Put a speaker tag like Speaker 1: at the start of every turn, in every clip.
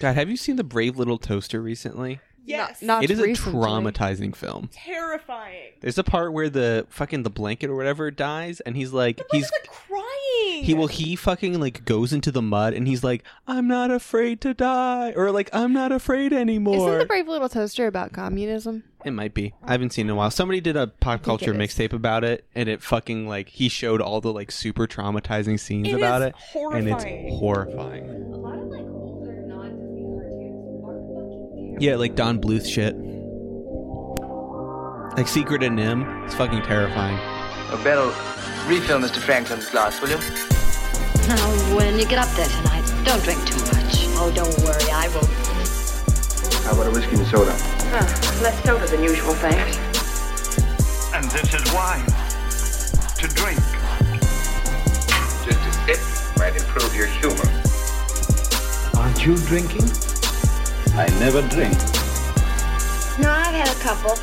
Speaker 1: God, have you seen the Brave Little Toaster recently?
Speaker 2: Yes.
Speaker 3: not, not
Speaker 1: it is
Speaker 3: recently.
Speaker 1: a traumatizing film.
Speaker 2: Terrifying.
Speaker 1: There's a part where the fucking the blanket or whatever dies, and he's like,
Speaker 2: He's
Speaker 1: he's
Speaker 2: like crying.
Speaker 1: he will he fucking like goes into the mud, and he's like, I'm not afraid to die, or like I'm not afraid
Speaker 3: Isn't
Speaker 1: anymore.
Speaker 3: the Brave Little Toaster about communism?
Speaker 1: it might be. I haven't seen it in a while. Somebody did a pop
Speaker 3: think it
Speaker 1: culture
Speaker 3: is.
Speaker 1: mixtape about it, and it fucking like he showed all the like super traumatizing scenes
Speaker 2: It
Speaker 1: about
Speaker 2: is
Speaker 1: it,
Speaker 2: horrifying.
Speaker 1: and it's horrifying.
Speaker 4: A lot of like older non Disney cartoons are fucking terrible.
Speaker 1: Yeah, like Don Bluth shit. Like Secret and Nim, it's fucking terrifying.
Speaker 5: Oh, Beryl, refill Mr. Franklin's glass, will you?
Speaker 6: Now, when you get up there tonight, don't drink too much. Oh, don't worry, I won't.
Speaker 5: How about a whiskey and soda?
Speaker 7: Less soda than usual, thanks.
Speaker 8: And this is wine to drink.
Speaker 9: Just a sip might improve your humor.
Speaker 8: Aren't you drinking?
Speaker 9: I never drink.
Speaker 6: No, I've had a couple.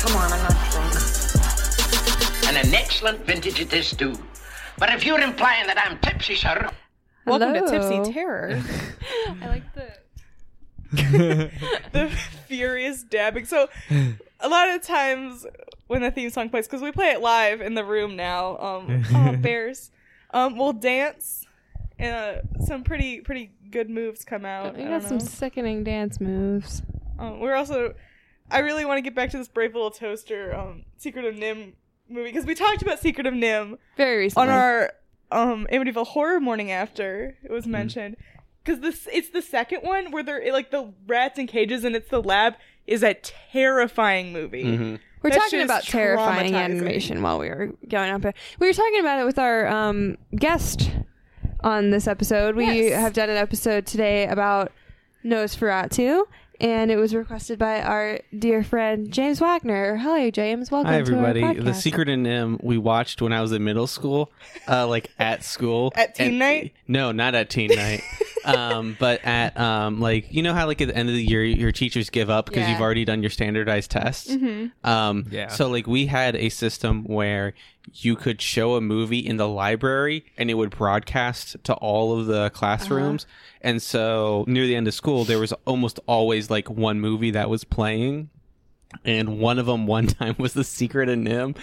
Speaker 6: Come on, I'm not drunk.
Speaker 7: And an excellent vintage it is, too. But if you're implying that I'm tipsy, sir,
Speaker 2: Welcome to
Speaker 3: Hello.
Speaker 2: Tipsy Terror.
Speaker 4: I like the
Speaker 2: the furious dabbing. So, a lot of times when the theme song plays, because we play it live in the room now, um, oh, bears, um, we'll dance, and uh, some pretty pretty good moves come out.
Speaker 3: We
Speaker 2: I
Speaker 3: got
Speaker 2: don't
Speaker 3: some
Speaker 2: know.
Speaker 3: sickening dance moves.
Speaker 2: Um, we're also, I really want to get back to this brave little toaster, um, Secret of Nim movie because we talked about Secret of Nim
Speaker 3: Very recently.
Speaker 2: on our um Amityville Horror Morning After. It
Speaker 1: Mm-hmm.
Speaker 2: was mentioned because this it's the second one where they're like the rats in cages and it's the lab is a terrifying movie.
Speaker 1: Mm-hmm.
Speaker 3: We're
Speaker 2: That shit
Speaker 3: talking
Speaker 2: is
Speaker 3: about terrifying
Speaker 2: traumatizing.
Speaker 3: animation while we were going up there. We were talking about it with our um, guest on this episode. We
Speaker 2: Yes.
Speaker 3: have done an episode today about Nosferatu, and it was requested by our dear friend James Wagner. Hello, James. Welcome
Speaker 1: Hi
Speaker 3: to our
Speaker 1: everybody.
Speaker 3: podcast.
Speaker 1: The Secret in M we watched when I was in middle school, uh, like at school.
Speaker 2: At teen
Speaker 1: And-
Speaker 2: night?
Speaker 1: No, not at teen night. um, but at um, like you know how like at the end of the year your teachers give up because you've
Speaker 3: Yeah. Mm-hmm.
Speaker 1: already done your standardized tests. Um,
Speaker 10: Yeah.
Speaker 1: So like we had a system where you could show a movie in the library and it would broadcast to all of
Speaker 3: Uh-huh.
Speaker 1: the classrooms. And so near the end of school, there was almost always like one movie that was playing and one of them one time was the secret of nim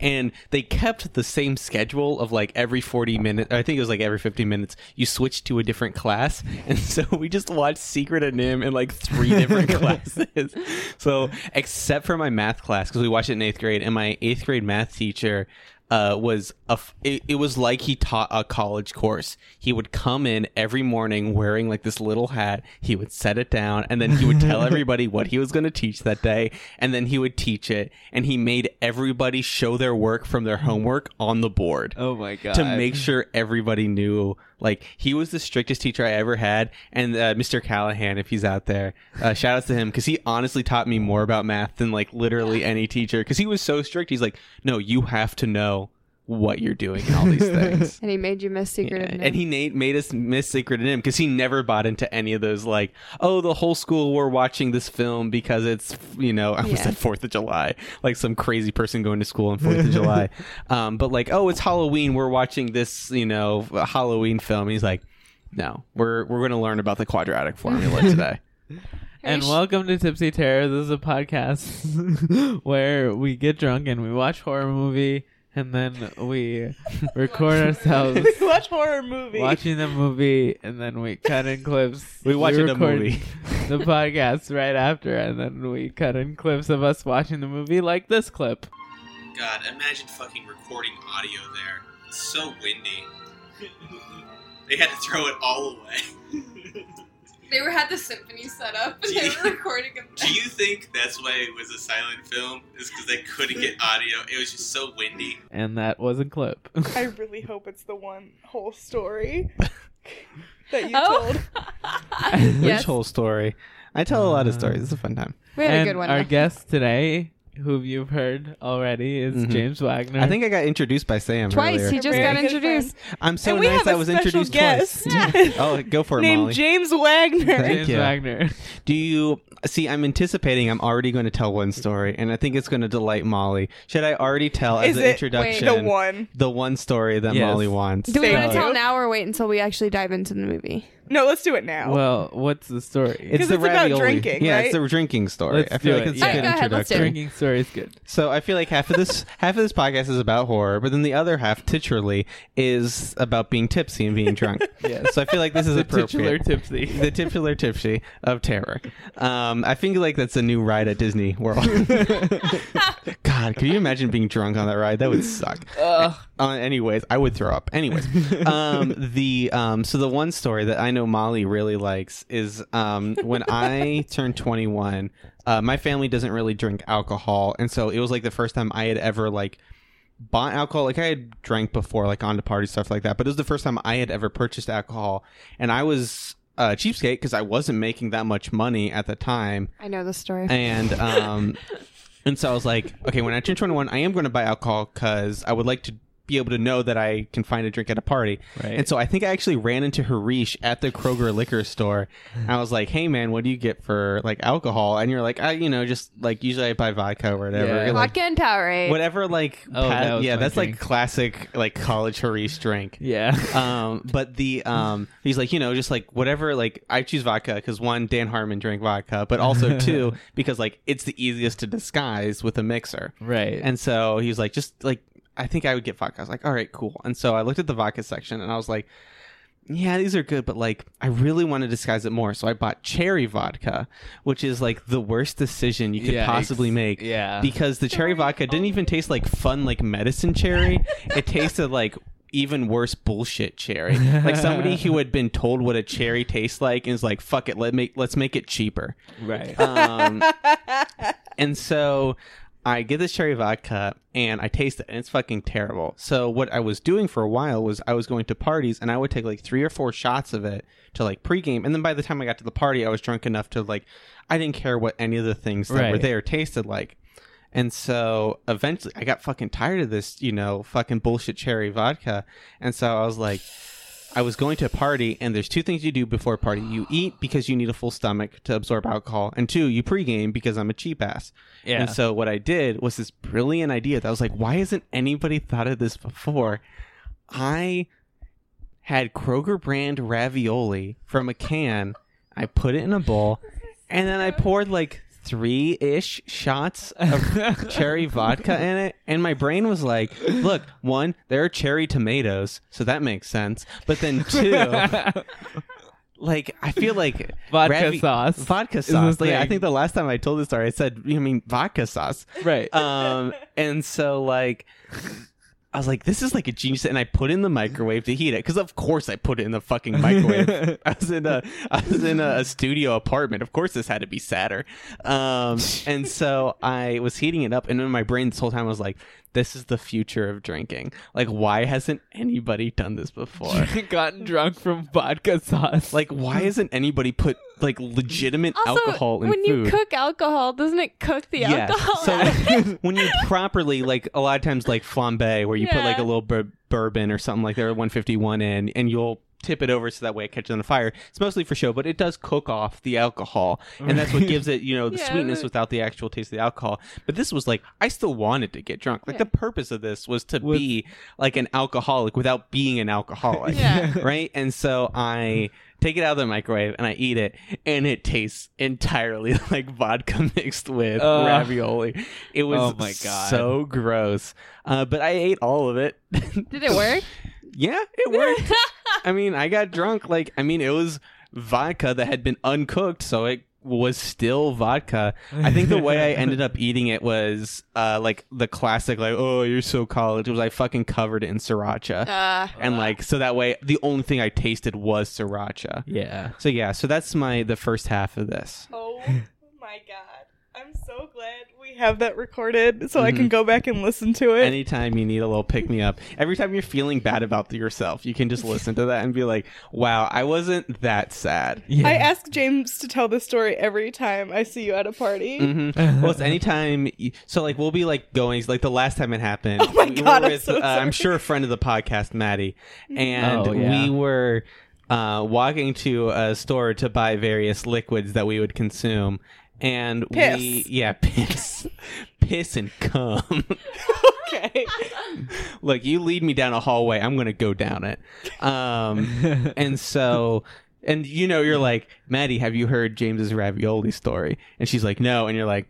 Speaker 1: and they kept the same schedule of like every 40 minutes i think it was like every 50 minutes you switched to a different class and so we just watched secret of nim in like three different classes so except for my math class because we watched it in eighth grade and my eighth grade math teacher uh, was a f- it, it was like he taught a college course. He would come in every morning wearing like this little hat. He would set it down and then he would tell everybody what he was going to teach that day and then he would teach it and he made everybody show their work from their homework on the board
Speaker 10: Oh my god.
Speaker 1: to make sure everybody knew. Like he was the strictest teacher I ever had, and uh, Mr. Callahan, if he's out there, uh, shout outs to him because he honestly taught me more about math than like literally any teacher. Because he was so strict, he's like, "No, you have to know what you're doing and all these things."
Speaker 3: and he made you miss Secret of Nim.
Speaker 1: And he na- made us miss Secret in Him because he never bought into any of those like, oh, the whole school were watching this film because it's you know I was
Speaker 3: Yeah.
Speaker 1: at Fourth of July, like some crazy person going to school on Fourth of July, um, but like oh it's Halloween, we're watching this you know Halloween film. He's like, no, we're we're going to learn about the quadratic formula today.
Speaker 10: And welcome to Tipsy Terror. This is a podcast where we get drunk and we watch horror movie and then we record ourselves
Speaker 2: we watch horror movies.
Speaker 10: watching the movie and then we cut in clips.
Speaker 1: We watched a
Speaker 10: record
Speaker 1: movie.
Speaker 10: the podcast right after and then we cut in clips of us watching the movie like this clip.
Speaker 1: God, imagine fucking recording audio there. It's so windy. they had to throw it all away.
Speaker 4: They were had the symphony set up and they were recording them.
Speaker 1: Do you think that's why it was a silent film? Is because they couldn't get audio. It was just so windy.
Speaker 10: And that was a clip.
Speaker 2: I really hope it's the one whole story that you
Speaker 3: Oh.
Speaker 2: told.
Speaker 1: Which whole story? I tell a lot of stories. It's a fun time.
Speaker 3: we had
Speaker 10: and
Speaker 3: a good one.
Speaker 10: our
Speaker 3: though.
Speaker 10: guest today, who you've heard already, is
Speaker 1: Mhm.
Speaker 10: James Wagner.
Speaker 1: I think I got introduced by Sam
Speaker 3: Twice
Speaker 1: earlier.
Speaker 3: he just
Speaker 2: Very
Speaker 3: got
Speaker 2: good
Speaker 3: introduced.
Speaker 1: I'm so
Speaker 2: and we
Speaker 1: nice
Speaker 2: have a
Speaker 1: I was
Speaker 2: special
Speaker 1: introduced
Speaker 2: guest
Speaker 1: twice. oh, go for it,
Speaker 2: named
Speaker 1: Molly.
Speaker 2: James Wagner.
Speaker 1: Thank
Speaker 10: James
Speaker 1: you.
Speaker 10: Wagner.
Speaker 1: Do you see? I'm anticipating. I'm already going to tell one story, and I think it's going to delight Molly. Should I already tell
Speaker 2: Is
Speaker 1: as
Speaker 2: it-
Speaker 1: an
Speaker 2: wait,
Speaker 1: introduction
Speaker 2: the one.
Speaker 1: the one story that
Speaker 10: Yes.
Speaker 1: Molly wants?
Speaker 3: Do we
Speaker 2: Thank
Speaker 3: want to
Speaker 2: you.
Speaker 3: tell now or wait until we actually dive into the movie?
Speaker 2: No, let's do it now.
Speaker 10: Well, what's the story?
Speaker 2: It's- about
Speaker 1: ravioli.
Speaker 2: drinking,
Speaker 1: Yeah, it's
Speaker 2: right?
Speaker 1: the drinking story.
Speaker 10: Let's
Speaker 1: I feel
Speaker 10: do
Speaker 1: like
Speaker 10: it.
Speaker 1: it's
Speaker 10: Yeah.
Speaker 1: a good
Speaker 11: Alright, go ahead, let's do it.
Speaker 1: introduction.
Speaker 10: drinking story is good.
Speaker 1: So I feel like half of this half of this podcast is about horror, but then the other half, titularly, is about being tipsy and being drunk. yeah. So I feel like this is
Speaker 10: The titular
Speaker 1: appropriate.
Speaker 10: tipsy.
Speaker 1: the titular tipsy of terror. Um, I think like that's a new ride at Disney World. God, could you imagine being drunk on that ride? That would suck. Uh, anyways, I would throw up. Anyways, um, the um, so the one story that I know Molly really likes is um, when I turned 21. Uh, my family doesn't really drink alcohol, and so it was like the first time I had ever like bought alcohol. Like I had drank before, like on to party stuff like that, but it was the first time I had ever purchased alcohol, and I was a cheapskate because I wasn't making that much money at the time
Speaker 3: I know the story.
Speaker 1: and um and so i was like okay when i turn 21 i am going to buy alcohol because i would like to be able to know that i can find a drink at a party
Speaker 10: Right.
Speaker 1: and so i think i actually ran into harish at the kroger liquor store and i was like hey man what do you get for like alcohol and you're like i you know just like usually i buy vodka or whatever
Speaker 10: Yeah.
Speaker 1: You're like,
Speaker 11: Vodka and Powerade.
Speaker 1: whatever like
Speaker 10: Oh, that was
Speaker 1: yeah
Speaker 10: my
Speaker 1: that's
Speaker 10: drink.
Speaker 1: like classic like college harish drink
Speaker 10: Yeah.
Speaker 1: um but the um he's like you know just like whatever like i choose vodka because one dan harmon drank vodka but also two because like it's the easiest to disguise with a mixer
Speaker 10: right.
Speaker 1: and so he was like just like i think i would get vodka i was like all right cool and so i looked at the vodka section and i was like yeah these are good but like i really want to disguise it more so i bought cherry vodka which is like the worst decision you could
Speaker 10: Yeah,
Speaker 1: possibly
Speaker 10: ex-
Speaker 1: make
Speaker 10: yeah.
Speaker 1: because the cherry vodka didn't even taste like fun like medicine cherry it tasted like even worse bullshit cherry like somebody who had been told what a cherry tastes like and is like fuck it let make let's make it cheaper
Speaker 10: right.
Speaker 1: um, and so I get this cherry vodka and I taste it and it's fucking terrible. So what I was doing for a while was I was going to parties and I would take like three or four shots of it to like pregame and then by the time I got to the party I was drunk enough to like I didn't care what any of the things that were
Speaker 10: Right.
Speaker 1: there tasted like. And so eventually I got fucking tired of this, you know, fucking bullshit cherry vodka. And so I was like, I was going to a party, and there's two things you do before a party. You eat because you need a full stomach to absorb alcohol, and two, you pregame because I'm a cheap ass.
Speaker 10: Yeah.
Speaker 1: And so what I did was this brilliant idea that I was like, why hasn't anybody thought of this before? I had Kroger brand ravioli from a can. I put it in a bowl, and then I poured like three ish shots of uh, cherry vodka in it. And my brain was like, look, one, there are cherry tomatoes, so that makes sense. But then two, like, I feel like
Speaker 10: Vodka sauce
Speaker 1: Vodka
Speaker 10: is the
Speaker 1: sauce. Like, I
Speaker 10: thing.
Speaker 1: think the last time I told this story, I said, you mean vodka sauce
Speaker 10: right.
Speaker 1: um and so like I was like, this is like a genius, and I put it in the microwave to heat it because, of course, I put it in the fucking microwave. I was in a, I was in a, a studio apartment. Of course, this had to be sadder. Um, and so I was heating it up, and in my brain, this whole time, I was like, this is the future of drinking. Like, why hasn't anybody done this before?
Speaker 10: Gotten drunk from vodka sauce.
Speaker 1: like, why hasn't anybody put like legitimate
Speaker 11: also,
Speaker 1: alcohol in
Speaker 11: when
Speaker 1: food?
Speaker 11: you cook alcohol, doesn't it cook the alcohol?
Speaker 1: So like, when you properly like a lot of times like flambe where you put like a
Speaker 11: Yeah.
Speaker 1: little bur- bourbon or something like that or 151 in and you'll tip it over so that way it catches on fire. It's mostly for show, but it does cook off the alcohol. And that's
Speaker 10: Mm-hmm.
Speaker 1: what gives it, you know, the
Speaker 11: Yeah.
Speaker 1: sweetness without the actual taste of the alcohol. But this was like I still wanted to get drunk. Like the purpose of this was to
Speaker 10: With-
Speaker 1: be like an alcoholic without being an alcoholic.
Speaker 11: Yeah.
Speaker 1: Right? And so I take it out of the microwave and I eat it and it tastes entirely like vodka mixed with
Speaker 10: Ugh.
Speaker 1: ravioli. It was
Speaker 10: Oh my God.
Speaker 1: so gross. Uh, but I ate all of it.
Speaker 11: Did it work?
Speaker 1: yeah, it worked. I mean, I got drunk. Like, I mean, it was vodka that had been uncooked, so it was still vodka. I think the way I ended up eating it was uh, like the classic, like, oh, you're so college. It was I fucking covered it in sriracha.
Speaker 2: Oh,
Speaker 11: Uh,
Speaker 1: and like, so that way, the only thing I tasted was sriracha.
Speaker 10: yeah.
Speaker 1: So yeah, so that's my the first half of this.
Speaker 2: Oh my god. I'm so glad we have that recorded so I can go back and listen to it.
Speaker 1: Anytime you need a little pick me up, every time you're feeling bad about yourself, you can just listen to that and be like, "Wow, I wasn't that sad."
Speaker 10: Yeah.
Speaker 2: I ask James to tell this story every time I see you at a party.
Speaker 1: hmm well, it's anytime. You, so, like, we'll be like going. Like the last time it happened,
Speaker 2: Oh my
Speaker 1: we
Speaker 2: God,
Speaker 1: were
Speaker 2: I'm
Speaker 1: with,
Speaker 2: so
Speaker 1: uh, I'm
Speaker 2: sorry. Mm-hmm.
Speaker 1: sure a friend of the podcast, Maddie, and
Speaker 10: Oh, yeah.
Speaker 1: we were uh, walking to a store to buy various liquids that we would consume, and we
Speaker 2: Piss.
Speaker 1: yeah, piss, piss and cum.
Speaker 2: Okay.
Speaker 1: look you lead me down a hallway i'm gonna go down it um and so and you know you're like maddie have you heard james's ravioli story and she's like no and you're like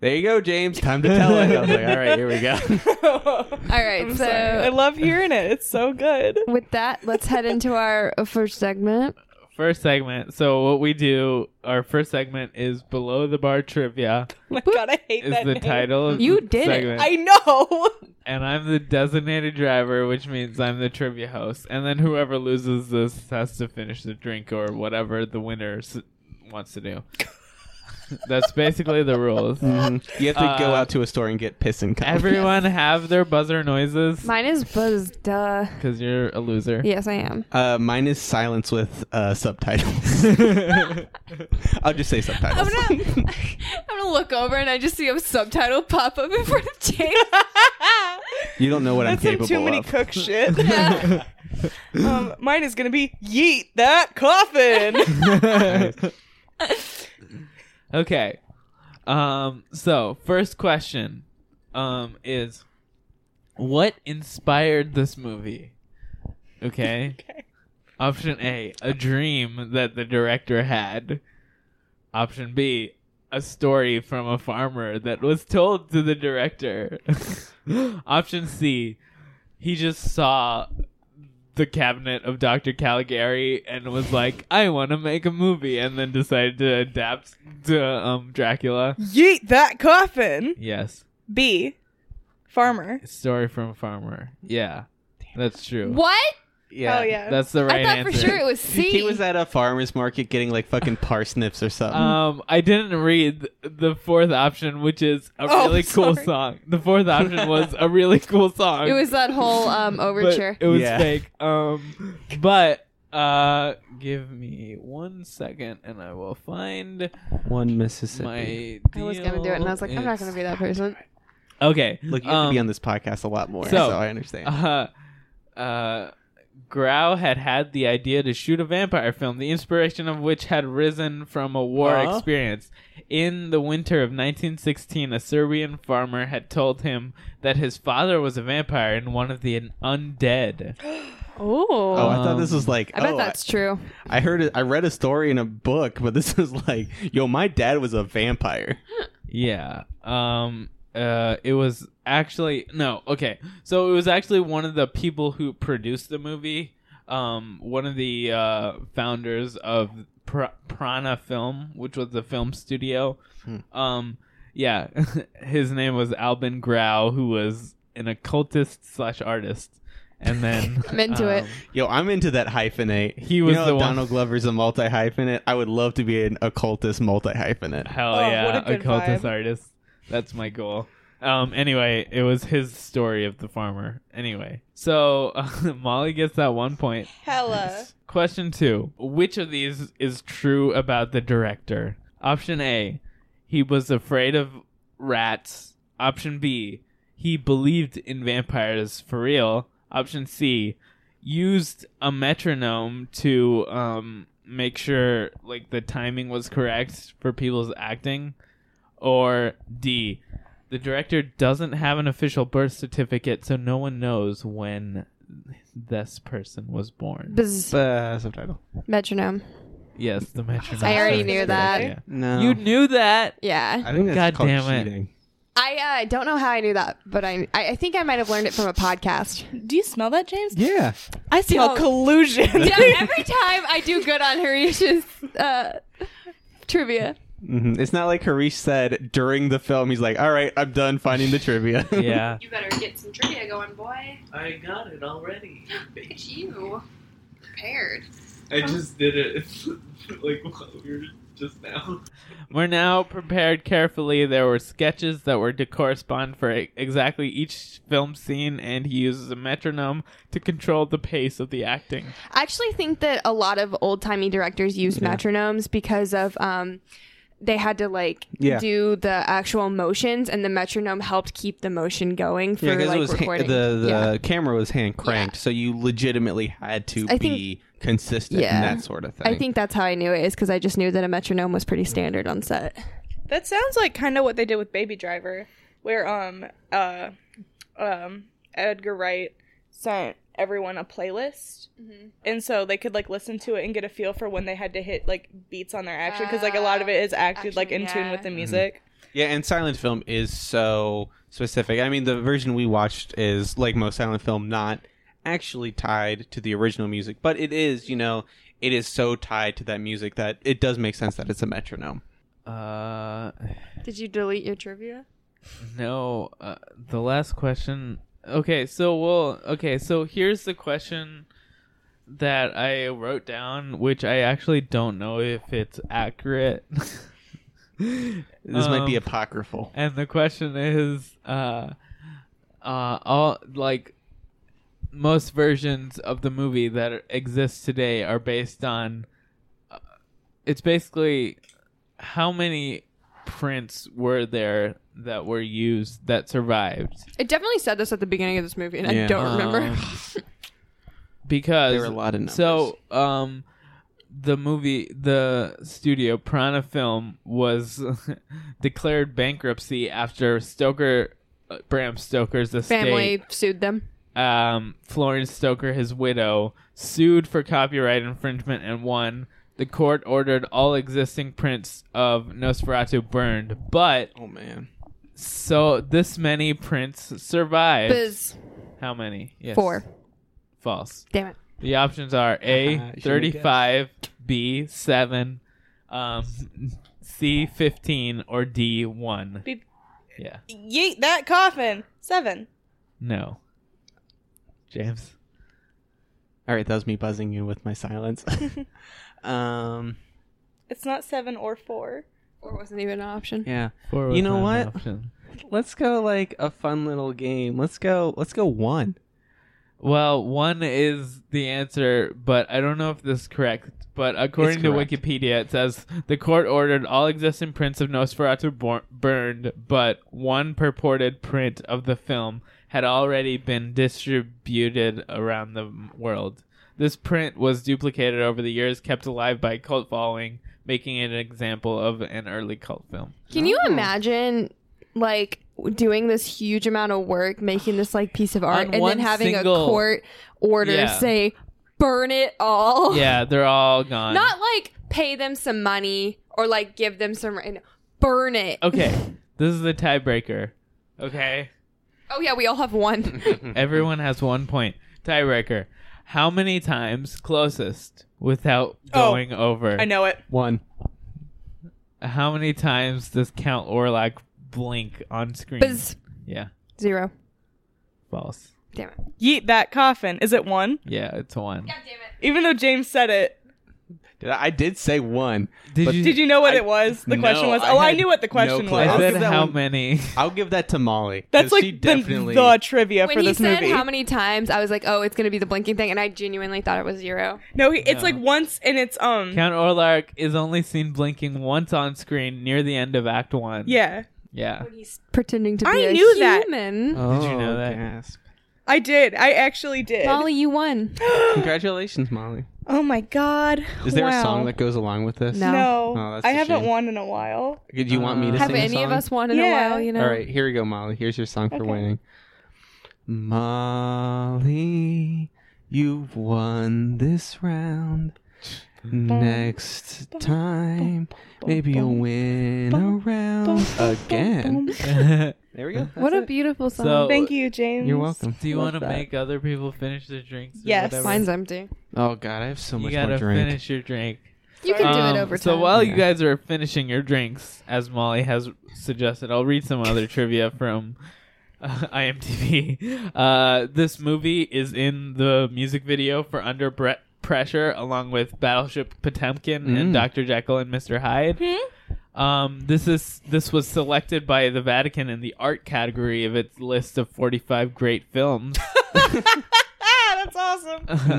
Speaker 1: there you go james time to tell it i was like all right here we go
Speaker 2: All
Speaker 3: right, so-
Speaker 2: I love hearing it. It's so good. Oh
Speaker 3: With that, let's head into our first segment.
Speaker 10: First segment. So what we do, our first segment is below the bar trivia.
Speaker 2: my god, I hate
Speaker 10: Is
Speaker 2: that
Speaker 10: the
Speaker 2: name.
Speaker 10: title? Of
Speaker 3: You
Speaker 10: the
Speaker 3: did it.
Speaker 10: segment.
Speaker 2: I know.
Speaker 10: and I'm the designated driver, which means I'm the trivia host. And then whoever loses this has to finish the drink or whatever the winner s- wants to do. That's basically the rules.
Speaker 1: you have to go
Speaker 10: Uh,
Speaker 1: out to a store and get piss and come
Speaker 10: Everyone have their buzzer noises
Speaker 3: Mine is Buzz. Duh.
Speaker 10: because you're a loser.
Speaker 3: Yes, I am.
Speaker 1: uh, mine is silence with uh, subtitles i'll just say
Speaker 11: I'm
Speaker 1: subtitles
Speaker 11: gonna, I'm gonna look over and I just see a subtitle pop up in front of James.
Speaker 1: you don't know what
Speaker 2: That's
Speaker 1: i'm capable
Speaker 2: some too many
Speaker 1: of
Speaker 2: cook shit. um, mine is gonna be yeet that coffin.
Speaker 10: Okay. Um so first question um is what inspired this movie? Okay.
Speaker 2: Okay.
Speaker 10: Option A, a dream that the director had. Option B, a story from a farmer that was told to the director. Option C, he just saw the cabinet of Dr. Caligari and was like, I want to make a movie, and then decided to adapt to um, Dracula.
Speaker 2: yeet that coffin.
Speaker 10: Yes.
Speaker 2: B. Farmer.
Speaker 10: Story from a farmer. Yeah. That's true.
Speaker 11: what?
Speaker 2: Oh yeah.
Speaker 10: That's the
Speaker 11: I
Speaker 10: right
Speaker 11: thought
Speaker 10: answer.
Speaker 11: for sure it was C.
Speaker 1: he was at a farmer's market getting like fucking parsnips or something
Speaker 10: Um, I didn't read th- the fourth option, which is a
Speaker 2: Oh,
Speaker 10: really cool
Speaker 2: sorry.
Speaker 10: song. The fourth option was a really cool song.
Speaker 3: It was that whole um,
Speaker 10: but
Speaker 3: overture.
Speaker 10: It was
Speaker 1: Yeah.
Speaker 10: fake. Um, but uh, give me one second, and I will find
Speaker 1: one mississippi
Speaker 10: my.
Speaker 3: I was gonna do it, and I was like, I'm not gonna be that person.
Speaker 10: Okay,
Speaker 1: Look, you have to be
Speaker 10: um,
Speaker 1: on this podcast a lot more,
Speaker 10: so-
Speaker 1: so, I understand.
Speaker 10: Uh, uh, Grau had had the idea to shoot a vampire film, the inspiration of which had risen from a war
Speaker 1: Huh?
Speaker 10: experience. In the winter of 1916, a Serbian farmer had told him that his father was a vampire and one of the undead.
Speaker 3: Oh.
Speaker 1: oh, I thought this
Speaker 10: um,
Speaker 1: was like.
Speaker 3: I bet
Speaker 1: oh,
Speaker 3: that's true.
Speaker 1: I, I heard. It, I read a story in a book, but this was like, yo, my dad was a vampire.
Speaker 10: Yeah. Um uh it was actually no, okay. So it was actually one of the people who produced the movie, um one of the uh founders of Pr- Prana Film, which was the film studio. Um yeah, his name was Albin Grau who was an occultist slash artist. And then um,
Speaker 3: I'm into it.
Speaker 1: Yo, I'm into that hyphenate.
Speaker 10: He
Speaker 1: You
Speaker 10: was
Speaker 1: know
Speaker 10: the one-
Speaker 1: Donald Glover's a multi hyphenate. I would love to be an occultist multi hyphenate.
Speaker 10: Hell
Speaker 2: Oh,
Speaker 10: yeah,
Speaker 2: what a good
Speaker 10: occultist
Speaker 2: vibe.
Speaker 10: artist. That's my goal. Um. Anyway, it was his story of the farmer. Anyway, so Molly gets that one point.
Speaker 2: Hella.
Speaker 10: Question two: Which of these is true about the director? Option A: He was afraid of rats. Option B: He believed in vampires for real. Option C: Used a metronome to um make sure like the timing was correct for people's acting. Or D: The director doesn't have an official birth certificate, so no one knows when this person was born.
Speaker 3: Buzz.
Speaker 1: Uh, subtitle.
Speaker 3: Metronome.
Speaker 10: Yes, the metronome.
Speaker 3: I already
Speaker 10: Sorry.
Speaker 3: knew
Speaker 10: Yeah,
Speaker 3: that.
Speaker 10: yeah.
Speaker 1: No,
Speaker 10: You knew that.
Speaker 3: Yeah.
Speaker 1: I think that's
Speaker 10: God
Speaker 1: called
Speaker 10: damn it.
Speaker 1: cheating.
Speaker 3: I uh, I don't know how I knew that, but I I I think I might have learned it from a podcast.
Speaker 2: Do you smell that, James?
Speaker 1: Yeah.
Speaker 2: I smell
Speaker 3: Yo.
Speaker 2: collusion.
Speaker 3: Yeah, every time I do good on Harisha's uh, trivia.
Speaker 1: hmm It's not like Harish said during the film. He's like, "All right, I'm done finding the trivia."
Speaker 10: Yeah.
Speaker 4: You better get some trivia going, boy.
Speaker 10: I got it already.
Speaker 4: Look at you. Prepared.
Speaker 10: I just did it like while we were just now. We're now prepared carefully. There were sketches that were to correspond for e- exactly each film scene, and he uses a metronome to control the pace of the acting.
Speaker 3: I actually think that a lot of old timey directors used metronomes because of um, they had to like
Speaker 1: Yeah.
Speaker 3: do the actual motions, and the metronome helped keep the motion going for
Speaker 1: Yeah, because
Speaker 3: like
Speaker 1: it was ha- the
Speaker 3: recording.
Speaker 1: the
Speaker 3: yeah.
Speaker 1: camera was hand cranked, so you legitimately had to
Speaker 3: I think-
Speaker 1: be consistent
Speaker 3: Yeah.
Speaker 1: and that sort of thing.
Speaker 3: I think that's how I knew it is because I just knew that a metronome was pretty standard on set.
Speaker 2: That sounds like kind of what they did with Baby Driver, where um uh um Edgar Wright sent everyone a playlist and so they could like listen to it and get a feel for when they had to hit like beats on their action because like a lot of it is acted like in tune with the music
Speaker 1: Yeah, and silent film is so specific. I mean, the version we watched is like most silent film, not actually tied to the original music, but it is. You know, it is so tied to that music that it does make sense that it's a metronome.
Speaker 10: Uh,
Speaker 3: Did you delete your trivia?
Speaker 10: no. Uh, the last question. Okay, so well, okay, so here's the question that I wrote down, which I actually don't know if it's accurate.
Speaker 1: This might be
Speaker 10: Um,
Speaker 1: apocryphal.
Speaker 10: And the question is, uh, uh, all like most versions of the movie that are- exist today are based on. Uh, it's basically how many prints were there that were used that survived
Speaker 11: It definitely said this at the beginning of this movie, and I
Speaker 1: Yeah.
Speaker 11: don't remember.
Speaker 10: Um, because
Speaker 1: There were a lot of numbers.
Speaker 10: so um the movie the studio prana film was declared bankruptcy after stoker uh, bram stoker's estate
Speaker 11: Family sued them.
Speaker 10: um, Florence Stoker, his widow, sued for copyright infringement and won. The court ordered all existing prints of Nosferatu burned, but
Speaker 1: Oh man,
Speaker 10: so this many prints survived.
Speaker 11: Biz
Speaker 10: How many? Yes.
Speaker 11: four.
Speaker 10: False.
Speaker 11: Damn it.
Speaker 10: The options are A
Speaker 1: Uh, should we guess?
Speaker 10: 35, B 7, um, C 15 or D 1.
Speaker 2: Beep.
Speaker 10: Yeah.
Speaker 2: Mm-hmm. yeet that coffin seven
Speaker 10: No. James.
Speaker 1: all right, that was me buzzing you with my silence. um,
Speaker 2: it's not seven or four
Speaker 11: Four wasn't even an option.
Speaker 1: yeah,
Speaker 10: Four
Speaker 1: You
Speaker 10: was
Speaker 1: know
Speaker 10: not an
Speaker 1: what?
Speaker 10: option.
Speaker 1: let's go like a fun little game. Let's go. Let's go one.
Speaker 10: Well, one is the answer, but I don't know if this is correct. But according to
Speaker 1: correct.
Speaker 10: Wikipedia, it says the court ordered all existing prints of Nosferatu bor- burned, but one purported print of the film had already been distributed around the m- world. This print was duplicated over the years, kept alive by cult following, making it an example of an early cult film.
Speaker 11: Can you imagine, like, doing this huge amount of work, making this, like, piece of art,
Speaker 10: On
Speaker 11: and
Speaker 10: one
Speaker 11: then having
Speaker 10: single-
Speaker 11: a court order
Speaker 10: Yeah.
Speaker 11: say, burn it all?
Speaker 10: Yeah, they're all gone.
Speaker 11: Oh. Not like pay them some money or, like, give them some. and Burn it.
Speaker 10: okay. This is the tiebreaker. Okay.
Speaker 11: Oh, yeah, we all have one.
Speaker 10: Everyone has one point. Tiebreaker. How many times closest without
Speaker 2: Oh,
Speaker 10: going over?
Speaker 2: i know it
Speaker 1: One.
Speaker 10: How many times does Count Orlok blink on screen?
Speaker 11: Buzz.
Speaker 10: Yeah,
Speaker 11: Zero.
Speaker 10: false.
Speaker 11: Damn it.
Speaker 2: yeet that coffin is it one
Speaker 10: Yeah, it's one.
Speaker 2: even though james said it
Speaker 1: Did I, I did say one.
Speaker 10: Did
Speaker 1: But-
Speaker 10: you?
Speaker 2: did you know what
Speaker 1: I-
Speaker 2: it was the
Speaker 1: No,
Speaker 2: question was
Speaker 1: I
Speaker 2: oh i
Speaker 1: had
Speaker 2: knew what the
Speaker 1: no
Speaker 2: question
Speaker 1: clue.
Speaker 2: was
Speaker 10: I
Speaker 1: I'll
Speaker 10: said
Speaker 1: give that
Speaker 10: how
Speaker 1: one- Mm-hmm.
Speaker 10: many?
Speaker 1: I'll give that to Molly.
Speaker 2: that's
Speaker 1: 'cause
Speaker 2: like
Speaker 1: she
Speaker 2: the,
Speaker 1: definitely
Speaker 2: the trivia for
Speaker 11: when he
Speaker 2: this
Speaker 11: said
Speaker 2: movie
Speaker 11: how many times, I was like, oh, it's going to be the blinking thing. And I genuinely thought it was zero.
Speaker 2: no he, it's
Speaker 10: No.
Speaker 2: like once and it's um
Speaker 10: Count Orlark is only seen blinking once on screen near the end of Act One.
Speaker 2: yeah
Speaker 10: Yeah.
Speaker 11: He's pretending to be
Speaker 2: I
Speaker 11: a
Speaker 2: knew that.
Speaker 11: human.
Speaker 1: Oh,
Speaker 10: Did you know that?
Speaker 1: gasp.
Speaker 2: i did i actually did
Speaker 11: Molly, you won.
Speaker 1: Congratulations, Molly.
Speaker 2: oh my god
Speaker 1: Is there
Speaker 2: Wow.
Speaker 1: a song that goes along with this?
Speaker 11: No.
Speaker 2: no,
Speaker 1: Oh, that's
Speaker 2: i
Speaker 1: a
Speaker 2: haven't
Speaker 1: shame.
Speaker 2: won in a while
Speaker 1: Do you want me to
Speaker 10: Uh,
Speaker 11: Have
Speaker 1: sing a
Speaker 11: any of
Speaker 1: song?
Speaker 11: us won in
Speaker 2: Yeah.
Speaker 11: a while? You know.
Speaker 1: All right, here we go, Molly. Here's your song for
Speaker 2: Okay.
Speaker 1: winning. Molly, you've won this round. Next time, maybe you'll win a round again. There we go.
Speaker 11: What a beautiful song.
Speaker 10: So-
Speaker 2: thank you james
Speaker 1: You're welcome.
Speaker 10: Do you
Speaker 2: Love
Speaker 10: want to
Speaker 2: that.
Speaker 10: make other people finish their drinks? or
Speaker 2: Yes.
Speaker 10: whatever?
Speaker 11: Mine's empty.
Speaker 1: Oh God, I have so
Speaker 10: you
Speaker 1: much
Speaker 10: gotta
Speaker 1: more drink.
Speaker 10: finish your drink.
Speaker 11: You can do
Speaker 10: Um,
Speaker 11: it over time.
Speaker 10: So while you
Speaker 1: Yeah.
Speaker 10: guys are finishing your drinks, as Molly has suggested, I'll read some other trivia from uh, IMDb. Uh, this movie is in the music video for Under Bre- Pressure, along with Battleship Potemkin
Speaker 1: Mm.
Speaker 10: and Dr. Jekyll and Mr. Hyde.
Speaker 11: Hmm?
Speaker 10: Um, this is this was selected by the Vatican in the art category of its list of 45 great films.
Speaker 2: ah that's awesome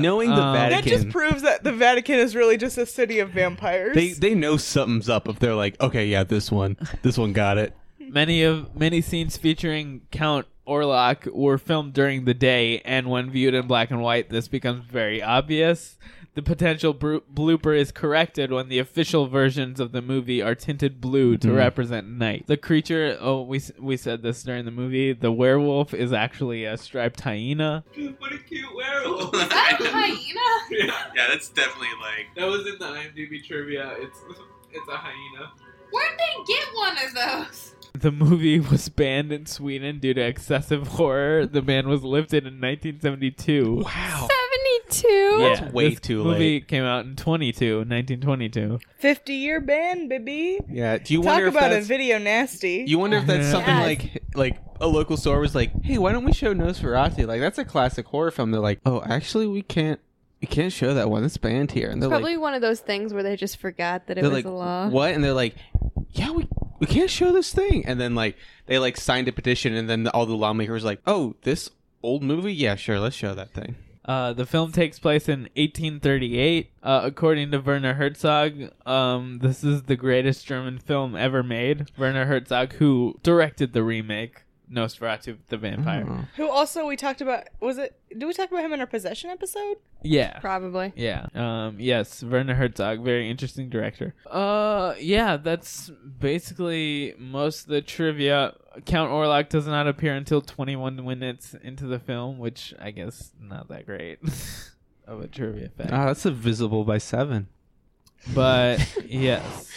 Speaker 1: Knowing the
Speaker 10: Um,
Speaker 2: That
Speaker 1: Vatican,
Speaker 2: just proves that the Vatican is really just a city of vampires.
Speaker 1: they they know Oh, something's up if they're like, okay, yeah, this one, this one got it.
Speaker 10: Many of many scenes featuring Count Orlok were filmed during the day, and when viewed in black and white, this becomes very obvious. The potential bro- blooper is corrected when the official versions of the movie are tinted blue to
Speaker 1: Mhm.
Speaker 10: represent night. The creature, oh, we s- we said this during the movie. The werewolf is actually a striped hyena.
Speaker 12: What a cute werewolf.
Speaker 4: that a hyena?
Speaker 12: yeah, yeah, that's definitely like.
Speaker 10: That was in the IMDb trivia. It's it's a hyena.
Speaker 4: Where'd they get one of those?
Speaker 10: The movie was banned in Sweden due to excessive horror. The ban was lifted in 1972.
Speaker 1: Wow.
Speaker 11: 72?
Speaker 10: Yeah,
Speaker 1: way
Speaker 10: this
Speaker 1: too
Speaker 10: movie came out in 22, 1922.
Speaker 2: 50 year ban, baby.
Speaker 1: Yeah. Do you
Speaker 2: Talk
Speaker 1: wonder if
Speaker 2: about a
Speaker 1: that's,
Speaker 2: video nasty.
Speaker 1: you wonder if that's
Speaker 10: Yeah.
Speaker 1: something
Speaker 2: Yes.
Speaker 1: like like a local store was like, hey, why don't we show Nosferatu? Like that's a classic horror film. They're like, oh, actually, we can't we can't show that one. It's banned here. And they're like,
Speaker 11: Probably one of those things where they just forgot that it
Speaker 1: they're
Speaker 11: was
Speaker 1: like,
Speaker 11: a law.
Speaker 1: what? And they're like, yeah, we we can't show this thing. And then like they like signed a petition, and then all the lawmakers like, oh, this old movie, yeah, sure, let's show that thing.
Speaker 10: Uh, the film takes place in 1838. Uh, according to Werner Herzog, um, this is the greatest German film ever made. Werner Herzog, who directed the remake Nosferatu the
Speaker 1: Mm.
Speaker 10: Vampire.
Speaker 1: Oh.
Speaker 2: Who also we talked about was it? Did we talk about him in our possession episode?
Speaker 10: Yeah.
Speaker 11: Probably.
Speaker 10: Yeah. Um, yes, Werner Herzog, very interesting director. Uh, yeah, that's basically most of the trivia. Count Orlok does not appear until 21 minutes into the film, which I guess not that great of a trivia fact.
Speaker 1: Ah, that's divisible by seven.
Speaker 10: but yes.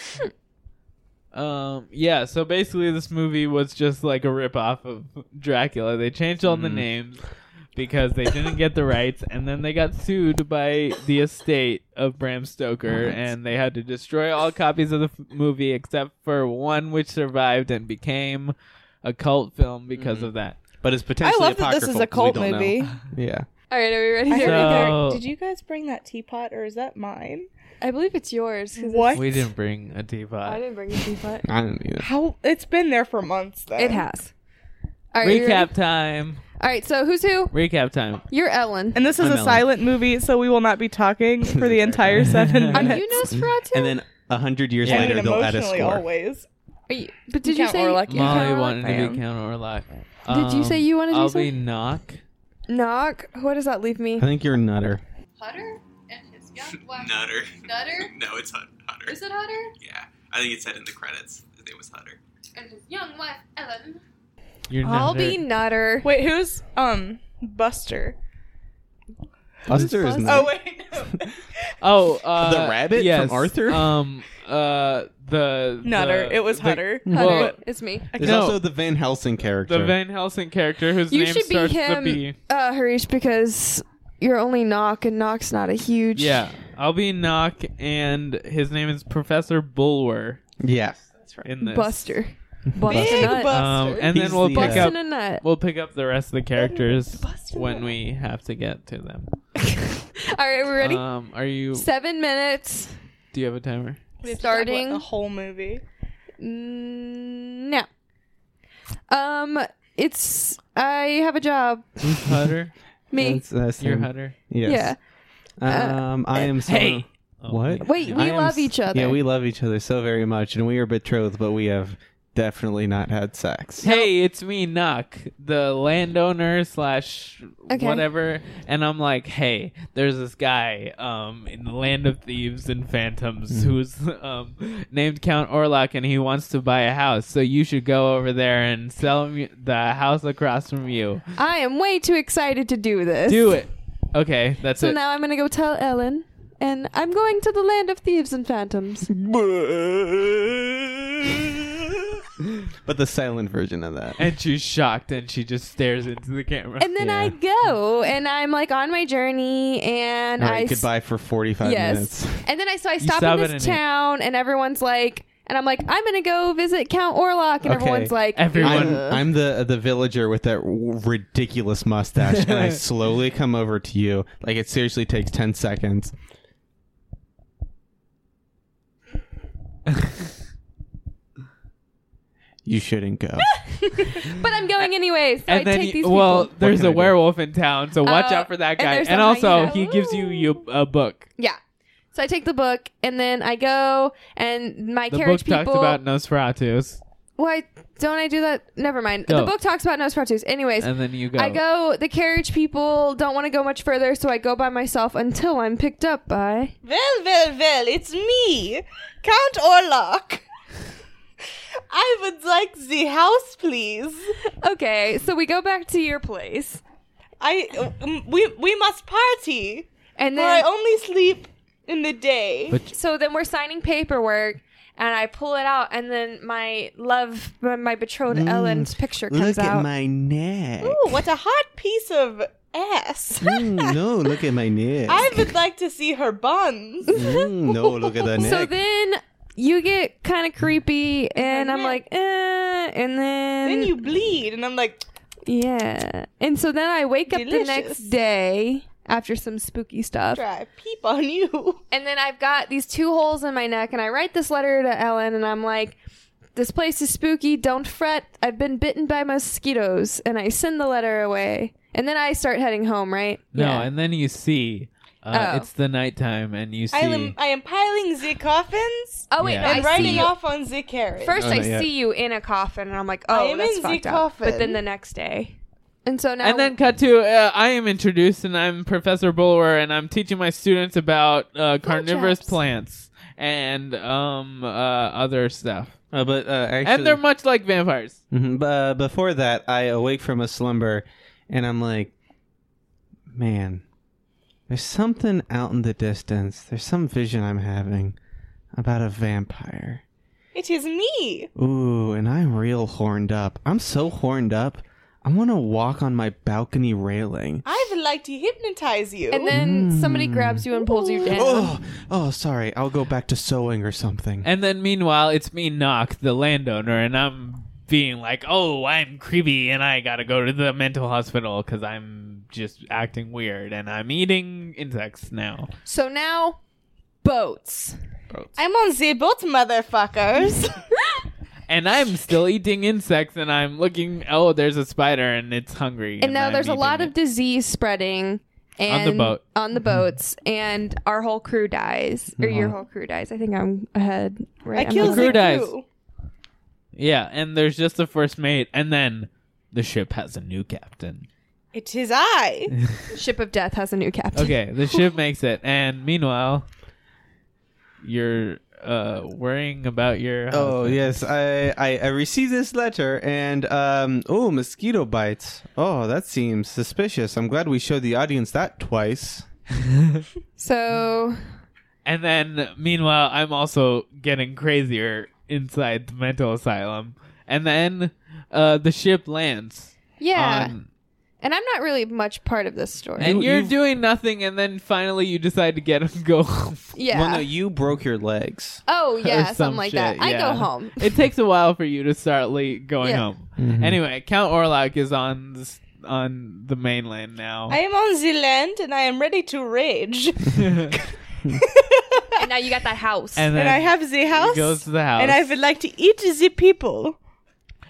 Speaker 10: Um yeah, so basically this movie was just like a rip off of Dracula. They changed all the
Speaker 1: Mm.
Speaker 10: names because they didn't get the rights and then they got sued by the estate of Bram Stoker
Speaker 1: What?
Speaker 10: and they had to destroy all copies of the f- movie except for one which survived and became a cult film because of that.
Speaker 1: But it's potentially
Speaker 2: love that this
Speaker 1: apocryphal
Speaker 2: is a
Speaker 1: 'cause we
Speaker 2: cult
Speaker 1: don't know.
Speaker 2: movie.
Speaker 1: Yeah.
Speaker 11: All right, are we ready?
Speaker 2: I
Speaker 11: to-
Speaker 2: heard
Speaker 10: So-
Speaker 2: that- did you guys bring that teapot or is that mine?
Speaker 11: I believe it's yours. 'cause it's-
Speaker 2: What?
Speaker 10: We didn't bring a
Speaker 11: I
Speaker 10: teapot.
Speaker 11: didn't bring a teapot.
Speaker 1: I don't either.
Speaker 2: How? It's been there for months though.
Speaker 11: It has. All right, you ready?
Speaker 10: Recap time.
Speaker 11: All right, so who's who?
Speaker 10: Recap time.
Speaker 11: You're Ellen.
Speaker 2: And this is
Speaker 1: I'm
Speaker 2: a
Speaker 1: Ellen.
Speaker 2: silent movie, so we will not be talking for the entire seven
Speaker 11: Are
Speaker 2: minutes.
Speaker 11: you Nosferatu?
Speaker 1: And then a hundred years
Speaker 10: Yeah.
Speaker 2: I
Speaker 1: later,
Speaker 2: mean,
Speaker 1: they'll add a
Speaker 2: emotionally
Speaker 1: score.
Speaker 2: always.
Speaker 11: Are you- but did you,
Speaker 2: Count
Speaker 11: say
Speaker 2: Orlok, yeah.
Speaker 10: Molly
Speaker 11: Count Orlok?
Speaker 10: wanted
Speaker 11: I
Speaker 10: to
Speaker 11: am.
Speaker 10: be Count Orlok.
Speaker 11: Did you say you wanted to
Speaker 10: I'll
Speaker 11: do something?
Speaker 10: be knock.
Speaker 11: Knock. What does that leave me?
Speaker 1: I think you're a nutter.
Speaker 4: Hutter and his young black
Speaker 12: Nutter.
Speaker 4: Nutter.
Speaker 12: No, it's Hut- Hutter.
Speaker 4: Is it Hutter
Speaker 12: Yeah. I think it said in the credits his name was Hutter.
Speaker 4: and his young wife Ellen?
Speaker 10: You're
Speaker 11: I'll
Speaker 10: nutter.
Speaker 11: be Nutter.
Speaker 2: Wait, who's um Buster?
Speaker 1: Buster is
Speaker 11: Buster?
Speaker 1: nutter.
Speaker 2: Oh wait, no.
Speaker 10: Oh, uh,
Speaker 1: The rabbit from
Speaker 10: yes.
Speaker 1: Arthur?
Speaker 10: Um, uh, the
Speaker 2: Nutter.
Speaker 10: the-
Speaker 2: It was
Speaker 10: the-
Speaker 2: Hutter.
Speaker 11: Hutter.
Speaker 10: Well-
Speaker 11: it's me.
Speaker 1: There's
Speaker 10: No.
Speaker 1: also the Van Helsing
Speaker 10: The
Speaker 1: character.
Speaker 10: Van Helsing character whose
Speaker 11: You
Speaker 10: name
Speaker 11: should be
Speaker 10: starts with B.
Speaker 11: him, uh, Harish, because you're only Knock, and Knock's not a huge.
Speaker 10: Yeah, I'll be knock, and his name is Professor Bulwer
Speaker 1: yeah.
Speaker 10: in this
Speaker 11: Buster.
Speaker 2: Big
Speaker 11: Bustin' a nut.
Speaker 2: Buster.
Speaker 10: Um, and
Speaker 1: He's
Speaker 10: then we'll
Speaker 1: the, uh,
Speaker 10: pick
Speaker 11: Bustin'
Speaker 10: up
Speaker 11: a nut.
Speaker 10: we'll pick up the rest of the characters
Speaker 11: Bustin'
Speaker 10: when we have to get to them.
Speaker 11: All right, we're ready.
Speaker 10: Um, are you?
Speaker 11: Seven minutes.
Speaker 10: Do you have a timer?
Speaker 2: We have to talk about
Speaker 11: Starting-
Speaker 2: the whole movie.
Speaker 11: Mm, No. Um, it's I have a job.
Speaker 10: Hutter,
Speaker 11: Me.
Speaker 1: That's, uh,
Speaker 10: you're
Speaker 1: same.
Speaker 10: Hutter.
Speaker 1: Yes.
Speaker 11: Uh,
Speaker 1: Um, I am. someone-
Speaker 10: Hey. Oh,
Speaker 1: What?
Speaker 11: Wait, we
Speaker 1: I am
Speaker 11: love
Speaker 1: s-
Speaker 11: each other.
Speaker 1: Yeah, we love each other so very much, and we are betrothed, but we have definitely not had sex.
Speaker 10: hey, it's me, Knock, the landowner slash
Speaker 11: Okay.
Speaker 10: whatever. And I'm like, hey, there's this guy um, in the land of thieves and phantoms
Speaker 1: Hmm.
Speaker 10: who's um, named Count Orlok, and he wants to buy a house. So you should go over there and sell him the house across from you.
Speaker 11: I am way too excited to do this.
Speaker 10: Do it. Okay, that's
Speaker 11: So
Speaker 10: it.
Speaker 11: now I'm gonna go tell Ellen, and I'm going to the land of thieves and phantoms.
Speaker 1: But the silent version of that.
Speaker 10: and she's shocked, and she just stares into the camera.
Speaker 11: And then I go, and I'm like on my journey, and
Speaker 1: All
Speaker 11: I
Speaker 1: right,
Speaker 11: s-
Speaker 1: goodbye for 45
Speaker 11: yes,
Speaker 1: minutes.
Speaker 11: and then I so I stop
Speaker 10: stop
Speaker 11: in
Speaker 10: it and
Speaker 11: this
Speaker 10: it-
Speaker 11: town, and everyone's like, and I'm like, I'm gonna go visit Count Orlok, and
Speaker 1: Okay.
Speaker 11: everyone's like,
Speaker 10: Everyone-
Speaker 1: I'm, I'm the the villager with that w- ridiculous mustache, and I slowly come over to you. Like it seriously takes ten seconds. you shouldn't go.
Speaker 11: but I'm going anyways. So I
Speaker 10: and then,
Speaker 11: take
Speaker 10: you-
Speaker 11: these
Speaker 10: well,
Speaker 11: people.
Speaker 10: there's
Speaker 1: can
Speaker 10: a
Speaker 1: I do?
Speaker 10: werewolf in town, so watch
Speaker 11: Oh,
Speaker 10: out for that
Speaker 11: and
Speaker 10: guy. And,
Speaker 11: there's some
Speaker 10: also,
Speaker 11: hyena.
Speaker 10: he gives you, you a book.
Speaker 11: Yeah. So I take the book, and then I go, and my
Speaker 10: The book
Speaker 11: carriage
Speaker 10: talks
Speaker 11: people.
Speaker 10: about Nosferatu's.
Speaker 11: Why don't I do that? Never mind.
Speaker 10: Go.
Speaker 11: The book talks about Nosferatu's. Anyways,
Speaker 10: And then you go.
Speaker 11: I go. The carriage people don't want to go much further, so I go by myself until I'm picked up by.
Speaker 2: Well, well, well, it's me, Count Orlok. I would like the house, please.
Speaker 11: Okay, so we go back to your place.
Speaker 2: I um, we we must party,
Speaker 11: and
Speaker 2: for
Speaker 11: then-
Speaker 2: I only sleep in the day.
Speaker 11: so then we're signing paperwork, and I pull it out, and then my love, my betrothed
Speaker 2: Mm.
Speaker 11: Ellen's picture comes out.
Speaker 1: neck.
Speaker 2: Ooh, what a hot piece of ass!
Speaker 1: Mm, no, look at my neck. Mm,
Speaker 2: I would like to see her buns.
Speaker 1: no, look at that
Speaker 11: so then you get kind of creepy, and I'm like, eh, and then
Speaker 2: then you bleed, and I'm like,
Speaker 11: yeah, and so then I wake up
Speaker 2: Delicious.
Speaker 11: the next day after some spooky stuff.
Speaker 2: try peep on you.
Speaker 11: And then I've got these two holes in my neck, and I write this letter to Ellen, and I'm like, this place is spooky. Don't fret. I've been bitten by mosquitoes. And I send the letter away. And then I start heading home, right?
Speaker 10: No, and then you see uh,
Speaker 11: Oh.
Speaker 10: it's the nighttime, and you see.
Speaker 2: I am I am piling the coffins.
Speaker 11: Oh, wait,
Speaker 10: Yeah.
Speaker 11: no,
Speaker 2: and
Speaker 11: I see
Speaker 2: riding
Speaker 11: you.
Speaker 2: off on the carriage.
Speaker 11: First,
Speaker 10: Oh,
Speaker 11: I
Speaker 10: not yet.
Speaker 11: see you in a coffin, and I'm like,
Speaker 2: I
Speaker 11: oh,
Speaker 2: am
Speaker 11: that's
Speaker 2: in the
Speaker 11: fucked up.
Speaker 2: coffin.
Speaker 11: But then the next day. And so now.
Speaker 10: and then cut to uh, I am introduced, and I'm Professor Bulwer, and I'm teaching my students about uh, carnivorous
Speaker 11: traps.
Speaker 10: plants and um uh, other stuff.
Speaker 1: Uh, but uh, actually,
Speaker 10: and they're much like vampires.
Speaker 1: Mhm, But uh, before that, I awake from a slumber, and I'm like, man, there's something out in the distance. There's some vision I'm having about a vampire.
Speaker 2: It is me.
Speaker 1: Ooh, and I'm real horned up. I'm so horned up. I want to walk on my balcony railing.
Speaker 2: I would like to hypnotize you.
Speaker 11: And then
Speaker 10: Mm.
Speaker 11: somebody grabs you and pulls you down.
Speaker 1: Oh, oh, sorry. I'll go back to sewing or something.
Speaker 10: And then meanwhile, it's me, Knock, the landowner, and I'm being like, "Oh, I'm creepy, and I gotta go to the mental hospital because I'm just acting weird, and I'm eating insects now."
Speaker 11: So now, boats.
Speaker 2: I'm on the boat, motherfuckers.
Speaker 10: and I'm still eating insects, and I'm looking. Oh, there's a spider, and it's hungry.
Speaker 11: And now
Speaker 10: I'm
Speaker 11: there's a
Speaker 10: eating
Speaker 11: lot
Speaker 10: it.
Speaker 11: of disease spreading.
Speaker 10: On
Speaker 11: And
Speaker 10: the boat.
Speaker 11: On the boats. And our whole crew dies. Or your
Speaker 10: Mhm.
Speaker 11: whole crew dies. I think I'm ahead. Right.
Speaker 2: I
Speaker 11: I'm
Speaker 2: kill
Speaker 10: The
Speaker 2: the
Speaker 10: crew dies.
Speaker 2: crew.
Speaker 10: yeah, and there's just the first mate, and then the ship has a new captain.
Speaker 2: It is I.
Speaker 11: the ship of death has a new captain.
Speaker 10: Okay, the ship makes it, and meanwhile, you're uh worrying about your.
Speaker 1: Oh yes, I, I I received this letter and um oh mosquito bites. Oh, that seems suspicious. I'm glad we showed the audience that twice.
Speaker 11: So
Speaker 10: And then, meanwhile, I'm also getting crazier inside the mental asylum. And then uh, the ship lands.
Speaker 11: Yeah.
Speaker 10: on-
Speaker 11: and I'm not really much part of this story.
Speaker 10: Um, and you, are doing nothing, and then finally you decide to get and go home.
Speaker 11: yeah.
Speaker 1: Well, no, you broke your legs.
Speaker 11: oh
Speaker 10: or
Speaker 11: yeah, something
Speaker 10: some
Speaker 11: like
Speaker 10: shit,
Speaker 11: that. I
Speaker 10: yeah.
Speaker 11: go home.
Speaker 10: it takes a while for you to start le- going
Speaker 11: Yeah.
Speaker 10: home. Anyway, Count Orlok is on this, on the mainland now.
Speaker 2: I am on the land and I am ready to rage.
Speaker 11: and now you got that house.
Speaker 10: And then
Speaker 2: and I have the house.
Speaker 10: goes to the house.
Speaker 2: And I would like to eat the people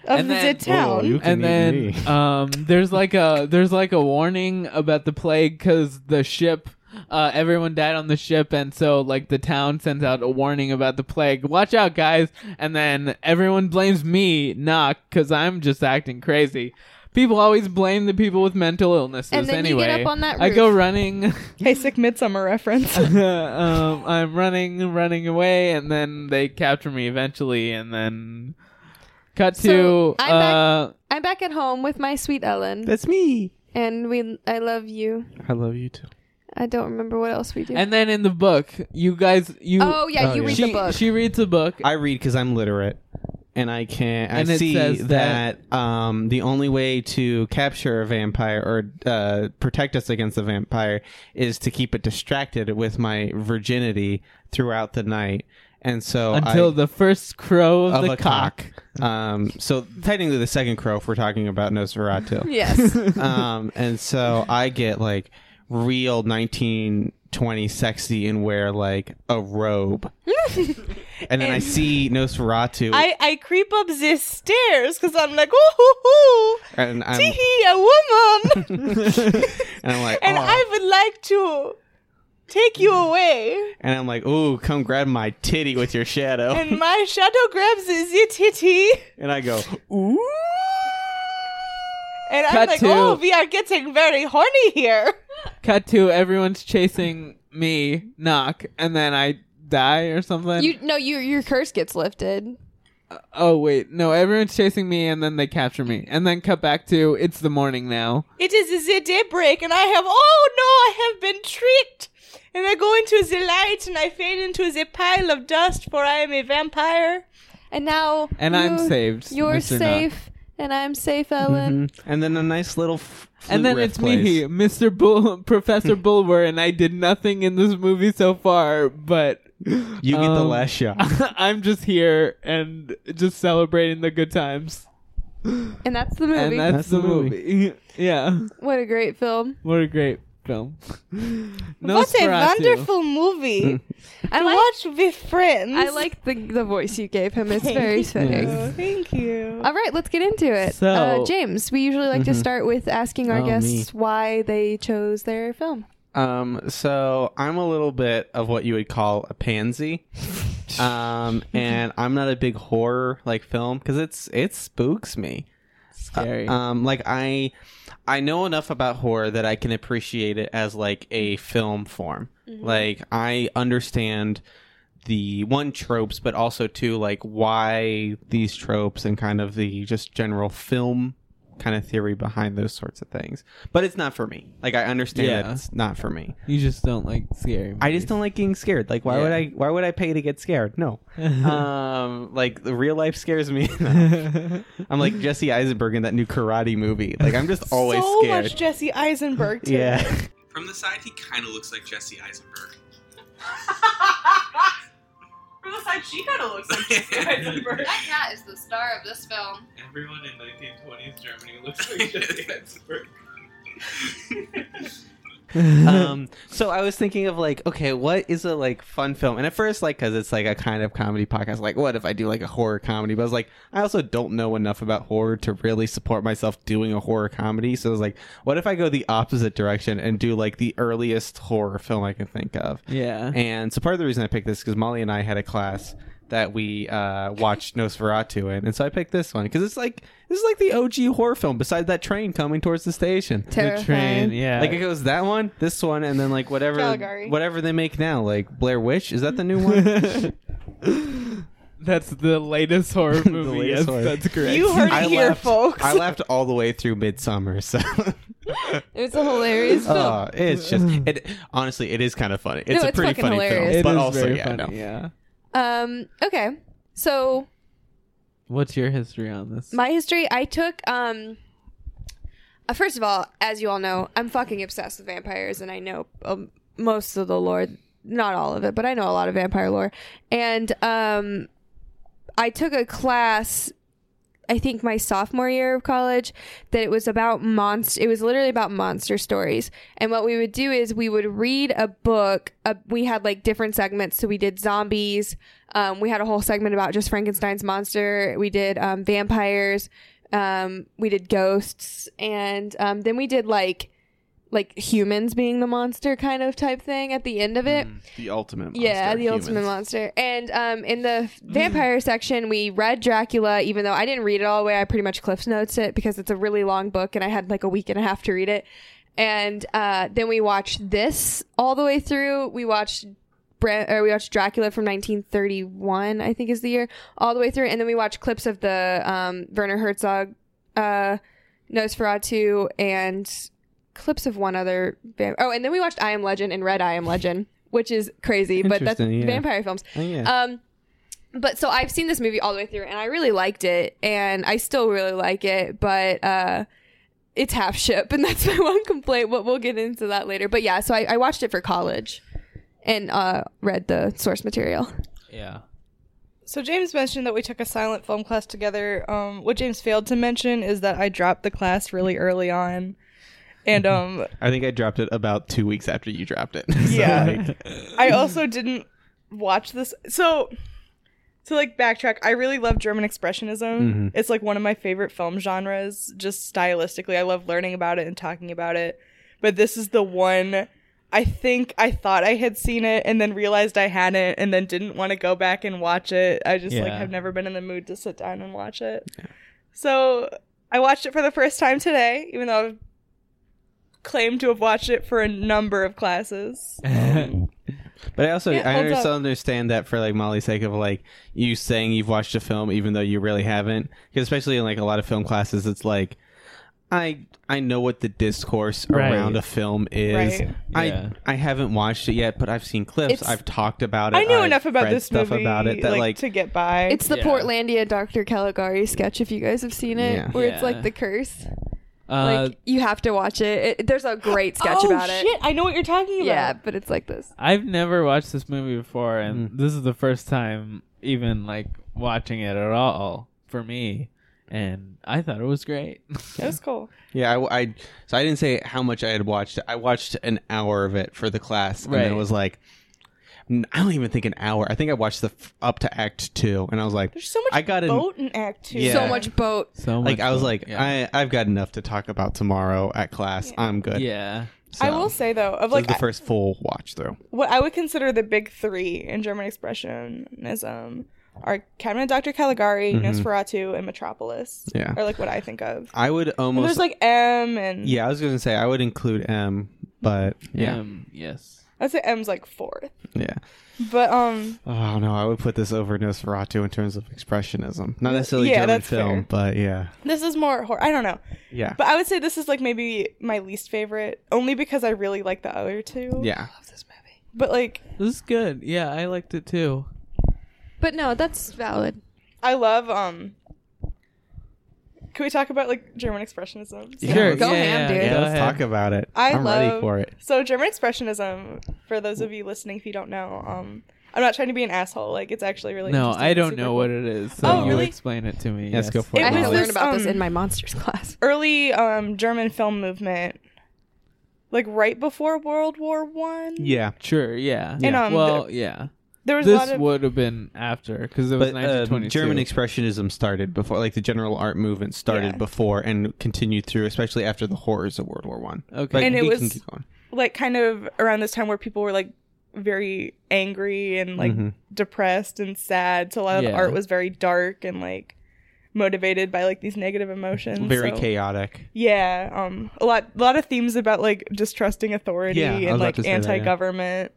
Speaker 2: of
Speaker 10: And
Speaker 2: the
Speaker 10: then-
Speaker 2: town.
Speaker 1: Oh, you
Speaker 10: and then um, there's like a there's like a warning about the plague because the ship uh, everyone died on the ship and so like the town sends out a warning about the plague watch out guys and then everyone blames me knock because i'm just acting crazy people always blame the people with mental illnesses
Speaker 11: And then you
Speaker 10: anyway
Speaker 11: get up on that
Speaker 10: i go
Speaker 11: roof.
Speaker 10: running
Speaker 2: Basic midsummer reference.
Speaker 10: um, i'm running running away and then they capture me eventually and then cut to
Speaker 11: So, I'm back-
Speaker 10: uh,
Speaker 11: I'm back at home with my sweet Ellen.
Speaker 1: That's me.
Speaker 11: and we I love you.
Speaker 1: I love you too.
Speaker 11: I don't remember what else we do.
Speaker 10: And then in the book, you guys, you.
Speaker 11: Oh, yeah,
Speaker 1: Oh, you yeah. read
Speaker 10: she,
Speaker 1: the
Speaker 11: book.
Speaker 10: She reads a book.
Speaker 1: I read because I'm literate, and I can't. I
Speaker 10: And it
Speaker 1: see
Speaker 10: says
Speaker 1: that, um, the only way to capture a vampire or uh, protect us against a vampire is to keep it distracted with my virginity throughout the night, and so
Speaker 10: until
Speaker 1: I,
Speaker 10: the first crow of,
Speaker 1: of
Speaker 10: the
Speaker 1: a
Speaker 10: cock.
Speaker 1: cock. Um, so technically the second crow if we're talking about Nosferatu.
Speaker 11: yes.
Speaker 1: um, and so I get like real 1920 sexy and wear like a robe. and then I see Nosferatu
Speaker 2: I, I creep up the stairs because I'm like, ooh, hoo, hoo,
Speaker 1: and I'm
Speaker 2: tee hee, a woman.
Speaker 1: and I'm like
Speaker 2: and
Speaker 1: oh.
Speaker 2: I would like to Take you away.
Speaker 1: And I'm like, ooh, come grab my titty with your shadow.
Speaker 2: And my shadow grabs the titty.
Speaker 1: And I go, ooh.
Speaker 2: And I'm
Speaker 10: Cut
Speaker 2: like,
Speaker 10: to-
Speaker 2: oh, we are getting very horny here.
Speaker 10: Cut to everyone's chasing me, knock, and then I die or something.
Speaker 13: You no, you your curse gets lifted.
Speaker 10: oh wait, no, everyone's chasing me, and then they capture me, and then cut back to it's the morning now.
Speaker 2: It is the daybreak, and I have, oh no, I have been tricked. And I go into the light, and I fade into the pile of dust, for I am a vampire.
Speaker 11: And now
Speaker 10: And I'm saved,
Speaker 11: You're
Speaker 10: Mr. Knott.
Speaker 11: safe, and I'm safe, Ellen.
Speaker 1: Mhm. And then a nice little. F-
Speaker 10: and then it's me, Mr. Bull, Professor Bulwer, and I did nothing in this movie so far, but
Speaker 1: You get the
Speaker 10: um,
Speaker 1: last shot.
Speaker 10: I'm just here and just celebrating the good times.
Speaker 11: And that's the movie.
Speaker 10: Mm-hmm. And that's, the, movie. yeah.
Speaker 11: what a great film.
Speaker 10: What a great film.
Speaker 2: what a
Speaker 10: Nosferatu.
Speaker 2: wonderful movie.
Speaker 11: I
Speaker 2: I
Speaker 11: like-
Speaker 2: watch with friends.
Speaker 11: I like the the voice you gave him. It's
Speaker 2: Thank
Speaker 11: very
Speaker 2: you.
Speaker 11: fitting.
Speaker 2: Oh, Thank you.
Speaker 11: All right, let's get into it.
Speaker 10: So- Mm-hmm.
Speaker 11: uh, James, we usually like to
Speaker 1: Mhm.
Speaker 11: start with asking our
Speaker 1: Oh,
Speaker 11: guests why they chose their film.
Speaker 1: Um, so I'm a little bit of what you would call a pansy. um, and I'm not a big horror like film because it's it spooks me.
Speaker 10: Scary.
Speaker 1: Uh, um, like I, I know enough about horror that I can appreciate it as like a film form. Like I understand the one tropes, but also too like why these tropes and kind of the just general film kind of theory behind those sorts of things. But it's not for me. Like I understand
Speaker 10: Yeah.
Speaker 1: that it's not for me.
Speaker 10: you just don't like scary movies.
Speaker 1: I just don't like getting scared. Like, why would
Speaker 10: Yeah.
Speaker 1: I? Why would I pay to get scared? No. um, like the real life scares me. No. I'm like Jesse Eisenberg in that new karate movie. Like, I'm just always
Speaker 2: so
Speaker 1: scared.
Speaker 2: much Jesse Eisenberg. To
Speaker 1: yeah.
Speaker 2: it.
Speaker 12: From the side, he kind of looks like Jesse Eisenberg.
Speaker 4: From the side, she kind of looks like
Speaker 12: Eisenberg.
Speaker 4: That cat is the star of this film.
Speaker 10: Everyone in 1920s Germany looks
Speaker 1: um, so I was thinking of like, okay, what is a like fun film? And at first, like, because it's like a kind of comedy podcast. Like, what if I do like a horror comedy? But I was like, I also don't know enough about horror to really support myself doing a horror comedy. So I was like, what if I go the opposite direction and do like the earliest horror film I can think of?
Speaker 10: Yeah.
Speaker 11: Uh-huh.
Speaker 1: And so part of the reason I picked this because Molly and I had a class that we uh, watched Nosferatu in, and so I picked this one because it's like this is like the OG horror film. Besides that train coming towards the station,
Speaker 10: The train, yeah.
Speaker 1: like it goes that one, this one, and then like whatever
Speaker 2: Caligari.
Speaker 1: whatever they make now, like Blair Witch. Is that the new one?
Speaker 10: that's the latest horror
Speaker 1: The
Speaker 10: movie.
Speaker 1: latest
Speaker 10: yes,
Speaker 1: horror.
Speaker 10: that's correct.
Speaker 2: You heard it here,
Speaker 1: laughed,
Speaker 2: folks.
Speaker 1: I laughed all the way through Midsummer, so
Speaker 11: It's a hilarious film.
Speaker 1: Oh, it's just it. Honestly, it is kind of funny. It's
Speaker 11: No,
Speaker 1: a
Speaker 11: it's
Speaker 1: pretty
Speaker 11: fucking
Speaker 1: funny
Speaker 11: hilarious.
Speaker 1: film,
Speaker 10: It
Speaker 1: but
Speaker 10: is
Speaker 1: also
Speaker 10: very
Speaker 1: yeah,
Speaker 10: funny,
Speaker 1: no.
Speaker 10: yeah.
Speaker 11: Um, okay. So
Speaker 10: What's your history on this?
Speaker 11: my history, I took um uh, first of all, as you all know, I'm fucking obsessed with vampires and I know um, most of the lore, not all of it, but I know a lot of vampire lore. And um I took a class I think my sophomore year of college that it was about monster. It was literally about monster stories. And what we would do is we would read a book. Uh, we had like different segments. So we did zombies. Um, we had a whole segment about just Frankenstein's monster. We did um, vampires. Um, we did ghosts, and um, then we did like like humans being the monster kind of type thing at the end of it.
Speaker 1: the ultimate.
Speaker 11: Yeah, the ultimate monster. And um, in the vampire section, we read Dracula, even though I didn't read it all the way. I pretty much Cliff Notes it because it's a really long book and I had like a week and a half to read it. And uh, then we watched this all the way through. We watched. Bra- or we watched Dracula from 1931, I think is the year, all the way through, and then we watched clips of the um, Werner Herzog, uh, Nosferatu, and clips of one other vamp- oh and then we watched i am legend and read i am legend which is crazy but that's
Speaker 1: Interesting, yeah.
Speaker 11: vampire films
Speaker 1: Oh, yeah.
Speaker 11: um but so i've seen this movie all the way through and i really liked it and i still really like it but uh it's half ship and that's my one complaint but we'll get into that later but yeah so i, I watched it for college and uh read the source material
Speaker 10: yeah.
Speaker 2: So James mentioned that we took a silent film class together. Um, what James failed to mention is that I dropped the class really early on, and um,
Speaker 1: I think I dropped it about two weeks after you dropped it.
Speaker 2: Yeah.
Speaker 1: like,
Speaker 2: I also didn't watch this. So, to like backtrack, I really love German Expressionism.
Speaker 1: Mhm.
Speaker 2: It's like one of my favorite film genres, just stylistically. I love learning about it and talking about it. But this is the one I think I thought I had seen it and then realized I hadn't and then didn't want to go back and watch it. I just like
Speaker 10: Yeah.
Speaker 2: have never been in the mood to sit down and watch it. So I watched it for the first time today, even though I've claimed to have watched it for a number of classes.
Speaker 10: Uh,
Speaker 1: But I also
Speaker 2: Yeah,
Speaker 1: I
Speaker 2: holds
Speaker 1: also
Speaker 2: up.
Speaker 1: understand that for like Molly's sake of like you saying you've watched a film even though you really haven't. Because especially in like a lot of film classes, it's like I I know what the discourse
Speaker 10: Right.
Speaker 1: around a film is.
Speaker 2: Right.
Speaker 1: I
Speaker 10: Yeah.
Speaker 1: I haven't watched it yet, but I've seen clips.
Speaker 2: It's-
Speaker 1: I've talked about it.
Speaker 2: I knew
Speaker 1: I've
Speaker 2: enough about
Speaker 1: read
Speaker 2: this
Speaker 1: stuff
Speaker 2: movie
Speaker 1: about it that like,
Speaker 2: to get by.
Speaker 3: It's the
Speaker 1: Yeah.
Speaker 3: Portlandia Dr. Caligari sketch, if you guys have seen it,
Speaker 1: Yeah.
Speaker 3: where it's
Speaker 10: Yeah.
Speaker 3: like the curse.
Speaker 10: Uh,
Speaker 3: like you have to watch it. it there's a great sketch
Speaker 2: oh,
Speaker 3: about
Speaker 2: shit,
Speaker 3: it.
Speaker 2: I know what you're talking about.
Speaker 3: Yeah, but it's like this.
Speaker 10: I've never watched this movie before, and
Speaker 1: Mm.
Speaker 10: this is the first time even like watching it at all for me. And I thought it was great.
Speaker 2: That was cool.
Speaker 1: Yeah, I, I- so I didn't say how much I had watched. I watched an hour of it for the class, and then
Speaker 10: Right.
Speaker 1: it was like n- I don't even think an hour. I think I watched the f- up to Act Two, and I was like,
Speaker 2: There's so much
Speaker 1: I got an-
Speaker 2: boat in Act Two.
Speaker 1: Yeah.
Speaker 3: So much boat.
Speaker 10: So
Speaker 1: like
Speaker 10: much
Speaker 1: I was
Speaker 10: fun.
Speaker 1: like I I've got enough to talk about tomorrow at class. I'm good.
Speaker 10: yeah,
Speaker 2: I
Speaker 1: So,
Speaker 2: will say though, of
Speaker 1: this
Speaker 2: like
Speaker 1: is the first full watch through.
Speaker 2: what I would consider the big three in German Expressionism are Cabinet of Dr. Caligari,
Speaker 1: Mhm.
Speaker 2: Nosferatu, and Metropolis.
Speaker 1: Yeah.
Speaker 2: Or like what I think of.
Speaker 1: I would
Speaker 2: And
Speaker 1: almost
Speaker 2: there's like M and
Speaker 1: yeah. I was gonna say I would include M, but yeah,
Speaker 10: Um, yes.
Speaker 2: I'd say M's like fourth.
Speaker 1: yeah.
Speaker 2: But um
Speaker 1: Oh no, I would put this over Nosferatu in terms of expressionism. Not necessarily
Speaker 2: Yeah,
Speaker 1: German
Speaker 2: that's
Speaker 1: film,
Speaker 2: fair.
Speaker 1: but yeah,
Speaker 2: this is more horror I don't know.
Speaker 1: yeah,
Speaker 2: But I would say this is like maybe my least favorite, only because I really like the other two.
Speaker 1: yeah.
Speaker 2: But like
Speaker 10: This is good. Yeah, I liked it too.
Speaker 3: But no, that's valid.
Speaker 2: I love um can we talk about like German Expressionism?
Speaker 1: Yeah,
Speaker 10: Sure,
Speaker 1: let's-
Speaker 10: go
Speaker 3: yeah, ham, yeah, dude.
Speaker 1: Yeah,
Speaker 10: go
Speaker 1: let's
Speaker 10: ahead.
Speaker 1: talk about it.
Speaker 2: I
Speaker 1: am
Speaker 2: love,
Speaker 1: ready for it.
Speaker 2: So German expressionism, for those of you listening, if you don't know, um, I'm not trying to be an asshole. Like it's actually really
Speaker 10: No,
Speaker 2: interesting.
Speaker 10: I
Speaker 2: It's
Speaker 10: don't
Speaker 2: super
Speaker 10: know
Speaker 2: cool.
Speaker 10: what it is. So
Speaker 2: Oh,
Speaker 10: you
Speaker 2: really?
Speaker 10: explain it to me.
Speaker 1: Yes, go for it,
Speaker 3: I had to
Speaker 1: Molly.
Speaker 3: learn about this
Speaker 2: um,
Speaker 3: in my monsters class.
Speaker 2: Early um German film movement, like right before World War One.
Speaker 1: Yeah,
Speaker 10: Sure. Yeah.
Speaker 2: And, um,
Speaker 10: well, yeah.
Speaker 2: There was a lot
Speaker 10: This
Speaker 2: of
Speaker 10: would have been after because it was
Speaker 1: but uh,
Speaker 10: 1922.
Speaker 1: German Expressionism started before, like the general art movement started
Speaker 2: Yeah.
Speaker 1: before and continued through, especially after the horrors of World War One.
Speaker 10: Okay.
Speaker 2: And it
Speaker 1: we
Speaker 2: was-
Speaker 1: can keep going.
Speaker 2: like kind of around this time where people were like very angry and like
Speaker 1: Mhm.
Speaker 2: depressed and sad. So a lot of the
Speaker 10: Yeah.
Speaker 2: art was very dark and like motivated by like these negative emotions.
Speaker 1: very
Speaker 2: so-
Speaker 1: chaotic.
Speaker 2: Yeah, um, a lot, a lot of themes about like distrusting authority
Speaker 1: Yeah, I was
Speaker 2: and
Speaker 1: about
Speaker 2: like
Speaker 1: to say that, yeah.
Speaker 2: anti-government,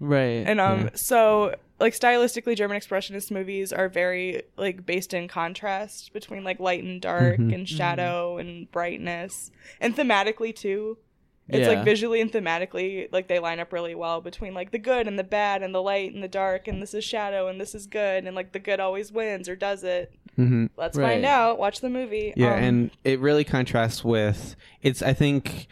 Speaker 10: right.
Speaker 2: and um,
Speaker 1: Yeah.
Speaker 2: so like stylistically, German expressionist movies are very like based in contrast between like light and dark,
Speaker 1: Mhm.
Speaker 2: and shadow and brightness, and thematically too. It's
Speaker 10: Yeah.
Speaker 2: like visually and thematically, like they line up really well between like the good and the bad and the light and the dark and this is shadow and this is good and like the good always wins or does it.
Speaker 1: Mm-hmm.
Speaker 2: Let's
Speaker 10: Right.
Speaker 2: find out. Watch the movie.
Speaker 1: Yeah,
Speaker 2: Um,
Speaker 1: and it really contrasts with it's. I think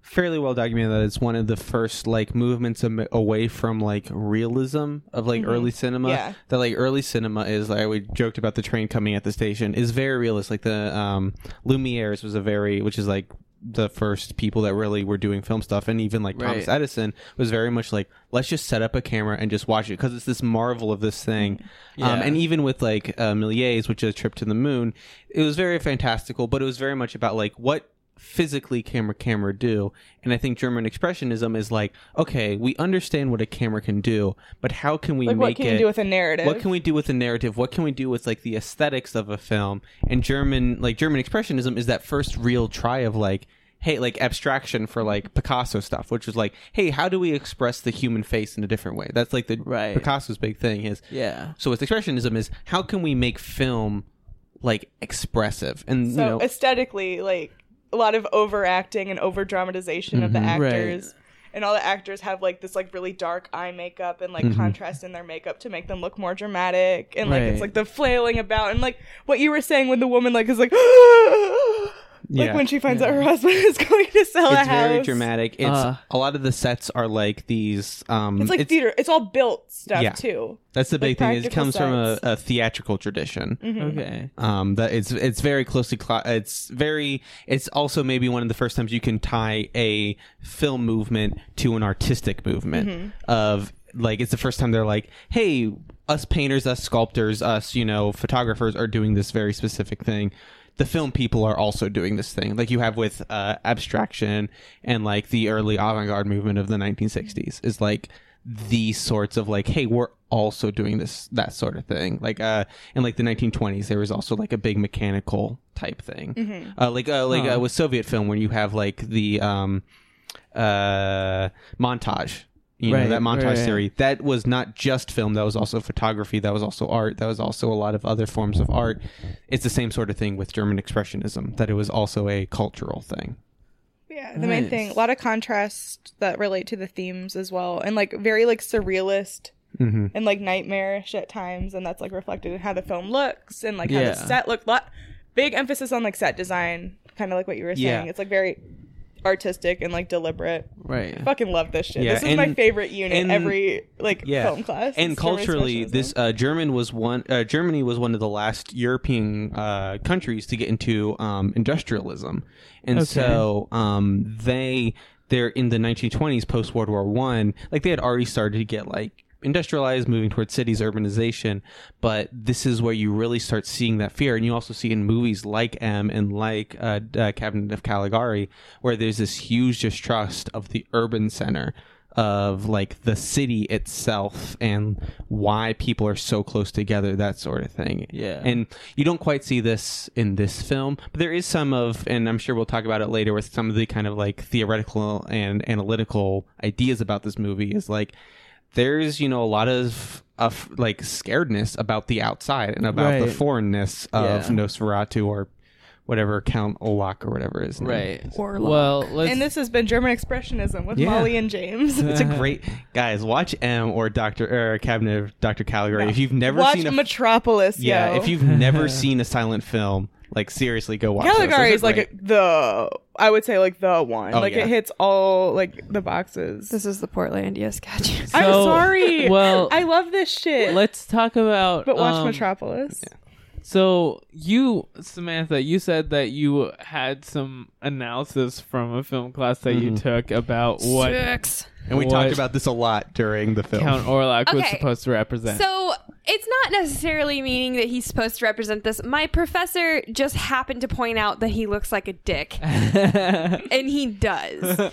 Speaker 1: fairly well documented that it's one of the first like movements am- away from like realism of like early cinema
Speaker 2: Mm-hmm. Yeah.
Speaker 1: that like early cinema is like we joked about the train coming at the station is very realist like the um lumieres was a very which is like the first people that really were doing film stuff and even like thomas
Speaker 10: Right.
Speaker 1: edison was very much like let's just set up a camera and just watch it because it's this marvel of this thing um,
Speaker 10: Yeah.
Speaker 1: and even with like uh, Millier's, which is a trip to the moon, it was very fantastical, but it was very much about like what physically camera camera do. And I think German expressionism is like, okay, we understand what a camera can do, but how can we
Speaker 2: like
Speaker 1: make
Speaker 2: what can
Speaker 1: it?
Speaker 2: you do with a narrative?
Speaker 1: what can we do with the narrative? What can we do with like the aesthetics of a film? And German, like German expressionism, is that first real try of like, hey, like abstraction for like Picasso stuff, which was like, hey, how do we express the human face in a different way? That's like the
Speaker 10: Right.
Speaker 1: Picasso's big thing is
Speaker 10: yeah.
Speaker 1: so with expressionism is how can we make film like expressive and
Speaker 2: So
Speaker 1: you know
Speaker 2: aesthetically, like a lot of overacting and over dramatization of the
Speaker 1: Mhm.
Speaker 10: Right.
Speaker 2: actors. And all the actors have like this like really dark eye makeup and
Speaker 1: Mm-hmm.
Speaker 2: like contrast in their makeup to make them look more dramatic and like
Speaker 10: Right.
Speaker 2: it's like the flailing about and like what you were saying when the woman like is like like
Speaker 1: Yeah.
Speaker 2: when she finds out her husband is going to sell a
Speaker 1: it's
Speaker 2: house.
Speaker 1: very dramatic it's
Speaker 10: Uh.
Speaker 1: a lot of the sets are like these um
Speaker 2: It's like
Speaker 1: it's-
Speaker 2: theater. It's all built stuff
Speaker 1: Yeah.
Speaker 2: too.
Speaker 1: that's the big
Speaker 2: like
Speaker 1: thing is it
Speaker 2: practical
Speaker 1: comes from a,
Speaker 2: sets.
Speaker 1: a theatrical tradition
Speaker 11: Mm-hmm.
Speaker 10: Okay.
Speaker 1: um that it's it's very closely cla it's very it's also maybe one of the first times you can tie a film movement to an artistic movement of like it's the first time they're like hey us painters us sculptors us you know photographers are doing this very specific thing the film people are also doing this thing, like you have with uh, abstraction and like the early avant-garde movement of the 1960s is like these sorts of like, hey, we're also doing this that sort of thing. Like uh, in like the 1920s, there was also like a big mechanical type thing,
Speaker 2: Mhm.
Speaker 1: uh, like uh, like
Speaker 10: Huh.
Speaker 1: uh, with Soviet film when you have like the um, uh, montage. You know
Speaker 10: Right,
Speaker 1: that montage
Speaker 10: right, right.
Speaker 1: theory that was not just film that was also photography that was also art that was also a lot of other forms of art it's the same sort of thing with german expressionism that it was also a cultural thing
Speaker 2: Yeah, the main
Speaker 1: Nice.
Speaker 2: thing. A lot of contrast that relate to the themes as well, and like very like surrealist
Speaker 10: Mm-hmm.
Speaker 1: Mhm.
Speaker 2: and like nightmarish at times, and that's like reflected in how the film looks and like how
Speaker 1: Yeah.
Speaker 2: the set looked. Lot big emphasis on like set design, kind of like what you were
Speaker 1: Yeah.
Speaker 2: saying. It's like very artistic and like deliberate.
Speaker 1: Right.
Speaker 2: Fucking love this shit.
Speaker 1: Yeah,
Speaker 2: this is my
Speaker 1: and-
Speaker 2: favorite unit.
Speaker 1: and-
Speaker 2: every like film class.
Speaker 1: And
Speaker 2: It's German
Speaker 1: culturally,
Speaker 2: Expressionism.
Speaker 1: this uh, German was one. Uh, Germany was one of the last European uh, countries to get into um, industrialism, and
Speaker 10: Okay.
Speaker 1: so um, they they're in the 1920s, post World War One, like they had already started to get like industrialized, moving towards cities, urbanization. But this is where you really start seeing that fear, and you also see in movies like M and like uh, uh, Cabinet of Caligari, where there's this huge distrust of the urban center of like the city itself and why people are so close together that sort of thing
Speaker 10: Yeah.
Speaker 1: and you don't quite see this in this film but there is some of and i'm sure we'll talk about it later with some of the kind of like theoretical and analytical ideas about this movie is like there's you know a lot of of like scaredness about the outside and about the
Speaker 10: Right.
Speaker 1: foreignness of
Speaker 10: Yeah.
Speaker 1: nosferatu or whatever count olak or whatever is
Speaker 10: Right. Orlok. Well, let's-
Speaker 2: and this has been German Expressionism with
Speaker 1: Yeah.
Speaker 2: Molly and James.
Speaker 1: it's a great guys. Watch M or Doctor or Cabinet of Doctor Caligari. If you've never
Speaker 2: Watch
Speaker 1: seen a
Speaker 2: Metropolis.
Speaker 1: yeah,
Speaker 2: yo.
Speaker 1: if you've never seen a silent film, like seriously, go watch. those. Those
Speaker 2: Caligari
Speaker 1: are
Speaker 2: is like
Speaker 1: great.
Speaker 2: a, the I would say like the one.
Speaker 1: Oh,
Speaker 2: like
Speaker 1: yeah.
Speaker 2: it hits all like the boxes.
Speaker 11: This is the Portlandia sketch.
Speaker 2: I'm
Speaker 10: So,
Speaker 2: sorry.
Speaker 10: well,
Speaker 2: I love this shit.
Speaker 10: Let's talk about.
Speaker 2: but watch
Speaker 10: um,
Speaker 2: Metropolis.
Speaker 10: So you, Samantha, you said that you had some analysis from a film class that you
Speaker 1: Mhm.
Speaker 10: took about what
Speaker 1: and we
Speaker 10: what
Speaker 1: talked about this a lot during the film.
Speaker 10: Count Orlok was
Speaker 11: Okay.
Speaker 10: supposed to represent.
Speaker 11: So it's not necessarily meaning that he's supposed to represent this. My professor just happened to point out that he looks like a dick, and he does.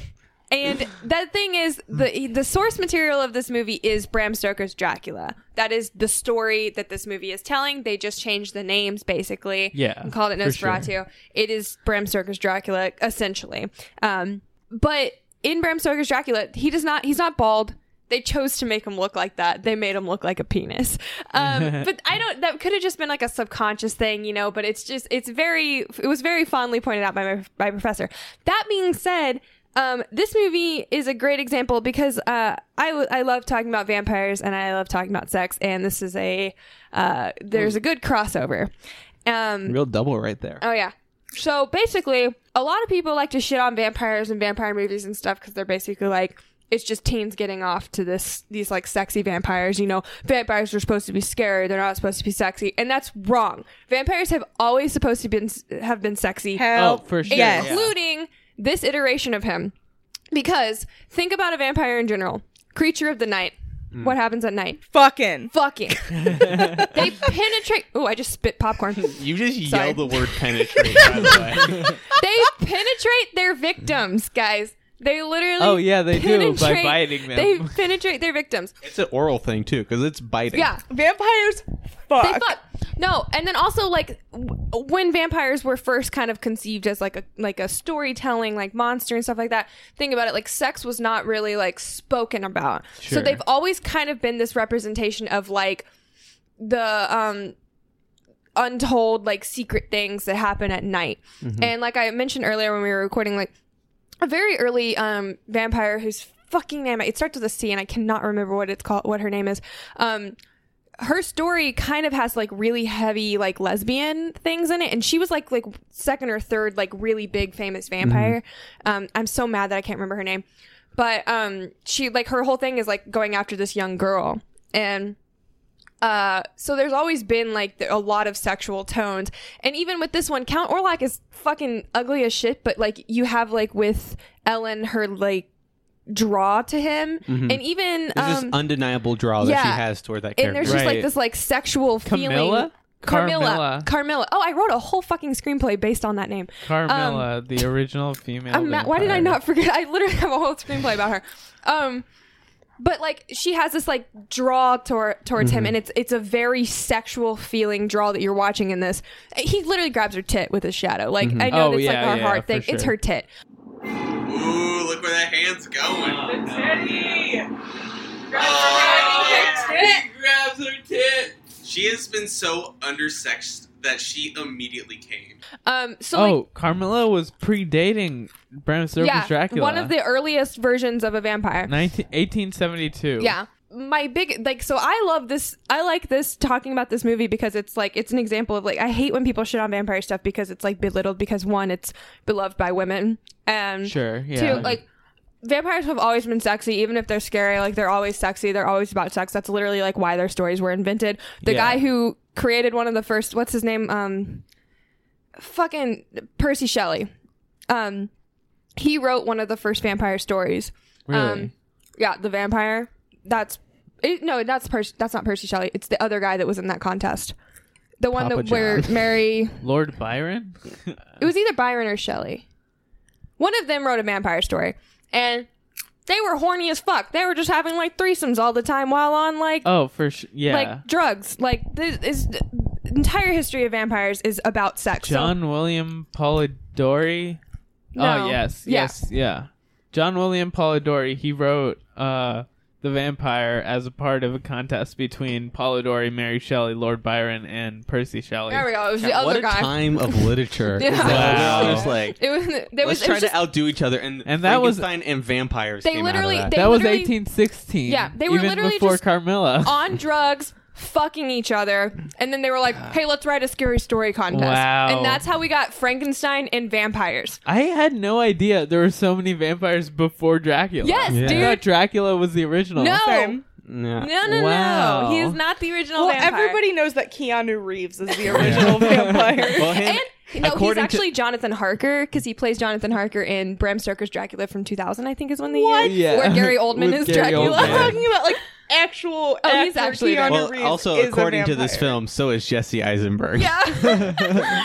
Speaker 11: And that thing is the the source material of this movie is Bram Stoker's Dracula. That is the story that this movie is telling. They just changed the names basically.
Speaker 10: Yeah,
Speaker 11: and called it
Speaker 10: for sure.
Speaker 11: Nosferatu. It is Bram Stoker's Dracula essentially. Um, but in Bram Stoker's Dracula, he does not. He's not bald. They chose to make him look like that. They made him look like a penis. Um, but I don't. That could have just been like a subconscious thing, you know. But it's just. It's very. It was very fondly pointed out by my by professor. That being said, um, this movie is a great example because uh, I, w- I love talking about vampires and I love talking about sex and this is a uh, there's a good crossover. Um,
Speaker 1: Real double right there.
Speaker 11: Oh yeah. So basically, a lot of people like to shit on vampires and vampire movies and stuff because they're basically like it's just teens getting off to this these like sexy vampires. You know, vampires are supposed to be scary; they're not supposed to be sexy, and that's wrong. Vampires have always supposed to been have been sexy.
Speaker 2: Hell Oh, for sure. yes.
Speaker 11: including this iteration of him. Because think about a vampire in general, creature of the night. What happens at night?
Speaker 2: Fucking.
Speaker 11: Fucking. they penetrate. Oh, I just spit popcorn
Speaker 1: You just
Speaker 11: Sorry.
Speaker 1: yelled the word penetrate. by the way,
Speaker 11: they penetrate their victims, guys. They literally.
Speaker 10: Oh, yeah, they do, by
Speaker 11: penetrate-
Speaker 10: biting them.
Speaker 11: They penetrate their victims.
Speaker 1: it's an oral thing too because it's biting.
Speaker 11: Yeah,
Speaker 2: vampires. Fuck.
Speaker 11: They fuck. No, and then also like w- when vampires were first kind of conceived as like a like a storytelling like monster and stuff like that. Think about it, like sex was not really like spoken about. So
Speaker 14: Sure.
Speaker 11: they've always kind of been this representation of like the um untold like secret things that happen at night.
Speaker 14: Mhm.
Speaker 11: And like I mentioned earlier when we were recording, like a very early um vampire whose fucking name it starts with a C and I cannot remember what it's called what her name is. Um her story kind of has like really heavy like lesbian things in it and she was like like second or third like really big famous
Speaker 1: Mm-hmm.
Speaker 11: vampire um i'm so mad that i can't remember her name but um she like her whole thing is like going after this young girl and uh, so there's always been like the, a lot of sexual tones, and even with this one, Count Orlok is fucking ugly as shit. But like you have like with Ellen, her like draw to him,
Speaker 1: Mhm.
Speaker 11: and even
Speaker 1: There's
Speaker 11: um,
Speaker 1: this undeniable draw that
Speaker 11: yeah.
Speaker 1: she has toward that character.
Speaker 11: and there's just like this like sexual feeling.
Speaker 1: Camilla?
Speaker 11: Carmilla. Carmilla. Oh, I wrote a whole fucking screenplay based on that name.
Speaker 10: Oh, Carmilla, the original female.
Speaker 11: Um, not, why did I
Speaker 10: vampire.
Speaker 11: not forget? I literally have a whole screenplay about her. Um, but like she has this like draw tor- towards him,
Speaker 10: Mm-hmm.
Speaker 3: Mhm.
Speaker 11: and it's it's a very sexual feeling draw that you're watching in this. He literally grabs her tit with his shadow. Like
Speaker 10: Mhm.
Speaker 11: I know
Speaker 10: Oh,
Speaker 11: that's like
Speaker 10: yeah,
Speaker 11: our
Speaker 10: yeah,
Speaker 11: hard
Speaker 10: for
Speaker 11: thing. It's
Speaker 10: sure.
Speaker 11: her tit.
Speaker 12: Ooh, look where that hand's going.
Speaker 2: The teddy.
Speaker 12: He grabs her tit. Oh. She has been so undersexed that she immediately came.
Speaker 11: Um, so
Speaker 10: oh,
Speaker 11: like,
Speaker 10: Carmilla was predating Bram Stoker's
Speaker 11: yeah,
Speaker 10: Dracula.
Speaker 11: one of the earliest versions of a vampire.
Speaker 10: 19, 1872.
Speaker 11: Yeah. My big like so I love this I like this talking about this movie because it's like it's an example of like I hate when people shit on vampire stuff because it's like belittled because one it's beloved by women and
Speaker 10: Sure, yeah.
Speaker 11: two like vampires have always been sexy even if they're scary like they're always sexy they're always about sex that's literally like why their stories were invented the
Speaker 3: Yeah.
Speaker 11: guy who created one of the first what's his name um fucking Percy Shelley um he wrote one of the first vampire stories
Speaker 10: Really?
Speaker 11: um yeah, the vampire. That's it, no, that's Percy. That's not Percy Shelley. It's the other guy that was in that contest. The one
Speaker 10: Papa
Speaker 11: that where
Speaker 10: John.
Speaker 11: Mary.
Speaker 10: Lord Byron?
Speaker 11: It was either Byron or Shelley. One of them wrote a vampire story, and they were horny as fuck. They were just having like threesomes all the time while on like
Speaker 10: Oh, for sure. Yeah.
Speaker 11: like drugs. Like this is the entire history of vampires is about sex. So-
Speaker 10: John William Polidori.
Speaker 11: No.
Speaker 10: Oh yes,
Speaker 11: Yeah.
Speaker 10: yes, yeah. John William Polidori. He wrote uh, the Vampire as a part of a contest between Polidori, Mary Shelley, Lord Byron, and Percy Shelley.
Speaker 11: there we go. It was the
Speaker 1: what
Speaker 11: other
Speaker 1: a
Speaker 11: guy.
Speaker 1: time of literature.
Speaker 11: Yeah.
Speaker 1: Is that-
Speaker 10: Wow.
Speaker 1: Just like
Speaker 11: It was there was,
Speaker 1: let's
Speaker 11: it
Speaker 1: try
Speaker 11: was just
Speaker 1: to outdo each other, and
Speaker 10: And that was-
Speaker 1: Frankenstein and vampires.
Speaker 11: They
Speaker 1: came
Speaker 11: literally-
Speaker 1: out of that.
Speaker 11: they
Speaker 10: that was
Speaker 11: literally-
Speaker 10: 1816.
Speaker 11: Yeah, they were
Speaker 10: even
Speaker 11: literally
Speaker 10: before
Speaker 11: just
Speaker 10: Carmilla.
Speaker 11: on drugs, fucking each other, and then they were like, "Hey, let's write a scary story contest."
Speaker 10: Wow.
Speaker 11: And that's how we got Frankenstein and vampires.
Speaker 10: I had no idea there were so many vampires before Dracula.
Speaker 11: Yes, Yeah.
Speaker 10: I thought
Speaker 11: dude.
Speaker 10: Dracula was the
Speaker 1: Oh.
Speaker 10: original.
Speaker 11: No,
Speaker 1: no,
Speaker 11: no, no,
Speaker 10: Wow.
Speaker 11: no. He is not the original
Speaker 2: Well,
Speaker 11: vampire.
Speaker 2: everybody knows that Keanu Reeves is the original vampire.
Speaker 1: Well, him-
Speaker 11: and no, he's
Speaker 1: according to-
Speaker 11: actually Jonathan Harker because he plays Jonathan Harker in Bram Stoker's Dracula from 2000, I think is when the
Speaker 2: What?
Speaker 11: year
Speaker 10: Yeah.
Speaker 11: where Gary Oldman
Speaker 10: With
Speaker 11: is
Speaker 10: Gary
Speaker 11: Dracula.
Speaker 2: I'm
Speaker 10: Oldman.
Speaker 2: talking about like actual.
Speaker 11: Oh, he's
Speaker 2: actor
Speaker 11: actually
Speaker 2: Keanu
Speaker 1: Well,
Speaker 2: Reeves
Speaker 1: also
Speaker 2: is a
Speaker 1: according to this
Speaker 2: vampire.
Speaker 1: film, so is Jesse Eisenberg.
Speaker 11: Yeah,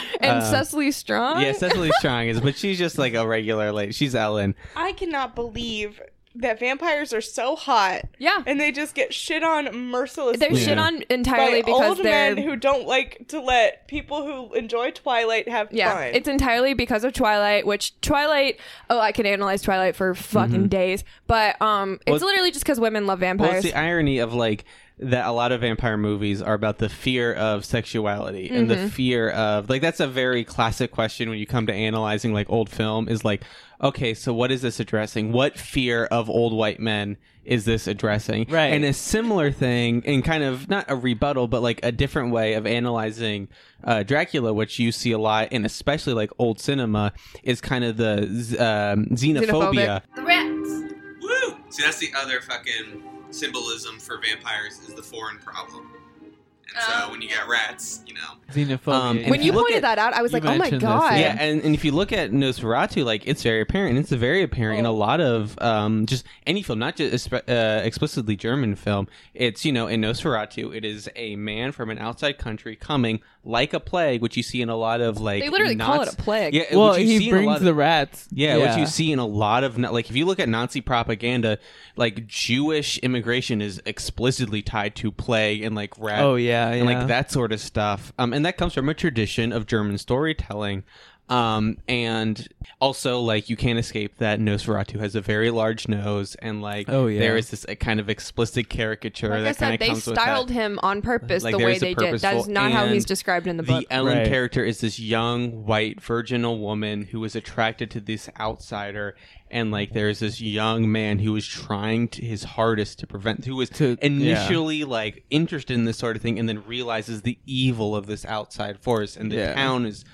Speaker 11: and
Speaker 1: Uh,
Speaker 11: Cecily Strong.
Speaker 1: yeah, Cecily Strong is, but she's just like a regular. Like she's Ellen.
Speaker 2: I cannot believe that vampires are so hot.
Speaker 11: Yeah.
Speaker 2: And they just get shit on mercilessly.
Speaker 11: They're shit
Speaker 1: Yeah.
Speaker 11: on entirely
Speaker 2: by
Speaker 11: because
Speaker 2: old
Speaker 11: they're
Speaker 2: men who don't like to let people who enjoy Twilight have
Speaker 11: Yeah,
Speaker 2: fun.
Speaker 11: it's entirely because of Twilight, which Twilight. Oh, I can analyze Twilight for fucking days, but um, it's
Speaker 1: Mm-hmm. Well,
Speaker 11: literally just because women love
Speaker 1: Well,
Speaker 11: vampires.
Speaker 1: it's the irony of like that a lot of vampire movies are about the fear of sexuality and the
Speaker 11: Mhm.
Speaker 1: fear of like that's a very classic question when you come to analyzing like old film is like okay so what is this addressing what fear of old white men is this addressing
Speaker 10: Right.
Speaker 1: and a similar thing and kind of not a rebuttal but like a different way of analyzing uh, dracula which you see a lot and especially like old cinema is kind of the z- um, xenophobia
Speaker 11: Xenophobic.
Speaker 4: The rats.
Speaker 12: Woo! See, that's the other fucking symbolism for vampires is the foreign problem. And
Speaker 11: Oh.
Speaker 12: so when you got rats, you know.
Speaker 10: Xenophobia.
Speaker 1: Um,
Speaker 10: yeah.
Speaker 1: and
Speaker 11: when you
Speaker 1: look
Speaker 11: pointed
Speaker 1: at-
Speaker 11: that out, I was
Speaker 10: you
Speaker 11: like, "Oh my
Speaker 10: mentioned this,
Speaker 11: god!"
Speaker 1: Yeah, and, and if you look at Nosferatu, like it's very apparent. It's very apparent
Speaker 11: Oh.
Speaker 1: in a lot of um, just any film, not just espe- uh, explicitly German film. It's you know in Nosferatu, it is a man from an outside country coming like a plague, which you see in a lot of like
Speaker 11: They literally call
Speaker 1: Nazi-
Speaker 11: it a plague.
Speaker 1: Yeah,
Speaker 10: well,
Speaker 1: which you see
Speaker 10: he
Speaker 1: in a
Speaker 10: brings
Speaker 1: lot of-
Speaker 10: the rats.
Speaker 1: yeah, what you see in a lot of like if you look at Nazi propaganda, like Jewish immigration is explicitly tied to plague and like rat,
Speaker 10: Oh, yeah,
Speaker 1: and
Speaker 10: yeah.
Speaker 1: like that sort of stuff. Um, and that comes from a tradition of German storytelling. Um, and also like you can't escape that Nosferatu has a very large nose, and like
Speaker 10: Oh, yeah.
Speaker 1: there is this uh, kind of explicit caricature
Speaker 11: like
Speaker 1: that
Speaker 11: I said,
Speaker 1: kind of
Speaker 11: they
Speaker 1: comes with that.
Speaker 11: styled him on purpose
Speaker 1: Like,
Speaker 11: the way
Speaker 1: there's a
Speaker 11: they did. That is
Speaker 1: purposeful-
Speaker 11: not how he's
Speaker 1: and
Speaker 11: described in the
Speaker 1: the
Speaker 11: book.
Speaker 1: Ellen
Speaker 10: Right.
Speaker 1: character is this young, white, virginal woman who is attracted to this outsider, and like there's this young man who is trying to, his hardest to prevent, who is
Speaker 10: To-
Speaker 1: initially like interested in this sort of thing, and then realizes the evil of this outside force, and the
Speaker 10: Yeah.
Speaker 1: town is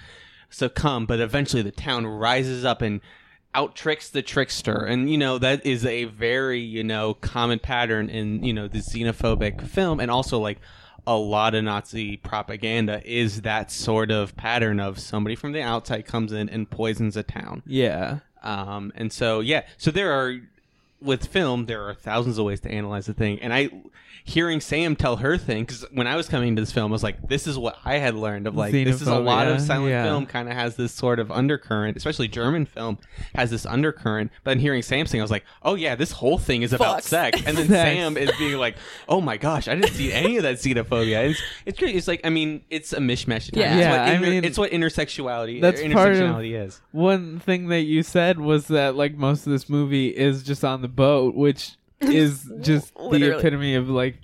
Speaker 1: succumb, but eventually the town rises up and outtricks the trickster, and you know that is a very you know common pattern in you know the xenophobic film, and also like a lot of Nazi propaganda is that sort of pattern of somebody from the outside comes in and poisons a town.
Speaker 10: Yeah.
Speaker 1: Um, and so yeah, so there are with film, there are thousands of ways to analyze the thing. And I, hearing Sam tell her thing, because when I was coming to this film, I was like, this is what I had learned of like, this is a lot
Speaker 10: Xenophobia,
Speaker 1: of silent
Speaker 10: yeah.
Speaker 1: film kind of has this sort of undercurrent, especially German film has this undercurrent. But then hearing Sam sing, I was like, oh yeah, this whole thing is about
Speaker 10: Fucks.
Speaker 1: sex. And then
Speaker 10: Sex.
Speaker 1: Sam is being like, oh my gosh, I didn't see any of that xenophobia. It's, it's great. It's like, I mean, it's a mishmash.
Speaker 10: Yeah.
Speaker 1: It's
Speaker 10: Yeah,
Speaker 1: what,
Speaker 10: I
Speaker 1: inter-
Speaker 10: mean,
Speaker 1: it's what intersexuality,
Speaker 10: That's
Speaker 1: intersectionality
Speaker 10: part of
Speaker 1: is.
Speaker 10: one thing that you said was that like most of this movie is just on the boat, which is just the
Speaker 11: Literally.
Speaker 10: epitome of like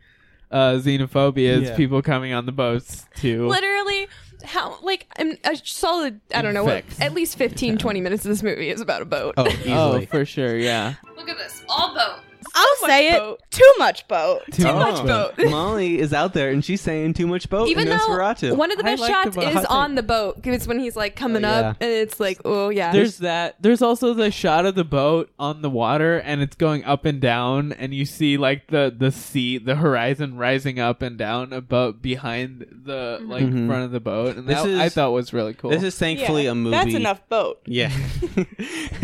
Speaker 10: uh, xenophobia. Is
Speaker 11: Yeah.
Speaker 10: people coming on the boats to
Speaker 11: Literally, how like an- a solid I don't know what
Speaker 10: Infect.
Speaker 11: at least 15, 20 minutes of this movie is about a boat.
Speaker 1: Oh,
Speaker 10: oh for sure, yeah.
Speaker 4: Look at this. All boat.
Speaker 2: I'll say it. Too much boat.
Speaker 1: Oh. Molly is out there and she's saying too much boat.
Speaker 11: Even
Speaker 1: in
Speaker 11: though
Speaker 1: Oh, Nosferatu.
Speaker 11: one of the best shots is on the boat, because when he's like coming up, and it's like, oh yeah,
Speaker 10: There's that. There's also the shot of the boat on the water, and it's going up and down, and you see like the the sea, the horizon rising up and down above behind the
Speaker 11: Mm-hmm.
Speaker 10: like
Speaker 1: Mhm.
Speaker 10: front of the boat, and
Speaker 1: This
Speaker 10: that I
Speaker 1: is-
Speaker 10: thought was really cool.
Speaker 1: This is thankfully a movie.
Speaker 2: That's enough boat.
Speaker 1: Yeah,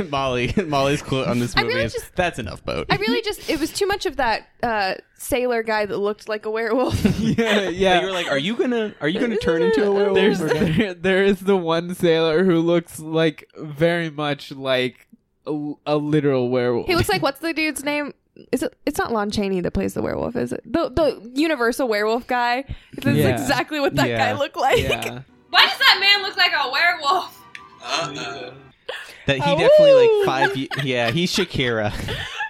Speaker 1: Molly. Molly's quote on this
Speaker 11: I
Speaker 1: movie
Speaker 11: really
Speaker 1: is,
Speaker 11: just-
Speaker 1: "That's enough boat."
Speaker 11: I really just it was too much of that uh, sailor guy that looked like a werewolf.
Speaker 10: yeah, yeah.
Speaker 1: You were like, "Are you gonna? Are you gonna turn into a werewolf?"
Speaker 10: There's
Speaker 1: or not?"
Speaker 10: there, there is the one sailor who looks like very much like a, a literal werewolf.
Speaker 11: he looks like what's the dude's name? Is it? It's not Lon Chaney that plays the werewolf, is it? The the Universal werewolf guy. That's
Speaker 10: Yeah.
Speaker 11: exactly what that
Speaker 1: Yeah.
Speaker 11: guy looked like.
Speaker 10: yeah.
Speaker 4: Why does that man look like a werewolf?
Speaker 12: Uh-oh.
Speaker 1: that he
Speaker 2: Oh,
Speaker 1: definitely
Speaker 2: woo!
Speaker 1: like five. ye- yeah, he's Shakira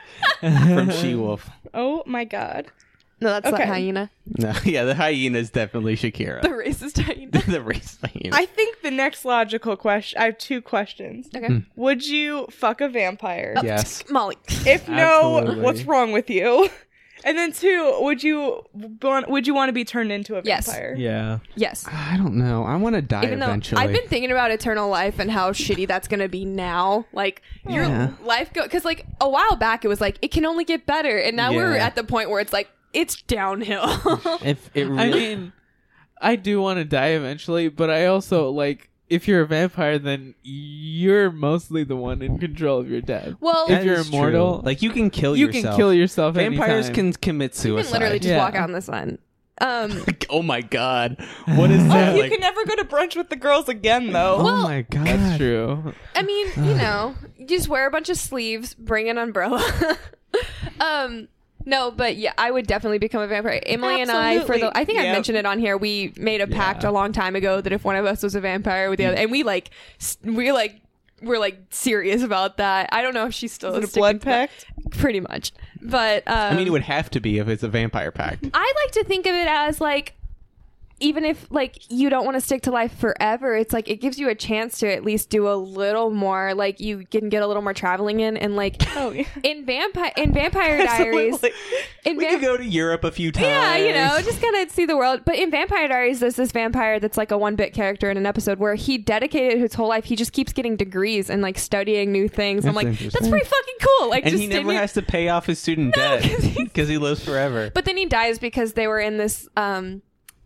Speaker 1: from She Wolf.
Speaker 2: Oh my god.
Speaker 11: No, that's
Speaker 2: Okay.
Speaker 11: that hyena.
Speaker 1: No, yeah, the hyena is definitely Shakira.
Speaker 11: The racist hyena.
Speaker 1: The, race hyena.
Speaker 2: I think the next logical question. I have two questions.
Speaker 11: Okay.
Speaker 1: Mm.
Speaker 2: Would you fuck a vampire?
Speaker 1: yes.
Speaker 11: Molly.
Speaker 2: If no,
Speaker 1: Absolutely.
Speaker 2: what's wrong with you? And then two, would you want would you want to be turned into a
Speaker 11: Yes.
Speaker 2: vampire?
Speaker 1: Yeah.
Speaker 11: Yes.
Speaker 1: I don't know. I want to die
Speaker 11: Even though
Speaker 1: eventually.
Speaker 11: I've been thinking about eternal life and how shitty that's gonna be now, like your
Speaker 1: Yeah.
Speaker 11: life go because like a while back it was like it can only get better, and now we're
Speaker 10: Yeah.
Speaker 11: at the point where it's like it's downhill.
Speaker 1: if it
Speaker 10: I
Speaker 1: really,
Speaker 10: mean, I do want to die eventually, but I also like if you're a vampire, then you're mostly the one in control of your death.
Speaker 11: well,
Speaker 10: if you're
Speaker 1: That is true.
Speaker 10: immortal,
Speaker 1: like you can kill
Speaker 10: you
Speaker 1: yourself.
Speaker 10: can kill yourself.
Speaker 1: Vampires can
Speaker 10: anytime.
Speaker 1: commit suicide.
Speaker 11: You can literally just
Speaker 10: Yeah.
Speaker 11: walk out in the sun. Um,
Speaker 1: oh my god, what is
Speaker 2: Oh,
Speaker 1: that?
Speaker 2: you
Speaker 1: like,
Speaker 2: can never go to brunch with the girls again,
Speaker 1: oh
Speaker 2: though.
Speaker 11: Well-
Speaker 1: my god,
Speaker 10: That's true.
Speaker 11: I mean, you know, you just wear a bunch of sleeves, bring an umbrella. um, no, but yeah, I would definitely become a vampire. Emily and I, for
Speaker 2: Absolutely.
Speaker 11: the, I think I
Speaker 2: Yep.
Speaker 11: mentioned it on here. We made a pact
Speaker 10: Yeah.
Speaker 11: a long time ago that if one of us was a vampire with the other, and we like, s- we like, we're like serious about that. I don't know if she's still
Speaker 2: Is it a
Speaker 11: sticking
Speaker 2: blood
Speaker 11: to that.
Speaker 2: pact?
Speaker 11: pretty much. But um,
Speaker 1: I mean, it would have to be if it's a vampire pact.
Speaker 11: I like to think of it as like even if like you don't want to stick to life forever, it's like it gives you a chance to at least do a little more. Like you can get a little more traveling in, and like
Speaker 2: Oh, yeah.
Speaker 11: in vampire in Vampire Diaries,
Speaker 2: Absolutely.
Speaker 11: in
Speaker 1: We
Speaker 11: Vamp-
Speaker 1: could go to Europe a few times.
Speaker 11: yeah, you know, just kind of see the world. But in Vampire Diaries, there's this vampire that's like a one bit character in an episode where he dedicated his whole life. He just keeps getting degrees and like studying new things. I'm
Speaker 1: That's
Speaker 11: like,
Speaker 1: interesting.
Speaker 11: that's pretty fucking cool. Like,
Speaker 1: and
Speaker 11: just
Speaker 1: he never
Speaker 11: didn't-
Speaker 1: has to pay off his student debt because he lives forever.
Speaker 11: But then he dies because they were in this um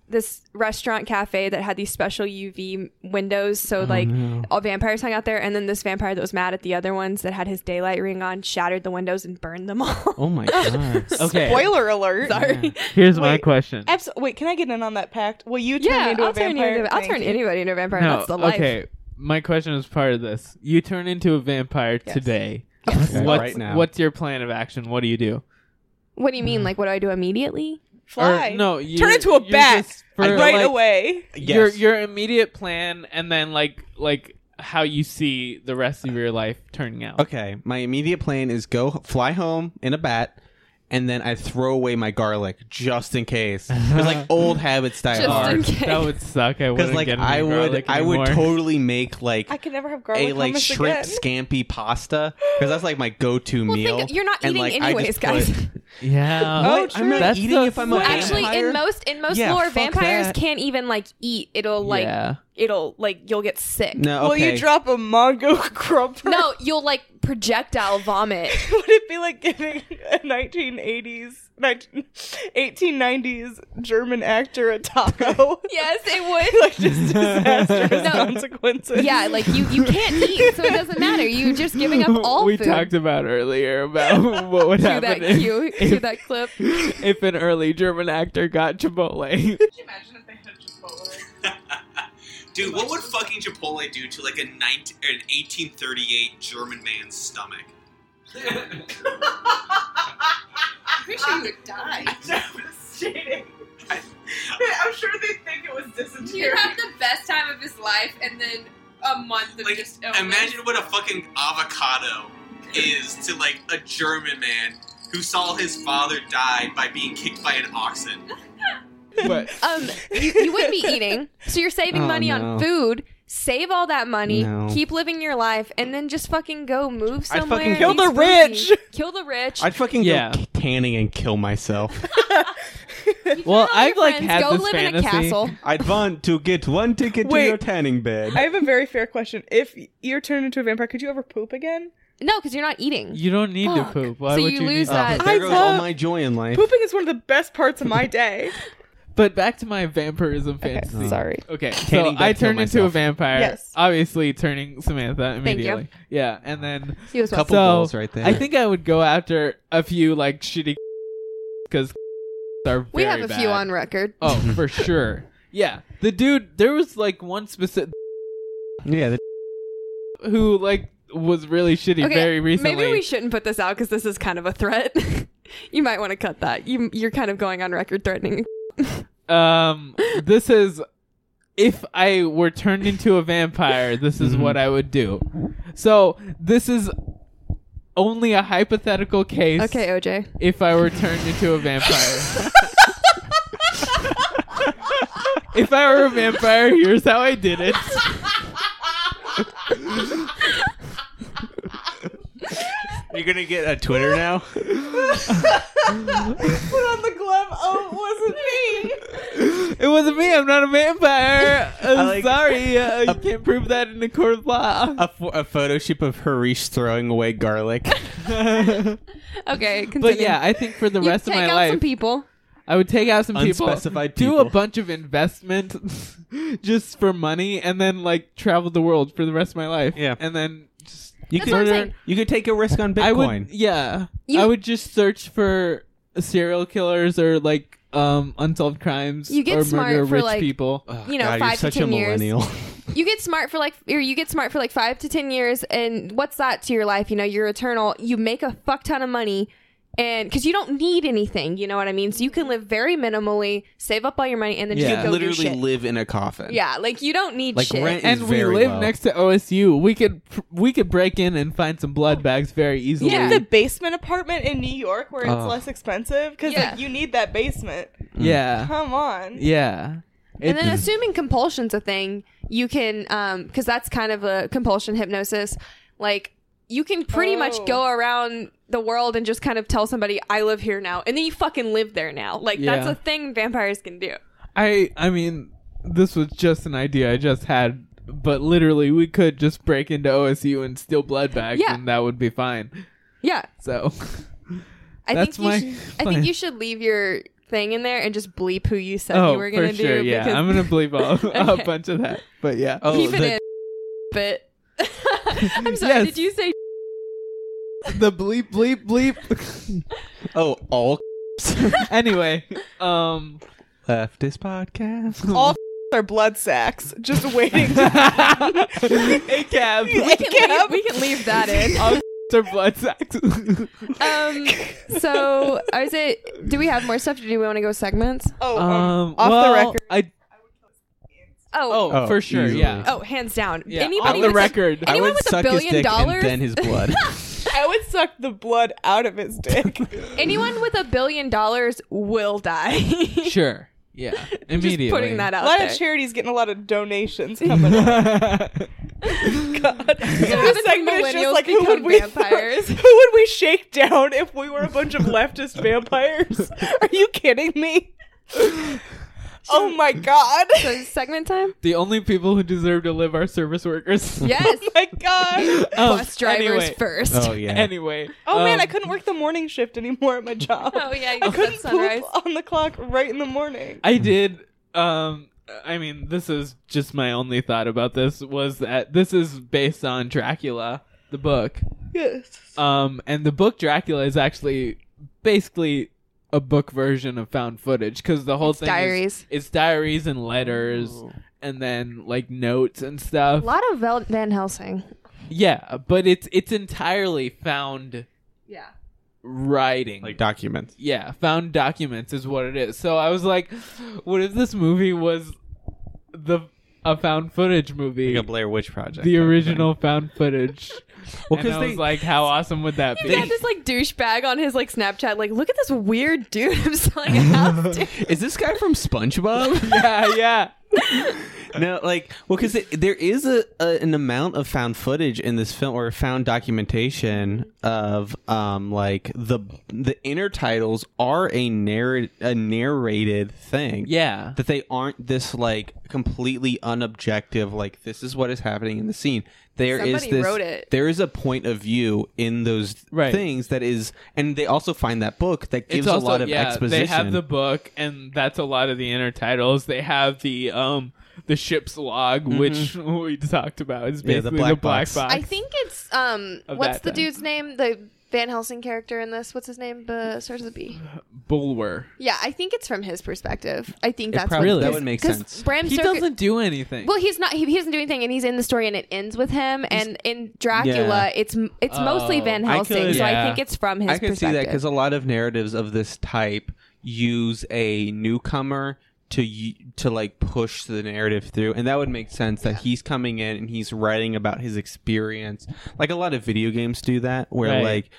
Speaker 11: this restaurant cafe that had these special UV windows,
Speaker 1: Oh,
Speaker 11: so like all vampires hung out there. And then this vampire that was mad at the other ones that had his daylight ring on shattered the windows and burned them all.
Speaker 1: oh my god,
Speaker 10: Okay.
Speaker 2: Spoiler alert.
Speaker 11: Sorry.
Speaker 10: Here's my
Speaker 2: Wait.
Speaker 10: question.
Speaker 2: Abs- wait, can I get in on that pact? Will you turn me
Speaker 11: Yeah,
Speaker 2: into
Speaker 11: I'll
Speaker 2: a
Speaker 11: turn,
Speaker 2: vampire?
Speaker 11: you into, I'll
Speaker 2: Thank
Speaker 11: turn
Speaker 2: you.
Speaker 11: anybody into a vampire.
Speaker 10: No,
Speaker 11: that's the life.
Speaker 10: okay. My question is part of this. You turn into a vampire
Speaker 2: Yes.
Speaker 10: today.
Speaker 1: Okay,
Speaker 10: What's,
Speaker 1: right now.
Speaker 10: what's your plan of action? What do you do?
Speaker 11: What do you
Speaker 1: Mm.
Speaker 11: mean? Like, what do I do immediately?
Speaker 2: Fly.
Speaker 10: Or, no, you
Speaker 2: Turn into a
Speaker 10: you're
Speaker 2: bat
Speaker 10: just- for,
Speaker 2: right
Speaker 10: like,
Speaker 2: away.
Speaker 10: Your
Speaker 1: Yes.
Speaker 10: your immediate plan, and then like like how you see the rest of your life turning out.
Speaker 1: Okay, my immediate plan is go fly home in a bat, and then I throw away my garlic just in case. It's like old habits die
Speaker 11: Just in
Speaker 1: hard.
Speaker 11: case.
Speaker 10: That would suck. I
Speaker 1: Because
Speaker 10: wouldn't
Speaker 1: like
Speaker 10: get
Speaker 1: I
Speaker 10: any
Speaker 1: would,
Speaker 10: garlic
Speaker 1: I would
Speaker 10: anymore.
Speaker 1: totally make like
Speaker 2: I could never have garlic
Speaker 1: a like
Speaker 2: hummus
Speaker 1: shrimp
Speaker 2: again.
Speaker 1: scampy pasta because that's like my go-to
Speaker 11: Well,
Speaker 1: meal.
Speaker 11: think you're not
Speaker 1: And,
Speaker 11: eating
Speaker 1: like, I
Speaker 11: anyways,
Speaker 1: just
Speaker 11: guys.
Speaker 1: put-
Speaker 10: Yeah.
Speaker 1: What? I'm not
Speaker 10: That's
Speaker 1: eating
Speaker 10: the
Speaker 1: if I'm a
Speaker 10: fact.
Speaker 11: Oh, Actually,
Speaker 1: vampire?
Speaker 11: in most in most
Speaker 1: Yeah,
Speaker 11: lore,
Speaker 1: fuck
Speaker 11: vampires
Speaker 1: that.
Speaker 11: can't even like eat. It'll like
Speaker 10: Yeah.
Speaker 11: it'll like you'll get sick.
Speaker 1: No, okay.
Speaker 2: Will you drop a mango crumper?
Speaker 11: No, you'll like projectile vomit.
Speaker 2: Would it be like giving a 1980s, 19, 1890s German actor a taco?
Speaker 11: yes, it would.
Speaker 2: like just disastrous no. consequences.
Speaker 11: Yeah, like you, you can't eat, so it doesn't matter. You're just giving up all
Speaker 10: we
Speaker 11: food.
Speaker 10: talked about earlier about what would
Speaker 11: Cue
Speaker 10: happen
Speaker 11: that
Speaker 10: if,
Speaker 11: cue,
Speaker 10: if-
Speaker 11: cue that clip.
Speaker 10: if an early German actor got Chipotle.
Speaker 4: you imagine if they had a Chipotle?
Speaker 12: Dude, what would fucking Chipotle do to like a 19, an 1838 German man's stomach?
Speaker 4: I'm pretty sure you would die.
Speaker 14: I'm sure they think it was dysentery.
Speaker 4: He'd have the best time of his life, and then a month of just illness.
Speaker 12: Imagine what a fucking avocado is to like a German man who saw his father die by being kicked by an oxen.
Speaker 10: But
Speaker 11: Um, you, you would be eating, so you're saving
Speaker 1: Oh,
Speaker 11: money
Speaker 1: no.
Speaker 11: on food. Save all that money,
Speaker 1: No.
Speaker 11: keep living your life, and then just fucking go move
Speaker 1: I'd fucking
Speaker 11: somewhere. and
Speaker 1: kill
Speaker 11: be
Speaker 1: the
Speaker 11: spooky. Kill the rich.
Speaker 1: I'd fucking
Speaker 10: Yeah.
Speaker 1: go tanning and kill myself.
Speaker 10: well, I've like
Speaker 11: friends,
Speaker 10: had
Speaker 11: go
Speaker 10: this
Speaker 11: live in a
Speaker 10: fantasy.
Speaker 11: castle.
Speaker 1: I'd want to get one ticket
Speaker 2: Wait.
Speaker 1: to your tanning bed.
Speaker 2: I have a very fair question. If you're turned into a vampire, could you ever poop again?
Speaker 11: No, because you're not eating.
Speaker 10: You don't need
Speaker 11: Fuck.
Speaker 10: to poop. Why
Speaker 11: So
Speaker 10: would
Speaker 11: you
Speaker 10: you, Oh,
Speaker 11: lose
Speaker 10: need
Speaker 11: that.
Speaker 10: To?
Speaker 1: there
Speaker 2: I
Speaker 1: goes all
Speaker 2: love-
Speaker 1: my joy in life.
Speaker 2: Pooping is one of the best parts of my day.
Speaker 10: But back to my vampirism fantasy.
Speaker 11: Oh,
Speaker 2: sorry.
Speaker 10: Okay, so
Speaker 1: Tanning bed,
Speaker 10: I
Speaker 1: kill
Speaker 10: turned into a
Speaker 1: myself.
Speaker 10: vampire.
Speaker 2: Yes.
Speaker 10: Obviously, turning Samantha
Speaker 11: you.
Speaker 10: immediately. Yeah, and then
Speaker 11: He was
Speaker 1: Couple
Speaker 10: so
Speaker 1: goals right there.
Speaker 10: I think I would go after a few like shitty because are very
Speaker 11: We have a few
Speaker 10: bad.
Speaker 11: on record.
Speaker 10: Oh, for sure. Yeah, the dude. There was like one specific
Speaker 1: yeah, the-
Speaker 10: who like was really shitty very recently.
Speaker 11: Maybe we shouldn't put this out because this is kind of a threat. you might want to cut that. You, you're kind of going on record threatening.
Speaker 10: um this is if i were turned into a vampire this is what i would do so this is only a hypothetical case
Speaker 11: Okay, OJ.
Speaker 10: if i were turned into a vampire if i were a vampire here's how i did it
Speaker 1: You're gonna get a Twitter now.
Speaker 2: Put on the glove. Oh, it wasn't me.
Speaker 10: it wasn't me i'm not a vampire
Speaker 1: I
Speaker 10: i'm
Speaker 1: like-
Speaker 10: sorry uh, you can't prove that in the court of law
Speaker 1: a, pho- a Photoshop of Harish throwing away garlic.
Speaker 11: Okay, continue.
Speaker 10: but yeah i think for the
Speaker 11: you
Speaker 10: rest
Speaker 11: take
Speaker 10: of my
Speaker 11: out
Speaker 10: life
Speaker 11: some people.
Speaker 10: I would take out some people,
Speaker 1: Unspecified
Speaker 10: do a
Speaker 1: people.
Speaker 10: bunch of investment just for money, and then like travel the world for the rest of my life.
Speaker 1: Yeah.
Speaker 10: and then just
Speaker 1: You
Speaker 11: That's what I'm saying.
Speaker 1: you could take a risk on Bitcoin.
Speaker 10: I would yeah,
Speaker 11: You-
Speaker 10: I would just search for serial killers or like um unsolved crimes
Speaker 11: You get
Speaker 10: or
Speaker 11: smart
Speaker 10: murder of
Speaker 11: for,
Speaker 10: rich
Speaker 11: like-
Speaker 10: people.
Speaker 1: Ugh,
Speaker 11: you know,
Speaker 1: God,
Speaker 11: five
Speaker 1: you're
Speaker 11: to
Speaker 1: such
Speaker 11: 10
Speaker 1: a
Speaker 11: years.
Speaker 1: millennial.
Speaker 11: you get smart for like or you get smart for like five to ten years and what's that to your life you know you're eternal you make a fuck ton of money and because you don't need anything you know what i mean so you can live very minimally save up all your money and then
Speaker 10: Yeah.
Speaker 11: just go do
Speaker 1: Literally
Speaker 11: shit.
Speaker 1: live in a coffin.
Speaker 11: yeah like you don't need
Speaker 1: Like
Speaker 11: shit
Speaker 1: rent is
Speaker 10: And we
Speaker 1: very
Speaker 10: live
Speaker 1: low.
Speaker 10: next to OSU. We could we could break in and find some blood bags very easily.
Speaker 11: Yeah.
Speaker 1: Mm.
Speaker 2: The basement apartment in New York where it's
Speaker 10: Oh.
Speaker 2: less expensive because
Speaker 11: Yeah.
Speaker 2: like, you need that basement.
Speaker 10: yeah,
Speaker 2: Come on.
Speaker 10: yeah.
Speaker 11: and
Speaker 10: It-
Speaker 11: then assuming compulsion's a thing you can um because that's kind of a compulsion hypnosis like you can pretty
Speaker 2: Oh.
Speaker 11: much go around the world and just kind of tell somebody i live here now and then you fucking live there now like that's
Speaker 10: Yeah.
Speaker 11: a thing vampires can do
Speaker 10: I I mean, this was just an idea I just had, but literally we could just break into OSU and steal blood bags,
Speaker 11: Yeah.
Speaker 10: and that would be fine.
Speaker 11: yeah
Speaker 10: So
Speaker 11: I
Speaker 10: That's
Speaker 11: think you
Speaker 10: my
Speaker 11: should, I
Speaker 10: plan.
Speaker 11: think you should leave your thing in there and just bleep who you said
Speaker 10: oh,
Speaker 11: you were
Speaker 10: for
Speaker 11: gonna
Speaker 10: sure,
Speaker 11: do.
Speaker 10: yeah,
Speaker 11: because
Speaker 10: I'm gonna believe all, a
Speaker 11: Okay.
Speaker 10: bunch of that. But yeah,
Speaker 1: Oh,
Speaker 11: keep it
Speaker 1: the-
Speaker 11: in. But I'm sorry.
Speaker 10: Yes.
Speaker 11: Did you say?
Speaker 10: the bleep bleep bleep.
Speaker 1: Oh, all
Speaker 10: anyway, um,
Speaker 1: leftist podcast.
Speaker 2: All are blood sacks just waiting. To-
Speaker 10: a cab.
Speaker 11: We can, leave, we can leave that in.
Speaker 10: All are blood sacks.
Speaker 11: Um. So I was it. Do we have more stuff to do? We want to go segments.
Speaker 2: oh,
Speaker 10: um,
Speaker 2: off the
Speaker 10: well,
Speaker 2: record.
Speaker 10: I
Speaker 11: Oh.
Speaker 10: oh,
Speaker 1: Oh,
Speaker 10: for sure,
Speaker 1: easily.
Speaker 10: yeah.
Speaker 11: Oh, hands down.
Speaker 10: Yeah,
Speaker 11: Anybody
Speaker 10: on the
Speaker 11: with a-
Speaker 10: record.
Speaker 1: I
Speaker 11: anyone
Speaker 1: would
Speaker 11: with a
Speaker 1: suck his
Speaker 11: billion
Speaker 1: dick and
Speaker 11: dollars.
Speaker 1: then his blood.
Speaker 2: I would suck the blood out of his dick.
Speaker 11: anyone with a billion dollars will die. Just
Speaker 10: Sure. Yeah. Immediately.
Speaker 11: putting that
Speaker 2: a
Speaker 11: out
Speaker 2: lot
Speaker 11: there.
Speaker 2: of charities getting a lot of donations coming up. God. This
Speaker 11: happens when
Speaker 2: segment is
Speaker 11: millennials
Speaker 2: just like who would
Speaker 11: become
Speaker 2: we
Speaker 11: vampires?
Speaker 2: who would we shake down if we were a bunch of leftist vampires? Are you kidding me? Oh my god.
Speaker 3: So segment time?
Speaker 10: The only people who deserve to live are service workers.
Speaker 3: Yes.
Speaker 2: oh my god.
Speaker 10: Um,
Speaker 3: Bus drivers
Speaker 10: anyway.
Speaker 3: first.
Speaker 1: Oh, yeah.
Speaker 10: Anyway.
Speaker 2: Oh man,
Speaker 10: um,
Speaker 2: I couldn't work the morning shift anymore at my job.
Speaker 3: Oh, yeah, you
Speaker 2: I
Speaker 3: said
Speaker 2: couldn't
Speaker 3: sunrise.
Speaker 2: poop on the clock right in the morning.
Speaker 10: I did. Um, I mean, this is just my only thought about this was that this is based on Dracula, the book.
Speaker 2: Yes.
Speaker 10: Um, and the book Dracula is actually basically a book version of found footage because the whole
Speaker 3: It's
Speaker 10: thing is-
Speaker 3: diaries.
Speaker 10: it's diaries and letters, and then like notes and stuff.
Speaker 3: A lot of Vel- Van Helsing.
Speaker 10: Yeah, but it's it's entirely found
Speaker 4: Yeah.
Speaker 10: writing.
Speaker 1: Like documents.
Speaker 10: yeah, found documents is what it is. So I was like, what if this movie was the a found footage movie?
Speaker 1: Like a Blair Witch Project.
Speaker 10: the original found footage.
Speaker 1: Well,
Speaker 10: And
Speaker 1: 'cause
Speaker 10: I
Speaker 1: they-
Speaker 10: was like, how awesome would that
Speaker 3: He's
Speaker 10: be?
Speaker 3: got this like douchebag on his like Snapchat. Like, look at this weird dude I'm selling a house to.
Speaker 1: Is this guy from SpongeBob?
Speaker 10: yeah, yeah.
Speaker 1: no, like, well, because there is a, a an amount of found footage in this film or found documentation of, um, like the the inner titles are a narr- a narrated thing.
Speaker 10: Yeah.
Speaker 1: that they aren't this like completely unobjective. Like this is what is happening in the scene. There is
Speaker 3: Somebody
Speaker 1: this.
Speaker 3: wrote it.
Speaker 1: There is a point of view in those
Speaker 10: Right.
Speaker 1: things that is, and they also find that book that gives
Speaker 10: it's also,
Speaker 1: a lot of
Speaker 10: yeah,
Speaker 1: exposition.
Speaker 10: They have the book, and that's a lot of the inner titles. They have the um the ship's log, which we talked about. Is
Speaker 1: Mm-hmm. Yeah, the
Speaker 10: basically
Speaker 1: black
Speaker 10: the black box.
Speaker 1: box.
Speaker 3: I think it's um
Speaker 10: Of
Speaker 3: what's
Speaker 10: that
Speaker 3: the
Speaker 10: thing.
Speaker 3: dude's name? The Van Helsing character in this. What's his name? But starts with a B.
Speaker 10: Bulwer.
Speaker 3: Yeah, I think it's from his perspective. I think that's
Speaker 1: probably-
Speaker 3: what
Speaker 1: that
Speaker 3: because-
Speaker 1: would make
Speaker 3: 'cause
Speaker 1: sense.
Speaker 3: Bram
Speaker 10: He
Speaker 3: Stoker-
Speaker 10: doesn't do anything.
Speaker 3: Well, he's not. He, he doesn't do anything, and he's in the story, and it ends with him. And in Dracula,
Speaker 1: Yeah.
Speaker 3: it's m- it's mostly
Speaker 10: Oh,
Speaker 3: Van
Speaker 1: I
Speaker 3: Helsing,
Speaker 1: could-
Speaker 3: so I
Speaker 10: yeah.
Speaker 3: think it's from his.
Speaker 1: I can see
Speaker 3: perspective.
Speaker 1: that because a lot of narratives of this type use a newcomer to y- to like push the narrative through, and that would make sense that he's coming in and he's writing about his experience. Like a lot of video games do that, where
Speaker 10: Right.
Speaker 1: like.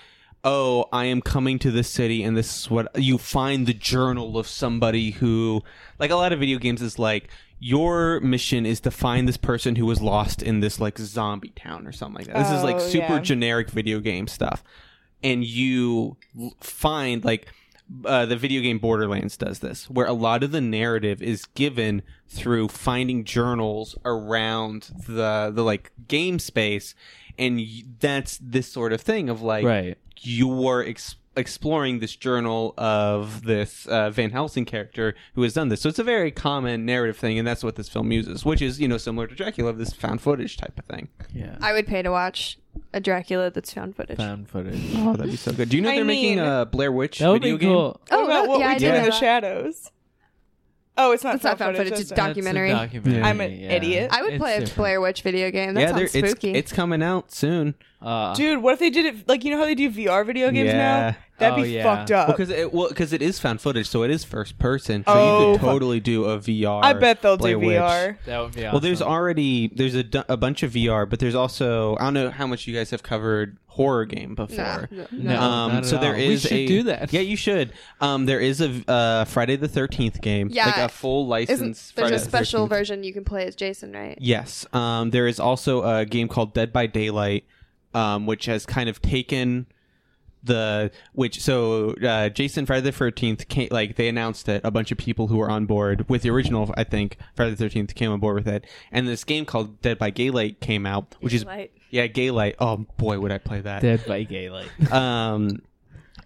Speaker 1: Oh, I am coming to this city, and this is what you find the journal of somebody who, like a lot of video games, is like your mission is to find this person who was lost in this like zombie town or something like that. This is like
Speaker 2: Oh,
Speaker 1: super
Speaker 2: yeah.
Speaker 1: generic video game stuff and you l- find like uh, the video game Borderlands does this, where a lot of the narrative is given through finding journals around the the like game space, and y- that's this sort of thing of like
Speaker 10: Right.
Speaker 1: you're ex- exploring this journal of this uh, Van Helsing character who has done this. So it's a very common narrative thing, and that's what this film uses, which is you know similar to Dracula, this found footage type of thing.
Speaker 10: yeah.
Speaker 3: I would pay to watch a Dracula that's found footage.
Speaker 10: Found footage.
Speaker 1: Oh, that'd be so good. Do you know
Speaker 2: I
Speaker 1: they're making
Speaker 2: mean-
Speaker 1: a Blair Witch
Speaker 10: That would
Speaker 1: video
Speaker 10: be
Speaker 1: game?
Speaker 10: cool.
Speaker 2: What
Speaker 3: Oh,
Speaker 2: about
Speaker 3: that-
Speaker 2: what
Speaker 3: yeah,
Speaker 2: we
Speaker 3: I
Speaker 2: do
Speaker 3: did
Speaker 2: in
Speaker 3: that.
Speaker 2: the shadows? Oh, it's not,
Speaker 3: It's not found footage, it's doc-
Speaker 2: is it?
Speaker 3: Documentary.
Speaker 10: That's a documentary,
Speaker 2: I'm an idiot.
Speaker 3: I would
Speaker 10: It's
Speaker 3: play a
Speaker 10: different.
Speaker 3: Blair Witch video game. That
Speaker 1: they're-
Speaker 3: sounds
Speaker 1: it's
Speaker 3: spooky.
Speaker 1: it's coming out soon.
Speaker 10: Uh,
Speaker 2: Dude, what if they did it like you know how they do VR video games
Speaker 1: Yeah.
Speaker 2: now? That'd
Speaker 10: Oh,
Speaker 2: be
Speaker 10: yeah.
Speaker 2: fucked up.
Speaker 1: Because it well, 'cause it is found footage, so it is first person. So
Speaker 2: Oh,
Speaker 1: you could
Speaker 2: fuck.
Speaker 1: totally do a VR.
Speaker 2: I bet they'll
Speaker 1: Blair
Speaker 2: do
Speaker 1: Witch.
Speaker 2: VR.
Speaker 10: that would be awesome.
Speaker 1: Well, there's already there's a, du- a bunch of VR, but there's also I don't know how much you guys have covered horror game before.
Speaker 10: no.
Speaker 1: um,
Speaker 10: not at
Speaker 1: so there
Speaker 10: all.
Speaker 1: is
Speaker 10: we should
Speaker 1: a
Speaker 10: do that.
Speaker 1: Yeah, you should. Um, there is a uh, Friday the Thirteenth game,
Speaker 3: Yeah.
Speaker 1: like a full license.
Speaker 3: Isn't, there's a
Speaker 1: Friday the
Speaker 3: special
Speaker 1: 13th.
Speaker 3: version you can play as Jason, right?
Speaker 1: Yes. Um, there is also a game called Dead by Daylight, um, which has kind of taken the which so uh, Jason Friday the Thirteenth came like they announced it. A bunch of people who were on board with the original, I think Friday the Thirteenth came on board with it, and this game called Dead by Daylight came out, which
Speaker 3: Daylight.
Speaker 1: is yeah, Daylight. Oh boy, would I play that?
Speaker 10: Dead by Daylight.
Speaker 1: Um,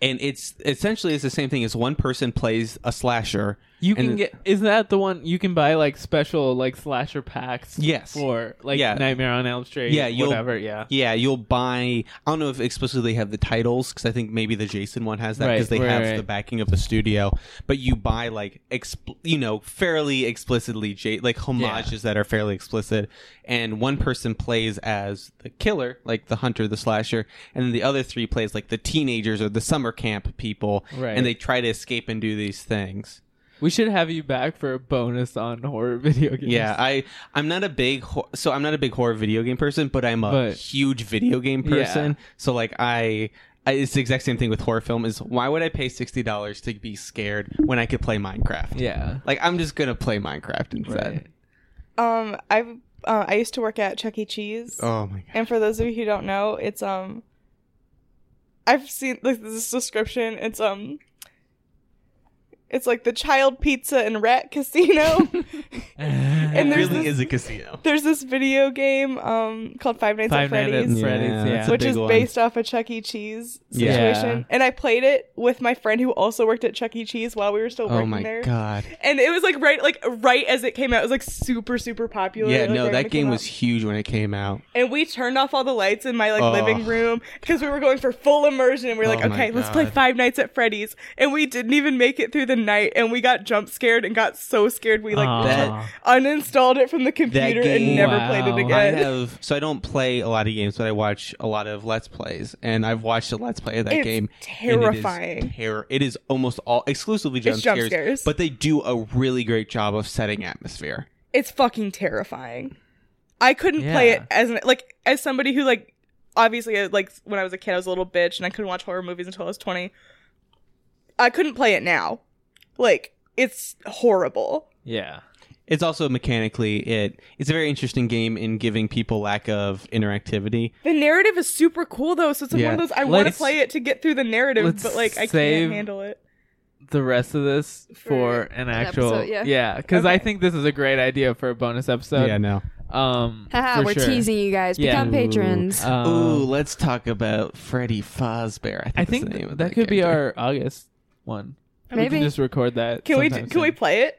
Speaker 1: and it's essentially it's the same thing as one person plays a slasher.
Speaker 10: You
Speaker 1: and
Speaker 10: can get. Is that the one you can buy like special like slasher packs?
Speaker 1: Yes.
Speaker 10: For like
Speaker 1: Yeah.
Speaker 10: Nightmare on Elm Street.
Speaker 1: Yeah, you'll-
Speaker 10: whatever. Yeah.
Speaker 1: Yeah, you'll buy. I don't know if explicitly they have the titles because I think maybe the Jason one has that
Speaker 10: Right,
Speaker 1: because they
Speaker 10: right,
Speaker 1: have
Speaker 10: right.
Speaker 1: the backing of the studio. But you buy like expl- you know fairly explicitly J- like homages that are fairly explicit, and one person plays as the killer, like the hunter, the slasher, and then the other three plays like the teenagers or the summer camp people,
Speaker 10: Right.
Speaker 1: and they try to escape and do these things.
Speaker 10: We should have you back for a bonus on horror video games.
Speaker 1: Yeah, I I'm not a big ho- so I'm not a big horror video game person, but I'm a
Speaker 10: But-
Speaker 1: huge video game
Speaker 10: Yeah.
Speaker 1: person. So like I, I it's the exact same thing with horror film is why would I pay sixty dollars to be scared when I could play Minecraft?
Speaker 10: Yeah.
Speaker 1: Like I'm just gonna play Minecraft instead.
Speaker 10: Right.
Speaker 2: um I've uh, I used to work at Chuck E. Cheese.
Speaker 1: Oh my god.
Speaker 2: And for those of you who don't know, it's um I've seen like this description. It's um It's like the Child Pizza and Rat Casino.
Speaker 15: and it
Speaker 2: there's
Speaker 15: really
Speaker 2: this-
Speaker 15: is a casino.
Speaker 2: There's this video game um, called Five Nights
Speaker 10: Five
Speaker 2: at Freddy's,
Speaker 10: Nights at Freddy's, Yeah, yeah. that's a
Speaker 2: which
Speaker 10: big
Speaker 2: is
Speaker 10: one.
Speaker 2: based off a Chuck E. Cheese
Speaker 10: Yeah.
Speaker 2: situation. And I played it with my friend who also worked at Chuck E. Cheese while we were still
Speaker 1: Oh
Speaker 2: working
Speaker 1: my
Speaker 2: there.
Speaker 1: god.
Speaker 2: And it was like right, like right as it came out, it was like super, super popular.
Speaker 1: Yeah,
Speaker 2: like, right
Speaker 1: no,
Speaker 2: when
Speaker 1: that
Speaker 2: it came
Speaker 1: game
Speaker 2: out.
Speaker 1: was huge when it came out.
Speaker 2: And we turned off all the lights in my like
Speaker 1: Oh.
Speaker 2: living room because we were going for full immersion. And we were like,
Speaker 1: Oh my
Speaker 2: okay, let's play
Speaker 1: God.
Speaker 2: Five Nights at Freddy's. And we didn't even make it through the night. And we got jump scared and got so scared we like
Speaker 1: Aw. That-
Speaker 2: uninstalled it from the computer and never played it again.
Speaker 1: I have so I don't play a lot of games, but I watch a lot of Let's Plays, and I've watched a Let's Play of that
Speaker 2: It's
Speaker 1: game. And it
Speaker 2: terrifying.
Speaker 1: is terror. It is almost all exclusively jump,
Speaker 2: It's jump
Speaker 1: scares,
Speaker 2: scares.
Speaker 1: but they do a really great job of setting atmosphere.
Speaker 2: it's fucking terrifying. I couldn't play it
Speaker 1: Yeah.
Speaker 2: as an like as somebody who like obviously uh, like when I was a kid I was a little bitch and I couldn't watch horror movies until I was 20. I couldn't play it now. Like it's horrible.
Speaker 10: Yeah.
Speaker 1: It's also mechanically it it's a very interesting game in giving people lack of interactivity.
Speaker 2: The narrative is super cool though, so it's
Speaker 1: Yeah.
Speaker 2: one of those I want to
Speaker 1: Let's-
Speaker 2: play it to get through the narrative,
Speaker 10: let's
Speaker 2: but like I
Speaker 10: save-
Speaker 2: can't handle it.
Speaker 10: the rest of this for an actual
Speaker 2: episode, yeah.
Speaker 10: yeah because i
Speaker 2: Okay.
Speaker 10: think this is a great idea for a bonus episode
Speaker 1: Yeah, no.
Speaker 10: um
Speaker 11: Haha,
Speaker 10: for
Speaker 11: we're
Speaker 10: sure.
Speaker 11: teasing you guys. Become patrons.
Speaker 1: Ooh,
Speaker 10: Um,
Speaker 1: let's talk about Freddy Fazbear. I think, that's the
Speaker 10: i think
Speaker 1: name
Speaker 10: that,
Speaker 1: of
Speaker 10: could be
Speaker 1: character.
Speaker 10: our august one we
Speaker 2: Maybe.
Speaker 10: can just record that
Speaker 2: Can we d-
Speaker 10: sometime
Speaker 2: can we
Speaker 10: soon.
Speaker 2: play it?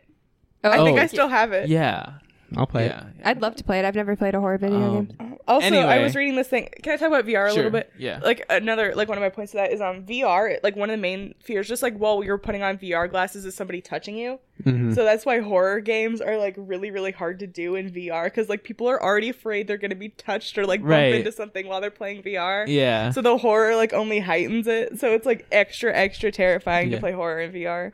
Speaker 2: I think
Speaker 10: Oh.
Speaker 2: I still have it.
Speaker 10: yeah
Speaker 1: I'll play
Speaker 10: yeah.
Speaker 11: I'd love to play it. I've never played a horror video
Speaker 10: Um,
Speaker 11: game.
Speaker 2: Also, I
Speaker 10: Anyway.
Speaker 2: was reading this thing. Can I talk about VR a
Speaker 10: Sure,
Speaker 2: little bit?
Speaker 10: yeah.
Speaker 2: Like another, like one of my points to that is on VR. It, like one of the main fears, just like while you're putting on VR glasses, is somebody touching you.
Speaker 10: Hmm.
Speaker 1: Mhm.
Speaker 2: So that's why horror games are like really, really hard to do in VR because like people are already afraid they're gonna be touched or like bump
Speaker 10: Right.
Speaker 2: into something while they're playing VR.
Speaker 10: Yeah.
Speaker 2: So the horror like only heightens it. So it's like extra, extra terrifying
Speaker 1: Yeah.
Speaker 2: to play horror in VR.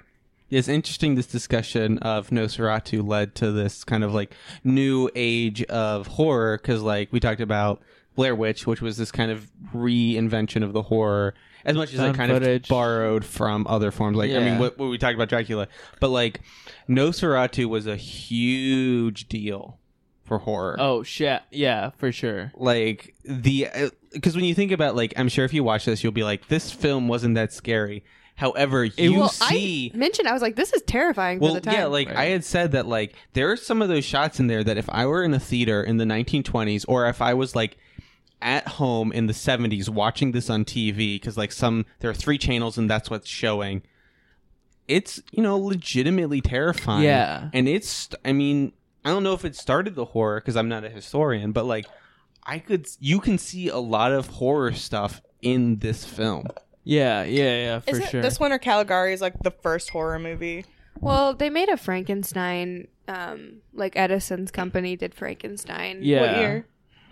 Speaker 1: It's interesting this discussion of Nosferatu led to this kind of like new age of horror because like we talked about Blair Witch, which was this kind of reinvention of the horror as much as it
Speaker 10: Found
Speaker 1: kind of borrowed from other forms. Like I mean,
Speaker 10: Yeah.
Speaker 1: what, what we talked about Dracula, but like Nosferatu was a huge deal for horror
Speaker 10: oh shit yeah for sure
Speaker 1: like the because when you think about like i'm sure if you watch this you'll be like this film wasn't that scary however you
Speaker 11: well,
Speaker 1: see
Speaker 11: I mentioned I was like, this is terrifying
Speaker 1: well
Speaker 11: for the time.
Speaker 1: yeah like i had said that like there are some of those shots in there that if i were in a theater in the 1920s or if i was like at home in the 70s watching this on tv because like some there are three channels and that's what's showing it's you know legitimately terrifying
Speaker 10: Yeah.
Speaker 1: and it's i mean i don't know if it started the horror because i'm not a historian but like i could you can see a lot of horror stuff in this film
Speaker 10: yeah yeah yeah for
Speaker 2: Isn't
Speaker 10: sure
Speaker 2: this one or Caligari is like the first horror movie?
Speaker 11: Well, they made a Frankenstein. Um, like Edison's company did Frankenstein.
Speaker 1: Yeah.
Speaker 11: What year?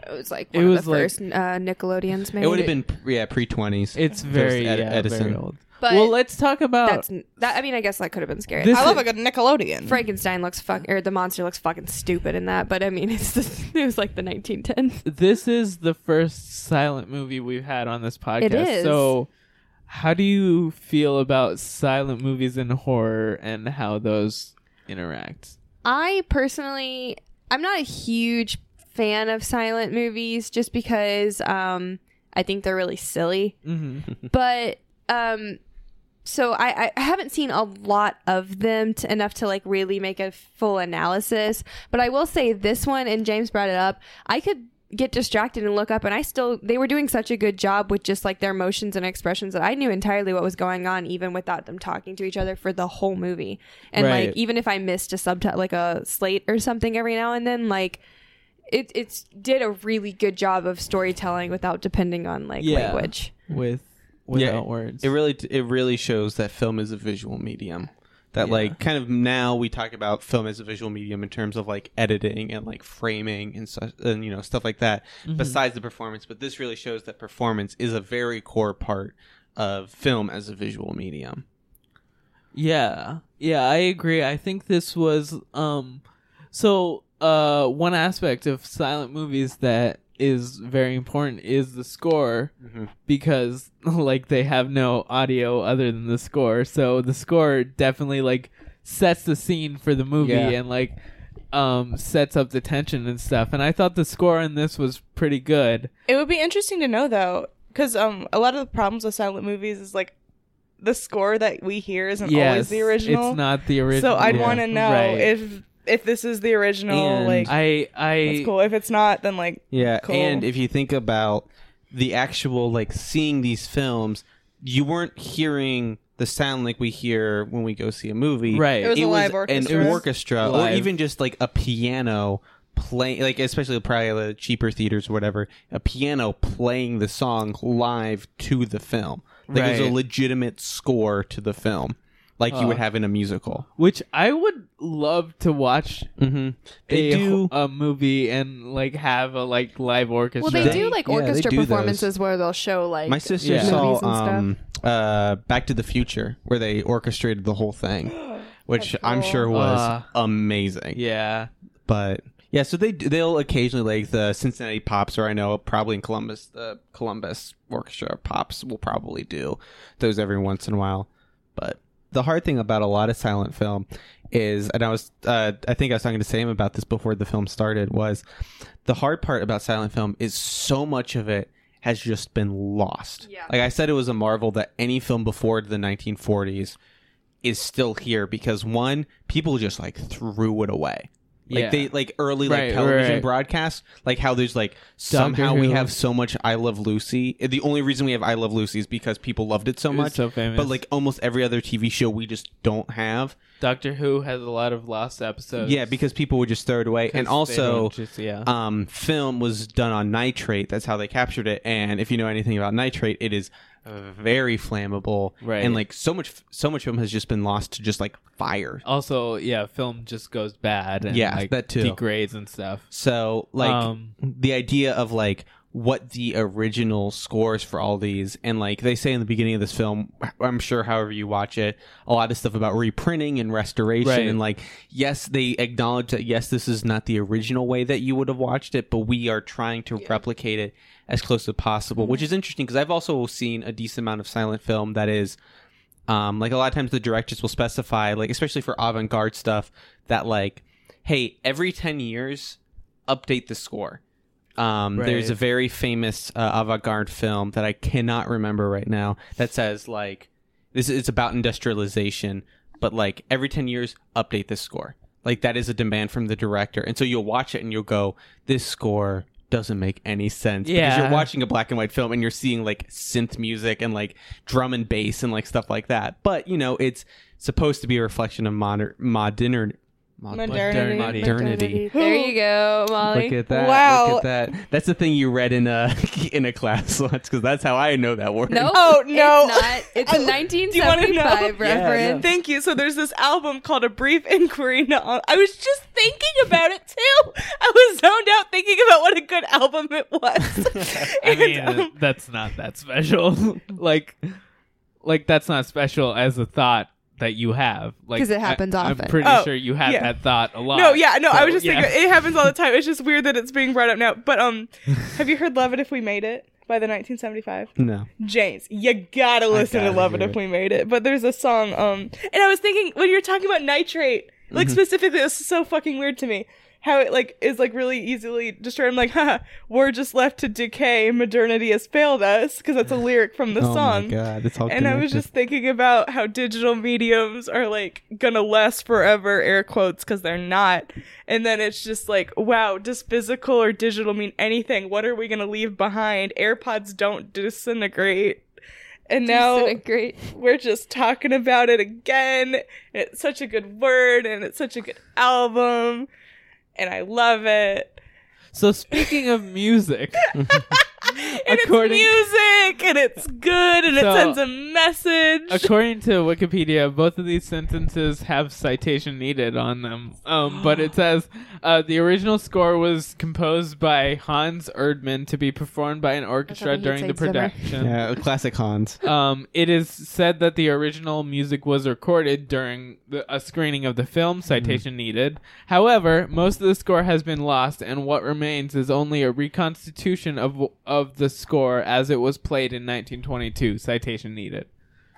Speaker 11: It was like
Speaker 1: It
Speaker 11: one
Speaker 1: was
Speaker 11: of the
Speaker 1: like-
Speaker 11: first uh, Nickelodeon's. Made.
Speaker 1: it would have been yeah pre-20s
Speaker 10: It's
Speaker 1: If it was
Speaker 10: very,
Speaker 1: Ed-
Speaker 10: yeah,
Speaker 1: edison
Speaker 10: very old.
Speaker 11: But
Speaker 10: well let's talk about
Speaker 11: That's n- that. I mean, I guess that could have been scary.
Speaker 10: This I love is-
Speaker 2: a good Nickelodeon.
Speaker 11: Frankenstein looks fuck or the monster looks fucking stupid in that. But I mean, it's the, it was like the 1910s.
Speaker 10: this is the first silent movie we've had on this podcast.
Speaker 11: It is.
Speaker 10: So, how do you feel about silent movies and horror and how those interact?
Speaker 11: I personally, I'm not a huge fan of silent movies, just because um, I think they're really silly.
Speaker 10: Mm-hmm.
Speaker 11: but um so I, I haven't seen a lot of them to, enough to like really make a full analysis but i will say this one and james brought it up i could get distracted and look up and i still they were doing such a good job with just like their motions and expressions that i knew entirely what was going on even without them talking to each other for the whole movie and
Speaker 16: Right.
Speaker 11: like even if i missed a subtitle like a slate or something every now and then like it it's did a really good job of storytelling without depending on like
Speaker 10: Yeah.
Speaker 11: language
Speaker 10: With without
Speaker 1: Yeah,
Speaker 10: words.
Speaker 1: It really it really shows that film is a visual medium. That like kind of now we talk about film as a visual medium in terms of like editing and like framing and such and you know stuff like that.
Speaker 10: Mhm.
Speaker 1: Besides the performance, but this really shows that performance is a very core part of film as a visual medium.
Speaker 10: Yeah. Yeah, I agree. I think this was um so uh one aspect of silent movies that is very important is the score because like they have no audio other than the score. So the score definitely like sets the scene for the movie
Speaker 1: Yeah.
Speaker 10: and like um sets up the tension and stuff. And I thought the score in this was pretty good.
Speaker 2: It would be interesting to know though, because um, a lot of the problems with silent movies is like the score that we hear isn't
Speaker 10: Yes,
Speaker 2: always the original.
Speaker 10: it's not the original.
Speaker 2: So I'd
Speaker 10: Yeah.
Speaker 2: want to know
Speaker 10: Right.
Speaker 2: if if this is the original.
Speaker 1: And-
Speaker 2: like
Speaker 10: I
Speaker 2: that's
Speaker 10: I
Speaker 2: cool. If it's not, then like
Speaker 1: Yeah,
Speaker 2: cool.
Speaker 1: and if you think about the actual like seeing these films, you weren't hearing the sound like we hear when we go see a movie.
Speaker 10: Right.
Speaker 2: It was a live orchestra.
Speaker 1: an orchestra, or
Speaker 10: Live.
Speaker 1: even just like a piano playing, like especially probably the cheaper theaters or whatever, a piano playing the song live to the film. Like it was
Speaker 10: Right.
Speaker 1: a legitimate score to the film, like you would
Speaker 10: Uh.
Speaker 1: have in a musical.
Speaker 10: which I would love to watch
Speaker 1: Mm-hmm. They
Speaker 10: a,
Speaker 1: do-
Speaker 10: a movie and like have a like live orchestra.
Speaker 11: Well, they do like orchestra performances where they'll show like
Speaker 1: My sister
Speaker 11: movies
Speaker 1: saw
Speaker 11: and stuff.
Speaker 1: um, uh, Back to the Future, where they orchestrated the whole thing, which I'm sure was
Speaker 10: Uh,
Speaker 1: amazing.
Speaker 10: Yeah,
Speaker 1: but yeah, so they they'll occasionally like the Cincinnati Pops, or I know probably in Columbus the Columbus Orchestra Pops will probably do those every once in a while. But the hard thing about a lot of silent film is, and I was uh, I think I was talking to Sam about this before the film started, was the hard part about silent film is so much of it has just been lost.
Speaker 11: Yeah.
Speaker 1: Like I said, it was a marvel that any film before the 1940s is still here because one, people just like threw it away. Like
Speaker 10: Yeah.
Speaker 1: they like early
Speaker 10: Right,
Speaker 1: like television
Speaker 10: right.
Speaker 1: broadcasts, like how there's like somehow we
Speaker 10: Who.
Speaker 1: have so much I Love Lucy. The only reason we have I Love Lucy is because people loved it so
Speaker 10: It was
Speaker 1: much.
Speaker 10: so famous.
Speaker 1: But like almost every other TV show we just don't have.
Speaker 10: Doctor Who has a lot of lost episodes.
Speaker 1: Yeah, because people would just throw it away.
Speaker 10: 'Cause
Speaker 1: And
Speaker 10: they
Speaker 1: also,
Speaker 10: don't just- yeah.
Speaker 1: um, film was done on nitrate. That's how they captured it. And if you know anything about nitrate, it is very flammable.
Speaker 10: Right.
Speaker 1: And like so much, so much film has just been lost to just like fire.
Speaker 10: also yeah, film just goes bad and
Speaker 1: Yeah,
Speaker 10: like
Speaker 1: that too.
Speaker 10: degrades and stuff.
Speaker 1: So like
Speaker 10: Um,
Speaker 1: the idea of like what the original scores for all these and like they say in the beginning of this film i'm sure however you watch it a lot of stuff about reprinting and restoration
Speaker 10: Right.
Speaker 1: and like yes they acknowledge that yes this is not the original way that you would have watched it but we are trying to replicate it as close as possible which is interesting because i've also seen a decent amount of silent film that is um, like a lot of times the directors will specify like especially for avant-garde stuff that like hey every 10 years update the score um, there's
Speaker 10: Right.
Speaker 1: a very famous uh, avant-garde film that i cannot remember right now that says like this is it's about industrialization but like every 10 years update this score like that is a demand from the director and so you'll watch it and you'll go this score doesn't make any sense because
Speaker 10: Yeah.
Speaker 1: you're watching a black and white film and you're seeing like synth music and like drum and bass and like stuff like that but you know it's supposed to be a reflection of modern modern
Speaker 2: Modernity.
Speaker 1: modernity.
Speaker 3: There you go, Molly.
Speaker 1: Look at that!
Speaker 2: Wow.
Speaker 1: Look at that! That's the thing you read in a in a class once because that's how I know that word.
Speaker 3: No,
Speaker 2: Oh, no.
Speaker 3: it's
Speaker 2: I-
Speaker 3: not. It's a
Speaker 2: Do you wanna know?
Speaker 3: 1975 reference.
Speaker 2: Thank you. So there's this album called A Brief Inquiry. Into Hon- I was just thinking about it too. I was zoned out thinking about what a good album it was.
Speaker 10: I mean, that's not that special. like, like that's not special as a thought that you have. Like,
Speaker 3: 'Cause it happens
Speaker 10: I,
Speaker 3: often.
Speaker 10: I'm pretty
Speaker 2: Oh,
Speaker 10: sure you have
Speaker 2: yeah.
Speaker 10: that thought a lot.
Speaker 2: no, yeah, no. I was
Speaker 10: So,
Speaker 2: just
Speaker 10: yeah.
Speaker 2: thinking it happens all the time. It's just weird that it's being brought up now. But um, have you heard "Love It If We Made It" by the 1975?
Speaker 1: No.
Speaker 2: James, you gotta listen to
Speaker 1: gotta
Speaker 2: Love It
Speaker 1: hear
Speaker 2: If
Speaker 1: it.
Speaker 2: We Made It. But there's a song, um, and I was thinking when you were talking about nitrate, like
Speaker 1: Mhm.
Speaker 2: specifically, this is so fucking weird to me. How it like is like really easily destroyed. I'm like, haha, we're just left to decay. Modernity has failed us because that's a lyric from the
Speaker 1: oh
Speaker 2: song.
Speaker 1: my god! It's all
Speaker 2: And I was just thinking about how digital mediums are like gonna last forever, air quotes, because they're not. And then it's just like, wow, does physical or digital mean anything? What are we gonna leave behind? AirPods don't disintegrate. And now
Speaker 3: Disintegrate.
Speaker 2: we're just talking about it again. It's such a good word and it's such a good album. And I love it.
Speaker 10: So speaking of music,
Speaker 2: And
Speaker 10: According-
Speaker 2: it's music and it's good and
Speaker 10: So-
Speaker 2: it sends a message.
Speaker 10: according to Wikipedia, both of these sentences have citation needed on them. Um, but it says uh, the original score was composed by Hans Erdman to be performed by an orchestra
Speaker 11: he'd
Speaker 10: during the
Speaker 11: say Zimmer.
Speaker 10: production.
Speaker 1: yeah, classic Hans.
Speaker 10: Um, it is said that the original music was recorded during the, a screening of the film,
Speaker 1: Mm-hmm.
Speaker 10: citation needed. However, most of the score has been lost, and what remains is only a reconstitution of of the score as it was played in 1922, citation needed.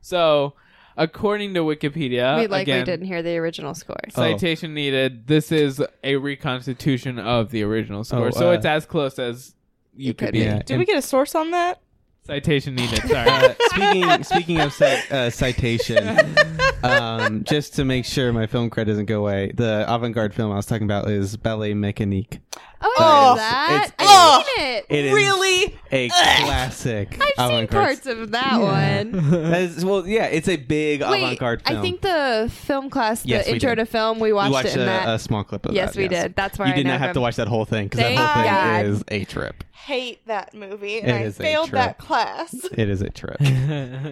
Speaker 10: So, according to
Speaker 1: Uh,
Speaker 10: Wikipedia,
Speaker 3: we likely
Speaker 10: again,
Speaker 3: didn't hear the original score.
Speaker 10: citation needed. This is a reconstitution of the original score,
Speaker 1: Oh,
Speaker 10: so
Speaker 1: uh,
Speaker 10: it's as close as you could,
Speaker 3: could
Speaker 10: be.
Speaker 1: be. Yeah.
Speaker 2: Did we get a source on that?
Speaker 10: Citation needed. Sorry.
Speaker 1: Uh, speaking speaking of cit- uh, citation, um, just to make sure my film credit doesn't go away, the avant-garde film I was talking about is Ballet Mécanique.
Speaker 3: Oh, I remember that. I've
Speaker 2: Oh.
Speaker 3: seen it.
Speaker 1: It is
Speaker 2: really
Speaker 1: a classic.
Speaker 3: I've seen
Speaker 1: avant-garde
Speaker 3: parts of that one.
Speaker 1: That is- well, yeah, it's a big
Speaker 3: Wait,
Speaker 1: avant-garde film.
Speaker 3: I think the film class, the
Speaker 1: Yes, we
Speaker 3: intro to
Speaker 1: did.
Speaker 3: film, we
Speaker 1: You
Speaker 3: watched,
Speaker 1: watched
Speaker 3: it in
Speaker 1: a,
Speaker 3: that.
Speaker 1: a small clip of
Speaker 3: yes,
Speaker 1: that.
Speaker 3: we did. That's why
Speaker 1: you
Speaker 3: I
Speaker 1: did
Speaker 3: know
Speaker 1: not have to
Speaker 3: him.
Speaker 1: watch that whole thing because that
Speaker 3: Thank
Speaker 1: whole thing
Speaker 3: God.
Speaker 1: is a trip.
Speaker 2: Hate that movie,
Speaker 1: It
Speaker 2: and I
Speaker 1: is a
Speaker 2: failed
Speaker 1: trip.
Speaker 2: that class.
Speaker 1: It is a trip.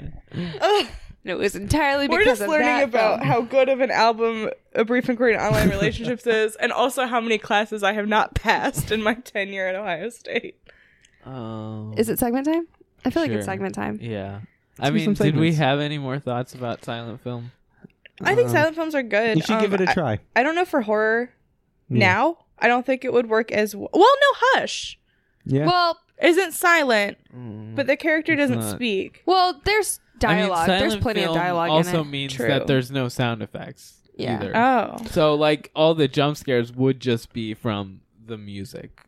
Speaker 2: Ugh.
Speaker 3: And it was entirely
Speaker 2: We're
Speaker 3: because
Speaker 2: just
Speaker 3: of
Speaker 2: learning
Speaker 3: that
Speaker 2: about
Speaker 3: film.
Speaker 2: how good of an album A Brief Inquiry in Online Relationships is, and also how many classes I have not passed in my tenure at Ohio State.
Speaker 10: Oh.
Speaker 3: Is it segment time? I feel like
Speaker 10: Sure.
Speaker 3: it's segment time.
Speaker 10: Yeah. I
Speaker 1: do
Speaker 10: mean,
Speaker 1: some
Speaker 10: did we
Speaker 1: segments.
Speaker 10: have any more thoughts about silent film?
Speaker 2: I think
Speaker 1: Uh,
Speaker 2: silent films are good.
Speaker 1: you should give it a
Speaker 2: I-
Speaker 1: try.
Speaker 2: I, don't know for horror
Speaker 1: Yeah.
Speaker 2: now. I don't think it would work as w- well. No, Hush
Speaker 1: Yeah.
Speaker 3: Well,
Speaker 2: isn't silent,
Speaker 1: Hmm.
Speaker 10: Mm.
Speaker 2: but the character doesn't
Speaker 10: not.
Speaker 2: speak.
Speaker 3: well, there's dialogue.
Speaker 10: I mean,
Speaker 3: there's
Speaker 10: silent
Speaker 3: plenty of
Speaker 10: film
Speaker 3: dialogue.
Speaker 10: Also
Speaker 3: in it.
Speaker 10: means
Speaker 3: True.
Speaker 10: that there's no sound effects.
Speaker 3: Yeah.
Speaker 10: Either.
Speaker 2: Oh.
Speaker 10: So like all the jump scares would just be from the music.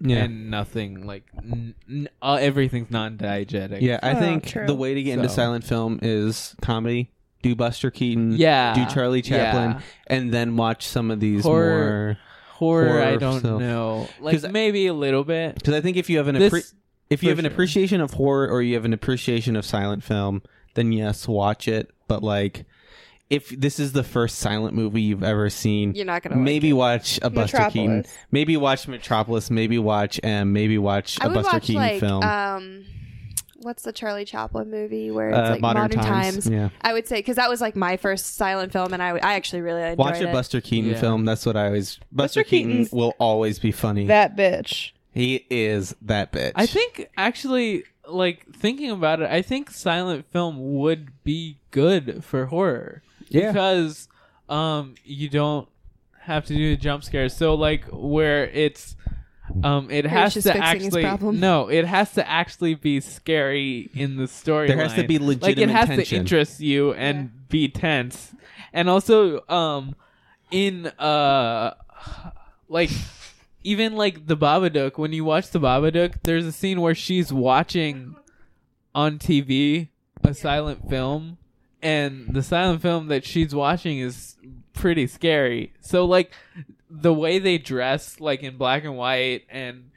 Speaker 1: Yeah.
Speaker 10: And nothing like n- n- uh, everything's non-diegetic.
Speaker 1: Yeah, I think
Speaker 2: Oh, true.
Speaker 1: the way to get into
Speaker 10: So-
Speaker 1: silent film is comedy. Do Buster Keaton.
Speaker 10: Yeah,
Speaker 1: Do Charlie Chaplin,
Speaker 10: yeah.
Speaker 1: and then watch some of these
Speaker 10: Horror-
Speaker 1: more
Speaker 10: horror, I don't know. Like
Speaker 1: Because
Speaker 10: maybe a little bit.
Speaker 1: I think if you have an
Speaker 10: This-
Speaker 1: appre- if you
Speaker 10: for
Speaker 1: have an
Speaker 10: sure.
Speaker 1: appreciation of horror or you have an appreciation of silent film, then yes, watch it. But like. If this is the first silent movie you've ever seen,
Speaker 3: You're not gonna like
Speaker 1: maybe watch a Buster Keaton,
Speaker 2: Metropolis.
Speaker 1: maybe watch Metropolis, maybe watch M, maybe watch
Speaker 3: I
Speaker 1: a
Speaker 3: would
Speaker 1: Buster
Speaker 3: watch
Speaker 1: Keaton
Speaker 3: like
Speaker 1: film.
Speaker 3: um, what's the Charlie Chaplin movie where it's
Speaker 1: Uh,
Speaker 3: like
Speaker 1: Modern
Speaker 3: modern,
Speaker 1: Times,
Speaker 3: times?
Speaker 1: yeah.
Speaker 3: I would say because that was like my first silent film, and I, w- I actually really enjoyed
Speaker 1: Watch a
Speaker 3: it.
Speaker 1: Buster Keaton
Speaker 10: Yeah.
Speaker 1: film. That's what I always. Buster,
Speaker 2: Buster
Speaker 1: Keaton
Speaker 2: Keaton's-
Speaker 1: will always be funny.
Speaker 2: That bitch.
Speaker 1: he is that bitch.
Speaker 10: I think actually, like thinking about it, I think silent film would be good for horror.
Speaker 1: Yeah.
Speaker 10: Because um you don't have to do the jump scares. So like where it's um it
Speaker 3: was
Speaker 10: has
Speaker 3: just
Speaker 10: to
Speaker 3: fixing his
Speaker 10: actually
Speaker 3: problem.
Speaker 10: no, it has to actually be scary in the story.
Speaker 1: There has to be
Speaker 10: like it
Speaker 1: legitimate
Speaker 10: has to
Speaker 1: tension.
Speaker 10: interest you and be tense. And also um in uh like even like the Babadook, when you watch the Babadook, there's a scene where she's watching on TV a silent film, and the silent film that she's watching is pretty scary. So like the way they dress, like in black and white, and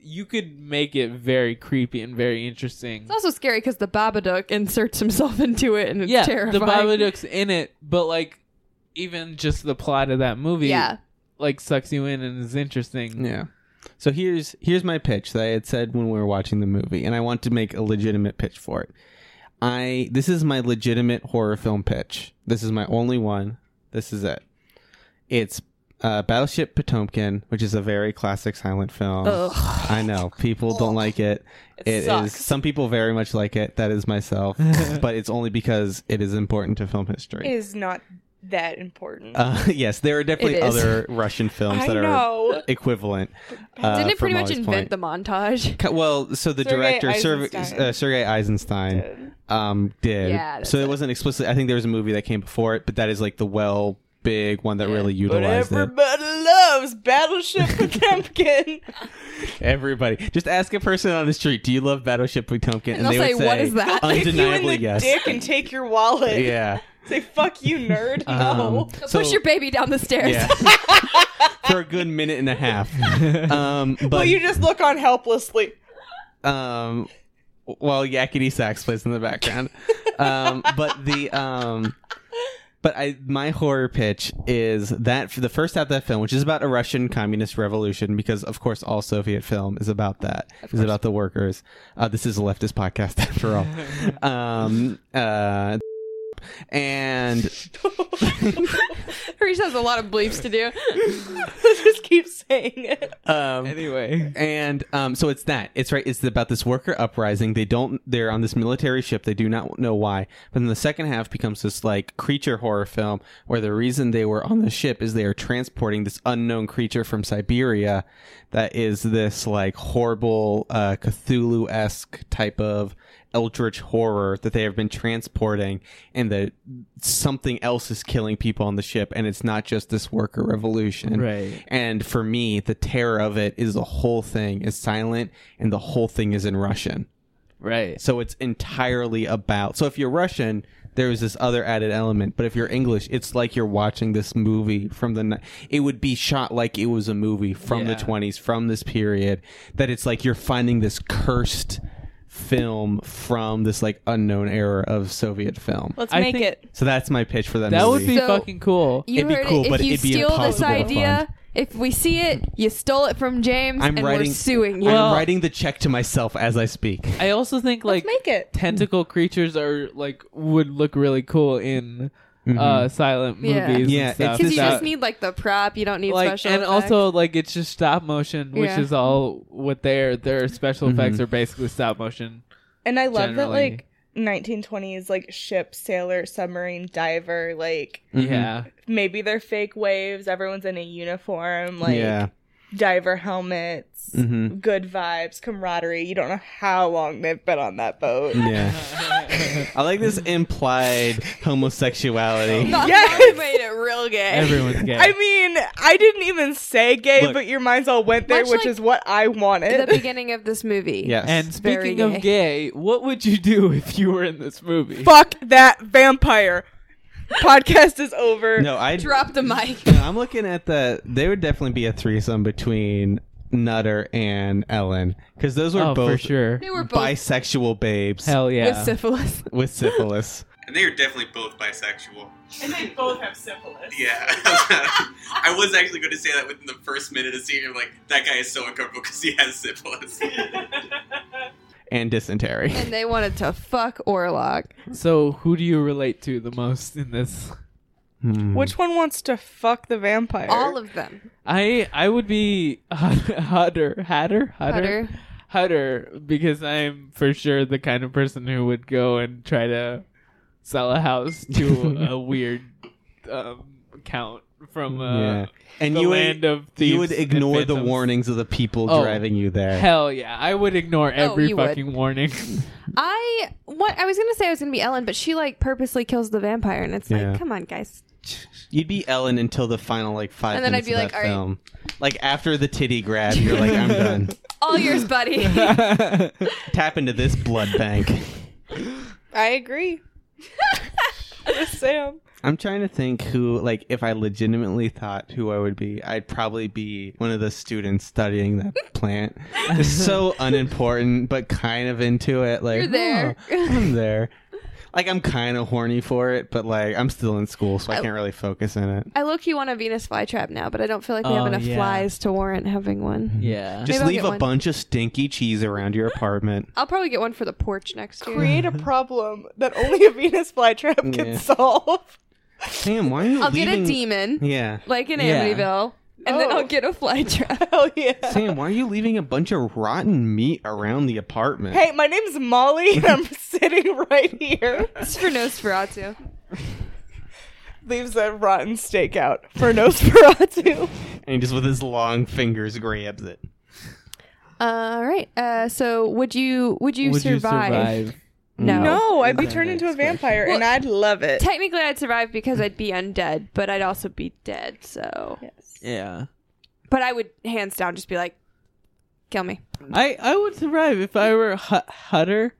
Speaker 10: you could make it very creepy and very interesting.
Speaker 3: It's also scary because the Babadook inserts himself into it, and it's
Speaker 10: Yeah,
Speaker 3: terrifying.
Speaker 10: the Babadook's in it, but like even just the plot of that movie,
Speaker 3: Yeah.
Speaker 10: like sucks you in and is interesting.
Speaker 1: Yeah. So here's here's my pitch that I had said when we were watching the movie, and I want to make a legitimate pitch for it. I this is my legitimate horror film pitch. This is my only one. This is it. It's uh, Battleship Potemkin, which is a very classic silent film.
Speaker 3: Ugh.
Speaker 1: I know people don't like it. It is
Speaker 2: sucks.
Speaker 1: some people very much like it. That is myself, but it's only because it is important to film history.
Speaker 2: It is not that important.
Speaker 1: Uh, yes, there are definitely
Speaker 3: It is.
Speaker 1: other Russian films
Speaker 2: I
Speaker 1: that
Speaker 2: know.
Speaker 1: are equivalent. uh,
Speaker 3: Didn't it pretty
Speaker 1: from
Speaker 3: much
Speaker 1: Molly's
Speaker 3: invent
Speaker 1: point.
Speaker 3: the montage?
Speaker 1: Ca- Well, so the
Speaker 2: Sergei
Speaker 1: director Serv-
Speaker 2: Eisenstein.
Speaker 1: uh, Sergei Eisenstein um, did.
Speaker 3: Yeah, that's
Speaker 1: so it, wasn't explicitly. I think there was a movie that came before it, but that is like the well big one that really
Speaker 2: but
Speaker 1: utilized it.
Speaker 2: everybody loves Battleship Potemkin.
Speaker 1: Everybody, just ask a person on the street, "Do you love Battleship Potemkin?"
Speaker 3: And they'll
Speaker 1: would
Speaker 3: say, "What is that?"
Speaker 2: Kick you in
Speaker 1: Undeniably,
Speaker 2: the
Speaker 1: yes.
Speaker 2: dick and take your wallet.
Speaker 1: Yeah.
Speaker 2: Say fuck you, nerd.
Speaker 1: Um,
Speaker 2: no.
Speaker 1: so-
Speaker 3: Push your baby down the stairs.
Speaker 1: Yeah. For a good minute and a half. Um, but
Speaker 2: Well, you just look on helplessly.
Speaker 1: um while yakety sax plays in the background um but the um but i my horror pitch is that for the first half of that film which is about a russian communist revolution because of course all soviet film is about that is about the workers uh this is a leftist podcast after all um uh and
Speaker 3: Harish has a lot of bleeps to do.
Speaker 2: just keep saying it.
Speaker 1: um
Speaker 10: Anyway.
Speaker 1: and um, so it's that it's right it's about this worker uprising they don't they're on this military ship they do not know why but then the second half becomes this like creature horror film where the reason they were on the ship is they are transporting this unknown creature from siberia that is this like horrible uh, cthulhu-esque type of eldritch horror that they have been transporting and that something else is killing people on the ship and it's not just this worker revolution
Speaker 10: Right.
Speaker 1: and for me the terror of it is the whole thing is silent and the whole thing is in russian
Speaker 10: Right.
Speaker 1: So it's entirely about. So if you're Russian, there's this other added element. But if you're English, it's like you're watching this movie from the. ni- It would be shot like it was a movie from
Speaker 10: Yeah.
Speaker 1: the 20s, from this period. That it's like you're finding this cursed film from this like unknown era of Soviet film.
Speaker 2: Let's
Speaker 10: I
Speaker 2: make
Speaker 10: think-
Speaker 2: it.
Speaker 1: So that's my pitch for that.
Speaker 10: That would
Speaker 1: movie.
Speaker 10: be fucking cool.
Speaker 11: You
Speaker 1: It'd be
Speaker 11: heard
Speaker 1: cool,
Speaker 11: it.
Speaker 1: but
Speaker 11: If you
Speaker 1: it'd be
Speaker 11: steal this
Speaker 1: impossible to
Speaker 11: idea, if we see it, you stole it from James,
Speaker 1: I'm
Speaker 11: and
Speaker 1: writing.
Speaker 11: we're suing you.
Speaker 1: I'm writing the check to myself as I speak.
Speaker 10: I also think like
Speaker 2: make it.
Speaker 10: tentacle creatures are like would look really cool in uh, silent
Speaker 11: Yeah.
Speaker 10: movies.
Speaker 1: Mm-hmm. Yeah,
Speaker 10: and
Speaker 1: it's
Speaker 10: stuff.
Speaker 11: because you
Speaker 10: That-
Speaker 11: just need like the prop. You don't need
Speaker 10: like
Speaker 11: special.
Speaker 10: and
Speaker 11: effects.
Speaker 10: also like it's just stop motion, which
Speaker 11: Yeah.
Speaker 10: is all what their their special effects
Speaker 1: Mhm.
Speaker 10: are basically stop motion.
Speaker 2: And I love that
Speaker 10: Generally.
Speaker 2: like 1920s like ship, sailor, submarine, diver, like
Speaker 1: Mhm.
Speaker 10: Yeah,
Speaker 2: maybe they're fake waves, everyone's in a uniform, Mm-hmm. like
Speaker 1: yeah.
Speaker 2: diver helmets,
Speaker 1: Mhm.
Speaker 2: good vibes, camaraderie. You don't know how long they've been on that boat.
Speaker 1: Yeah. I like this implied homosexuality.
Speaker 2: Yes.
Speaker 11: made it real gay.
Speaker 1: Everyone's gay.
Speaker 2: I mean, I didn't even say gay,
Speaker 1: Look.
Speaker 2: but your minds all went there,
Speaker 11: Much
Speaker 2: which
Speaker 11: like
Speaker 2: is what I
Speaker 11: the
Speaker 2: wanted.
Speaker 11: beginning of this movie.
Speaker 1: yes.
Speaker 10: And
Speaker 11: very
Speaker 10: speaking of gay, what would you do if you were in this movie?
Speaker 2: Fuck that vampire. Podcast is over.
Speaker 1: no, I
Speaker 11: Drop the mic.
Speaker 1: No, I'm looking at the. There would definitely be a threesome between Nutter and Ellen because those were
Speaker 10: Oh,
Speaker 1: both
Speaker 10: for sure.
Speaker 11: They were both
Speaker 1: bisexual babes
Speaker 10: Hell yeah.
Speaker 11: with syphilis.
Speaker 1: with syphilis.
Speaker 12: And they are definitely both bisexual.
Speaker 17: And they both have syphilis.
Speaker 12: Yeah. I was actually going to say that within the first minute of seeing him, like, that guy is so uncomfortable because he has syphilis.
Speaker 1: and dysentery.
Speaker 11: and they wanted to fuck Orlok.
Speaker 10: So, who do you relate to the most in this?
Speaker 1: Hmm.
Speaker 2: Which one wants to fuck the vampire?
Speaker 11: All of them.
Speaker 10: I I would be Hutter, Hatter, Hutter, Hutter, because I'm for sure the kind of person who would go and try to sell a house to a weird um, count from uh,
Speaker 1: yeah. And
Speaker 10: the
Speaker 1: you
Speaker 10: land
Speaker 1: would,
Speaker 10: of thieves.
Speaker 1: you would
Speaker 10: and
Speaker 1: ignore the
Speaker 10: phantoms.
Speaker 1: warnings of the people
Speaker 10: Oh,
Speaker 1: driving you there.
Speaker 10: Hell yeah, I would ignore every
Speaker 11: you would.
Speaker 10: fucking warning.
Speaker 11: I what I was gonna say I was gonna be Ellen, but she like purposely kills the vampire, and it's
Speaker 1: Yeah.
Speaker 11: like, come on, guys.
Speaker 1: You'd be Ellen until the final like five
Speaker 11: And then I'd
Speaker 1: minutes
Speaker 11: be
Speaker 1: of
Speaker 11: like,
Speaker 1: that
Speaker 11: "All right."
Speaker 1: film. Like after the titty grab, you're like, I'm done.
Speaker 11: All yours, buddy.
Speaker 1: Tap into this blood bank.
Speaker 2: I agree. With Sam.
Speaker 1: I'm trying to think who, like, if I legitimately thought who I would be, I'd probably be one of the students studying that plant. It's so unimportant, but kind of into it. Like,
Speaker 11: You're there.
Speaker 1: "Oh, I'm there. Like, I'm kind of horny for it, but like, I'm still in school, so I
Speaker 11: I-
Speaker 1: can't really focus in it.
Speaker 11: I look you want a Venus flytrap now, but I don't feel like we have
Speaker 10: Oh,
Speaker 11: enough
Speaker 10: yeah. Mm-hmm.
Speaker 11: flies to warrant having one.
Speaker 10: yeah,
Speaker 1: Just
Speaker 11: I'll
Speaker 1: leave
Speaker 11: get
Speaker 1: a
Speaker 11: one.
Speaker 1: bunch of stinky cheese around your apartment.
Speaker 11: I'll probably get one for the porch next year.
Speaker 2: Create a problem that only a Venus flytrap can
Speaker 1: Yeah.
Speaker 2: solve.
Speaker 1: Sam, why are you
Speaker 11: I'll
Speaker 1: leaving?
Speaker 11: get a demon,
Speaker 1: Yeah.
Speaker 11: like in
Speaker 10: Yeah.
Speaker 11: Amityville, and then
Speaker 2: Oh.
Speaker 11: I'll get a flytrap.
Speaker 2: Hell yeah.
Speaker 1: Sam, why are you leaving a bunch of rotten meat around the apartment?
Speaker 2: Hey, my name's Molly, and I'm sitting right here.
Speaker 11: It's for Nosferatu.
Speaker 2: Leaves a rotten steak out for Nosferatu.
Speaker 1: And he just with his long fingers grabs it.
Speaker 11: All right. Uh, so would you would you
Speaker 10: would
Speaker 11: survive?
Speaker 10: you survive?
Speaker 11: No.
Speaker 2: No, I'd be
Speaker 10: Okay,
Speaker 2: turned into a
Speaker 10: next question.
Speaker 2: vampire, and
Speaker 11: Well-
Speaker 2: I'd love it.
Speaker 11: Technically, I'd survive because I'd be undead, but I'd also be dead. So,
Speaker 10: Yeah.
Speaker 11: but I would hands down just be like, kill me.
Speaker 10: I, I would survive if I were H- Hutter.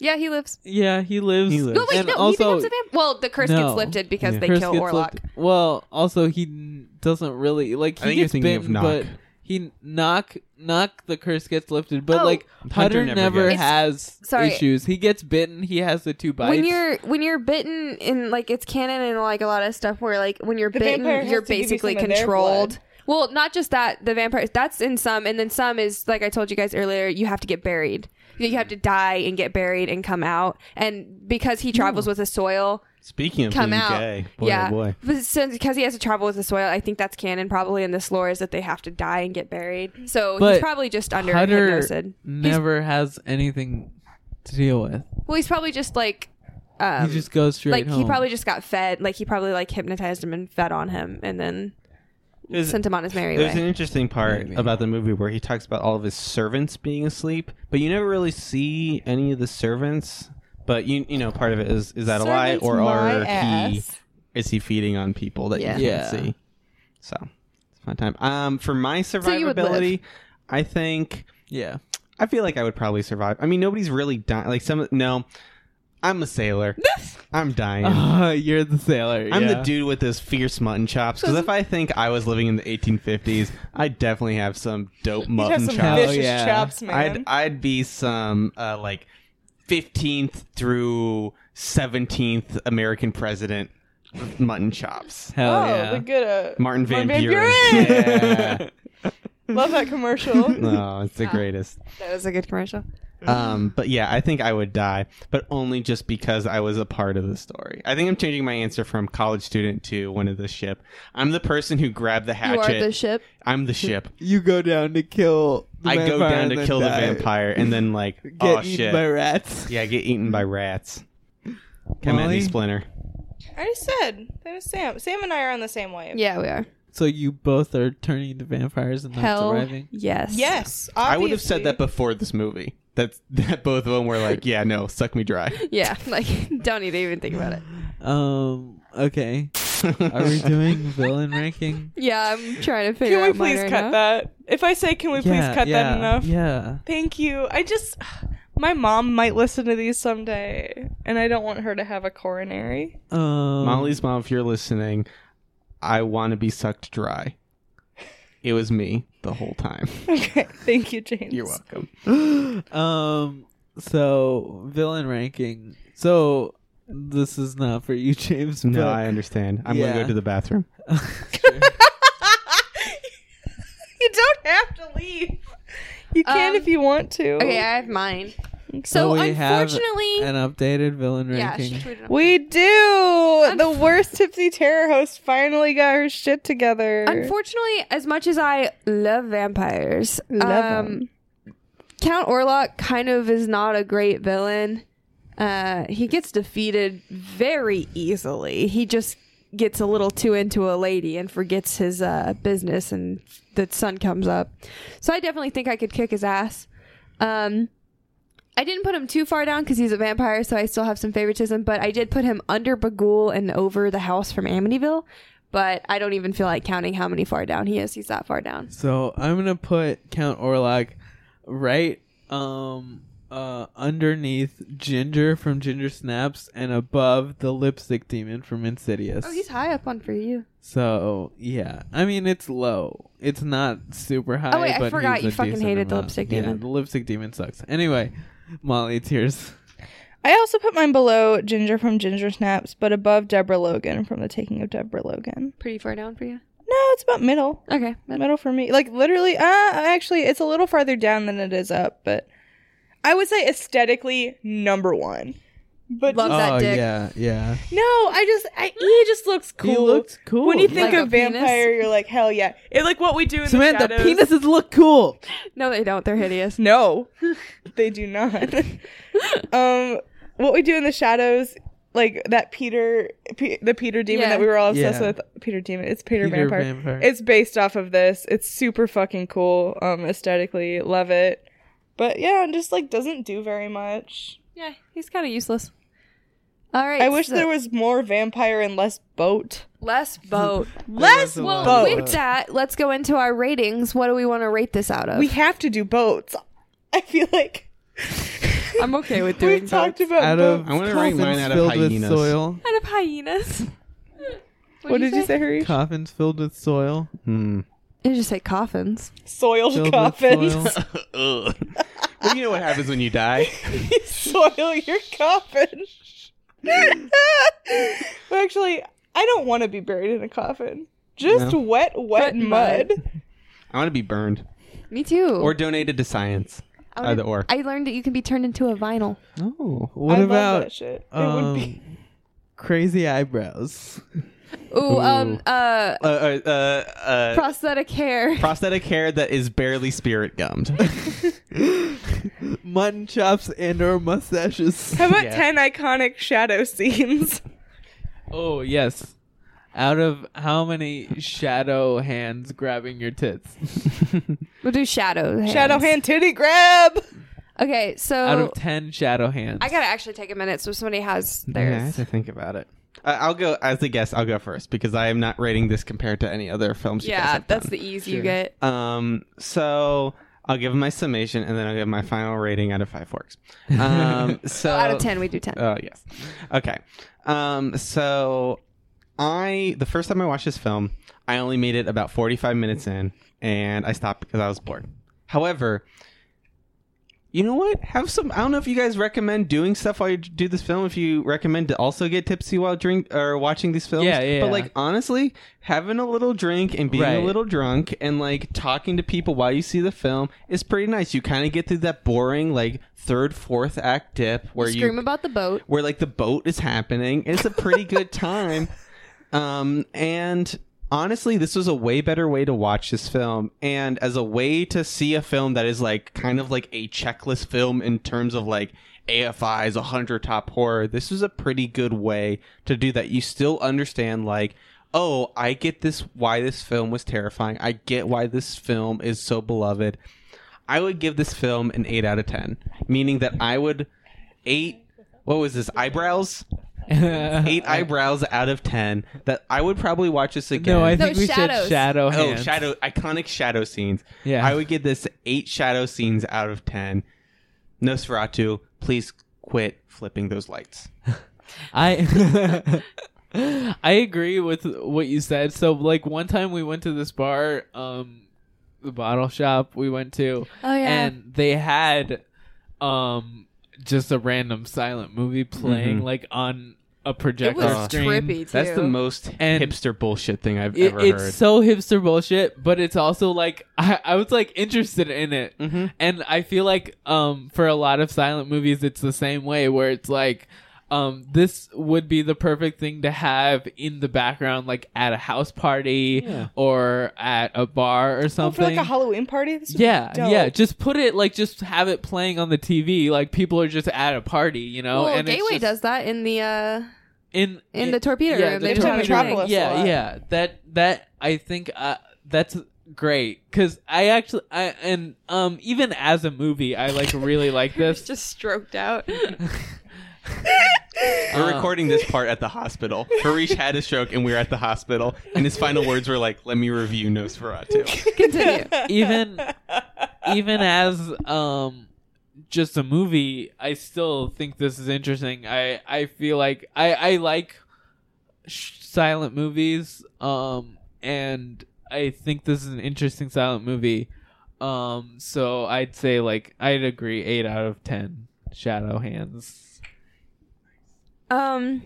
Speaker 11: Yeah, he lives.
Speaker 10: Yeah, he lives.
Speaker 1: He lives.
Speaker 11: No, wait,
Speaker 10: And
Speaker 11: no, he
Speaker 10: also-
Speaker 11: becomes a vampire. Well, the curse
Speaker 10: No.
Speaker 11: gets lifted because
Speaker 1: Yeah.
Speaker 11: they
Speaker 10: Curse
Speaker 11: kill
Speaker 10: gets
Speaker 11: Orlok.
Speaker 10: lifted- Well, also he n- doesn't really like. He
Speaker 1: I think you're
Speaker 10: gets
Speaker 1: thinking of
Speaker 10: bitten,
Speaker 1: Knock.
Speaker 10: but he knock knock the curse gets lifted. But
Speaker 11: Oh.
Speaker 10: like
Speaker 1: Hunter
Speaker 10: Hutter
Speaker 1: never
Speaker 10: never,
Speaker 1: gets-
Speaker 10: has
Speaker 11: Sorry.
Speaker 10: issues. He gets bitten. He has the two bites.
Speaker 11: When you're when you're bitten in like it's canon and like a lot of stuff where like when you're
Speaker 2: The vampire
Speaker 11: bitten
Speaker 2: has
Speaker 11: you're
Speaker 2: to give you
Speaker 11: basically
Speaker 2: some of their
Speaker 11: controlled. Well, not just that the vampire that's in some and then some is like I told you guys earlier you have to get buried. You have to die and get buried and come out. And because
Speaker 2: Hmm.
Speaker 11: he travels with the soil,
Speaker 1: Speaking of
Speaker 11: come
Speaker 1: being
Speaker 11: out.
Speaker 1: gay, boy,
Speaker 11: yeah,
Speaker 1: oh boy.
Speaker 11: But since because he has to travel with the soil, I think that's canon probably in this lore is that they have to die and get buried. So
Speaker 10: But
Speaker 11: he's probably just under
Speaker 10: Hutter
Speaker 11: hypnosis.
Speaker 10: never has anything to deal with.
Speaker 11: Well, he's probably just like um,
Speaker 10: he just goes straight
Speaker 11: like he
Speaker 10: home.
Speaker 11: probably just got fed like he probably like hypnotized him and fed on him and then
Speaker 1: There's-
Speaker 11: sent him on his merry
Speaker 1: There's an
Speaker 11: way
Speaker 1: interesting part
Speaker 10: Maybe.
Speaker 1: about the movie where he talks about all of his servants being asleep, but you never really see any of the servants. But you you know part of it is is that a lie
Speaker 2: Servants
Speaker 1: or
Speaker 2: my
Speaker 1: are he
Speaker 2: ass.
Speaker 1: is he feeding on people that
Speaker 11: Yeah.
Speaker 1: you can't
Speaker 10: Yeah.
Speaker 1: see? So it's a fun time. Um, for my
Speaker 11: you would
Speaker 1: survivability,
Speaker 11: live.
Speaker 1: I think
Speaker 10: yeah.
Speaker 1: I feel like I would probably survive. I mean, nobody's really dying. Like some no. I'm a sailor. I'm dying.
Speaker 10: Oh, you're the sailor.
Speaker 1: I'm
Speaker 10: yeah.
Speaker 1: the dude with those fierce mutton chops. Because if I think I was living in the 1850s, I definitely have some dope
Speaker 2: You'd have
Speaker 1: mutton
Speaker 2: some
Speaker 1: chops.
Speaker 2: vicious Hell yeah. chops, man.
Speaker 1: I'd I'd be some uh, like 15th through 17th American president mutton chops.
Speaker 10: Hell
Speaker 2: oh, the good uh,
Speaker 1: Martin Van,
Speaker 2: Van
Speaker 1: Buren. Yeah.
Speaker 2: Love that commercial.
Speaker 1: no, Oh, it's the greatest.
Speaker 18: That was a good commercial.
Speaker 1: Um, but yeah, I think I would die, but only just because I was a part of the story. I think I'm changing my answer from college student to one of the ship. I'm the person who grabbed the
Speaker 11: You
Speaker 1: hatchet.
Speaker 11: are the ship.
Speaker 1: I'm the ship.
Speaker 10: You go down to kill. the
Speaker 1: I go
Speaker 10: vampire
Speaker 1: down
Speaker 10: and
Speaker 1: to
Speaker 10: then
Speaker 1: kill
Speaker 10: die.
Speaker 1: the vampire and then like
Speaker 10: Get
Speaker 1: oh,
Speaker 10: eaten
Speaker 1: shit.
Speaker 10: by rats.
Speaker 1: Yeah, get eaten by rats. Come at
Speaker 10: Molly?
Speaker 1: me, Splinter.
Speaker 2: I already said that was Sam. Sam and I are on the same wave.
Speaker 11: Yeah, we are.
Speaker 10: So you both are turning into vampires and
Speaker 11: Hell
Speaker 10: not surviving.
Speaker 11: yes.
Speaker 2: Yes,
Speaker 1: I would have said that before this movie. That's that both of them were like, yeah, no, suck me dry.
Speaker 11: Yeah, like don't need to even think about it.
Speaker 10: Um. Okay. Are we doing villain ranking?
Speaker 11: Yeah, I'm trying to figure
Speaker 2: Can
Speaker 11: out.
Speaker 2: we
Speaker 11: mine
Speaker 2: please
Speaker 11: right
Speaker 2: cut
Speaker 11: now.
Speaker 2: that? If I say, can we
Speaker 10: Yeah,
Speaker 2: please cut
Speaker 10: yeah,
Speaker 2: that enough?
Speaker 10: Yeah.
Speaker 2: Thank you. I just, my mom might listen to these someday, and I don't want her to have a coronary.
Speaker 10: Um,
Speaker 1: Molly's mom, if you're listening, I want to be sucked dry. It was me the whole time.
Speaker 2: Okay. Thank you, James.
Speaker 1: You're welcome.
Speaker 10: um. So villain ranking. So this is not for you, James.
Speaker 1: No,
Speaker 10: but-
Speaker 1: I understand. I'm gonna
Speaker 10: Yeah.
Speaker 1: go to the bathroom.
Speaker 2: You don't have to leave. You can
Speaker 11: Um,
Speaker 2: if you want to.
Speaker 11: Okay, I have mine.
Speaker 10: So
Speaker 11: So
Speaker 10: we have
Speaker 11: unfortunately,
Speaker 10: an updated villain
Speaker 11: yeah,
Speaker 10: ranking.
Speaker 11: she tweeted it.
Speaker 2: We do. The worst tipsy terror host finally got her shit together.
Speaker 11: Unfortunately, as much as I love vampires,
Speaker 2: Love
Speaker 11: um, Count Orlok kind of is not a great villain. Uh, he gets defeated very easily. He just gets a little too into a lady and forgets his uh, business, and the sun comes up. So I definitely think I could kick his ass. Um, I didn't put him too far down because he's a vampire, so I still have some favoritism. But I did put him under Bagul and over the house from Amityville. But I don't even feel like counting how many far down he is. He's that far down.
Speaker 10: So I'm gonna put Count Orlok right um uh underneath Ginger from Ginger Snaps and above the lipstick demon from Insidious.
Speaker 11: Oh, he's high up on for you.
Speaker 10: so yeah. I mean it's low. It's not super high.
Speaker 11: Oh, wait, I
Speaker 10: but he's
Speaker 11: forgot
Speaker 10: a
Speaker 11: you fucking
Speaker 10: decent
Speaker 11: hated the
Speaker 10: amount.
Speaker 11: lipstick
Speaker 10: Yeah,
Speaker 11: demon.
Speaker 10: the lipstick demon sucks. Anyway, Molly, it's yours.
Speaker 2: I also put mine below Ginger from Ginger Snaps, but above Deborah Logan from The Taking of Deborah Logan.
Speaker 11: Pretty far down for you.
Speaker 2: No, it's about middle.
Speaker 11: Okay,
Speaker 2: middle, for me. Like literally, uh, actually, it's a little farther down than it is up, but I would say aesthetically number one. But
Speaker 11: Love
Speaker 2: just-
Speaker 10: oh yeah, yeah.
Speaker 2: no, I just I, he just looks cool.
Speaker 10: looked cool.
Speaker 2: When you
Speaker 10: Like
Speaker 2: think
Speaker 11: a
Speaker 2: of vampire, you're like hell yeah. It like what we do in
Speaker 10: Samantha,
Speaker 2: the shadows.
Speaker 10: penises look cool.
Speaker 11: No, they don't. They're hideous.
Speaker 2: No, they do not. um, what we do in the shadows, like that Peter, P- the Peter demon
Speaker 11: Yeah.
Speaker 2: that we were all obsessed
Speaker 10: Yeah.
Speaker 2: with. Peter demon. It's Peter,
Speaker 10: Peter
Speaker 2: vampire.
Speaker 10: Vampire.
Speaker 2: It's based off of this. It's super fucking cool. Um, aesthetically, love it. But yeah, and just like doesn't do very much.
Speaker 11: Yeah, he's kind of useless. All right.
Speaker 2: I wish
Speaker 11: so-
Speaker 2: there was more vampire and less boat.
Speaker 11: less boat.
Speaker 2: Less
Speaker 10: a
Speaker 2: boat.
Speaker 10: lot
Speaker 11: Well, with that, let's go into our ratings. What do we want to rate this out of?
Speaker 2: we have to do boats. I feel like
Speaker 11: I'm okay with doing
Speaker 2: we've talked about
Speaker 10: Out of
Speaker 1: I wanna rank mine
Speaker 10: coffins
Speaker 1: out of
Speaker 10: filled with
Speaker 1: hyenas.
Speaker 10: soil.
Speaker 11: Out of hyenas.
Speaker 2: What did you say, Harish?
Speaker 10: Coffins filled with soil.
Speaker 1: Hmm.
Speaker 11: You just say coffins.
Speaker 10: Filled
Speaker 2: Soiled
Speaker 10: with
Speaker 2: coffins.
Speaker 10: soil.
Speaker 1: Ugh. well, you know what happens when you die.
Speaker 2: soil your coffin. Well, Actually, I don't want to be buried in a coffin. Just
Speaker 1: No.
Speaker 2: wet, wet
Speaker 11: Wet
Speaker 2: mud.
Speaker 1: I want to be burned
Speaker 11: Me too.
Speaker 1: or donated to science.
Speaker 11: I wanna-
Speaker 1: Either or.
Speaker 11: I learned that you can be turned into a vinyl.
Speaker 10: Oh, what
Speaker 2: I love
Speaker 10: about
Speaker 2: that shit. it
Speaker 10: um,
Speaker 2: would be
Speaker 10: crazy eyebrows?
Speaker 11: Ooh, um, uh,
Speaker 1: Uh, uh, uh, uh,
Speaker 11: prosthetic hair.
Speaker 1: prosthetic hair that is barely spirit gummed.
Speaker 10: Mutton chops and or mustaches.
Speaker 2: How about
Speaker 1: yeah.
Speaker 2: ten iconic shadow scenes?
Speaker 10: Oh yes. Out of how many shadow hands grabbing your tits?
Speaker 11: We'll do shadow. Hands.
Speaker 2: Shadow hand titty grab.
Speaker 11: Okay, so
Speaker 10: Out
Speaker 2: Oh.
Speaker 10: of ten shadow hands.
Speaker 11: I gotta actually take a minute so somebody has
Speaker 1: Yeah, I have
Speaker 11: theirs.
Speaker 1: to think about it. I I'll go as the guest. I'll go first because I am not rating this compared to any other films. you guys
Speaker 11: Yeah,
Speaker 1: have
Speaker 11: that's
Speaker 1: done.
Speaker 11: the ease you get.
Speaker 1: Um, so I'll give my summation and then I'll give my final rating out of five forks. Um, so
Speaker 11: out of ten, we do ten.
Speaker 1: Oh yes. Okay. Um, so I the first time I watched this film, I only made it about forty five minutes in, and I stopped because I was bored. However, you know what? Have some. I don't know if you guys recommend doing stuff while you do this film. If you recommend to also get tipsy while drink or watching these films,
Speaker 10: Yeah, yeah,
Speaker 1: But
Speaker 10: yeah.
Speaker 1: like honestly, having a little drink and being a
Speaker 10: Right.
Speaker 1: little drunk and like talking to people while you see the film is pretty nice. You kind of get through that boring like third, fourth act dip where you
Speaker 11: scream about the boat.
Speaker 1: where like the boat is happening. It's a pretty good time. Um, and honestly, this was a way better way to watch this film. And as a way to see a film that is like kind of like a checklist film in terms of like AFI's 100 top horror, this was a pretty good way to do that. You still understand like, oh, I get this why this film was terrifying. I get why this film is so beloved. I would give this film an 8 out of 10, meaning that I would 8 what was this eyebrows? 8 eyebrows out of 10 that I would probably watch this again.
Speaker 10: No, I think we said shadow
Speaker 1: Oh,
Speaker 10: hands.
Speaker 1: shadow iconic shadow scenes.
Speaker 10: Yeah.
Speaker 1: I would give this 8 shadow scenes out of 10. Nosferatu, please quit flipping those lights.
Speaker 10: I I agree with what you said. So like one time we went to this bar, um the bottle shop we went to.
Speaker 19: Oh, yeah.
Speaker 10: And they had um just a random silent movie playing
Speaker 1: Mhm.
Speaker 10: like on a projector
Speaker 19: was
Speaker 10: screen.
Speaker 19: trippy,
Speaker 1: That's the
Speaker 19: Ew.
Speaker 1: most
Speaker 10: And-
Speaker 1: hipster bullshit thing I've
Speaker 10: It-
Speaker 1: ever
Speaker 10: it's
Speaker 1: heard.
Speaker 10: so hipster bullshit, but it's also like I, I was like interested in it,
Speaker 1: Mm-hmm.
Speaker 10: and I feel like um for a lot of silent movies, it's the same way where it's like um this would be the perfect thing to have in the background, like at a house party
Speaker 2: Yeah.
Speaker 10: or at a bar or
Speaker 2: Oh,
Speaker 10: something.
Speaker 2: for like a Halloween party. This would be
Speaker 10: yeah,
Speaker 2: dope.
Speaker 10: yeah. Just put it like just have it playing on the TV. Like people are just at a party, you know.
Speaker 11: well,
Speaker 10: and it's
Speaker 11: Gateway
Speaker 10: just-
Speaker 11: does that in the uh,
Speaker 10: in
Speaker 11: In the torpedo room, they
Speaker 10: the
Speaker 11: do that
Speaker 10: torpedo room.
Speaker 11: Metropolis a
Speaker 10: yeah,
Speaker 11: lot.
Speaker 10: yeah. That that I think uh, that's great because I actually I and um even as a movie I like really like this.
Speaker 19: just stroked out.
Speaker 1: We're
Speaker 10: Uh.
Speaker 1: recording this part at the hospital. Harish had a stroke and we were at the hospital, and his final words were like, let me review Nosferatu.
Speaker 11: Continue.
Speaker 10: even even as um just a movie, I still think this is interesting. I I feel like I I like sh- silent movies um and I think this is an interesting silent movie. Um so I'd say like I'd agree 8 out of 10 shadow hands.
Speaker 11: um,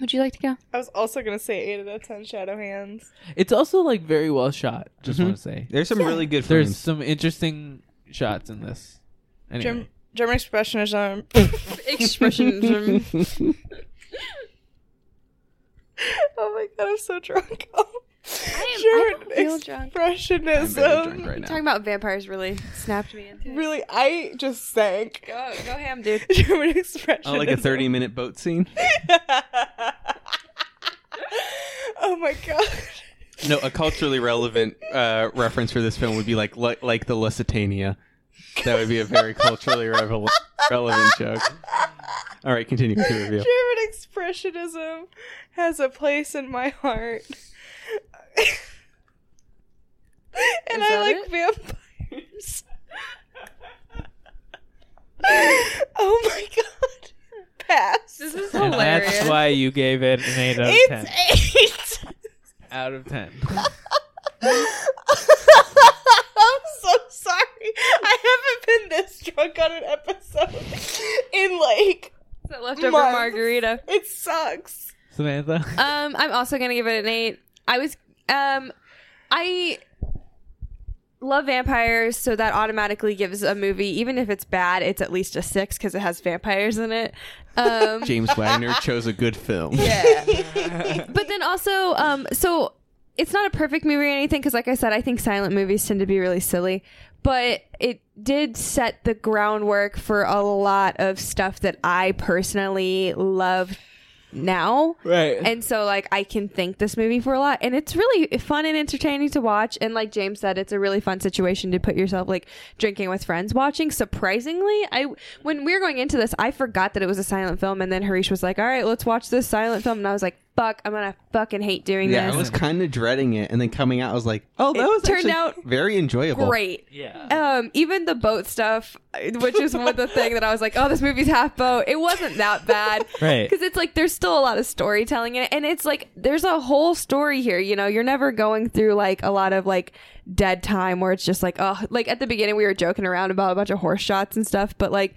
Speaker 11: would you like to go?
Speaker 2: I was also gonna say eight out of ten shadow hands.
Speaker 10: It's also like very well shot, just want to say.
Speaker 1: There's some really good
Speaker 10: There's
Speaker 1: frames.
Speaker 10: some interesting shots in this. Anyway.
Speaker 2: Germ- German expressionism.
Speaker 19: Expressionism.
Speaker 2: oh my god, I'm so drunk.
Speaker 11: I don't feel
Speaker 2: German
Speaker 11: drunk.
Speaker 2: expressionism.
Speaker 11: Talking about vampires really snapped me into.
Speaker 2: Really, I just sank.
Speaker 11: Go, go ham, dude.
Speaker 2: German expressionism.
Speaker 1: Oh, like a 30 minute boat scene?
Speaker 2: Oh my god.
Speaker 1: No, a culturally relevant uh, reference for this film would be like li- like the Lusitania. That would be a very culturally revel- relevant joke. All right, continue with the review.
Speaker 2: German expressionism has a place in my heart. and I like vampires. oh my god. Pass. This is
Speaker 10: and that's why you gave it an 8 out of 10.
Speaker 2: It's eight.
Speaker 10: Out of 10.
Speaker 2: I'm so sorry. I haven't been this drunk on an episode in like
Speaker 11: that leftover margarita.
Speaker 2: It sucks.
Speaker 10: Samantha?
Speaker 11: Um, I'm also gonna give it an eight. I was um, I love vampires, so that automatically gives a movie, even if it's bad, it's at least a six because it has vampires in it. Um,
Speaker 1: James Wagner chose a good film.
Speaker 11: but then also, um, so it's not a perfect movie or anything because, like I said, I think silent movies tend to be really silly. But it did set the groundwork for a lot of stuff that I personally love now.
Speaker 10: Right.
Speaker 11: And so, like, I can thank this movie for a lot. And it's really fun and entertaining to watch. And, like James said, it's a really fun situation to put yourself, like, drinking with friends watching. Surprisingly, I, when we were going into this, I forgot that it was a silent film. And then Harish was like, all right, let's watch this silent film. And I was like, fuck, I'm gonna fucking hate doing
Speaker 1: yeah,
Speaker 11: this.
Speaker 1: I was kind of dreading it, and then coming out, I was like, oh, that
Speaker 11: It
Speaker 1: was
Speaker 11: turned
Speaker 1: actually
Speaker 11: out
Speaker 1: very enjoyable.
Speaker 11: Great.
Speaker 10: Yeah.
Speaker 11: Um, even the boat stuff, which is one of the thing that I was like, oh, this movie's half boat. It wasn't that bad.
Speaker 10: Right.
Speaker 11: Because it's like there's still a lot of storytelling in it, and it's like there's a whole story here. You know, you're never going through like a lot of like dead time where it's just like, oh, like at the beginning we were joking around about a bunch of horse shots and stuff, but like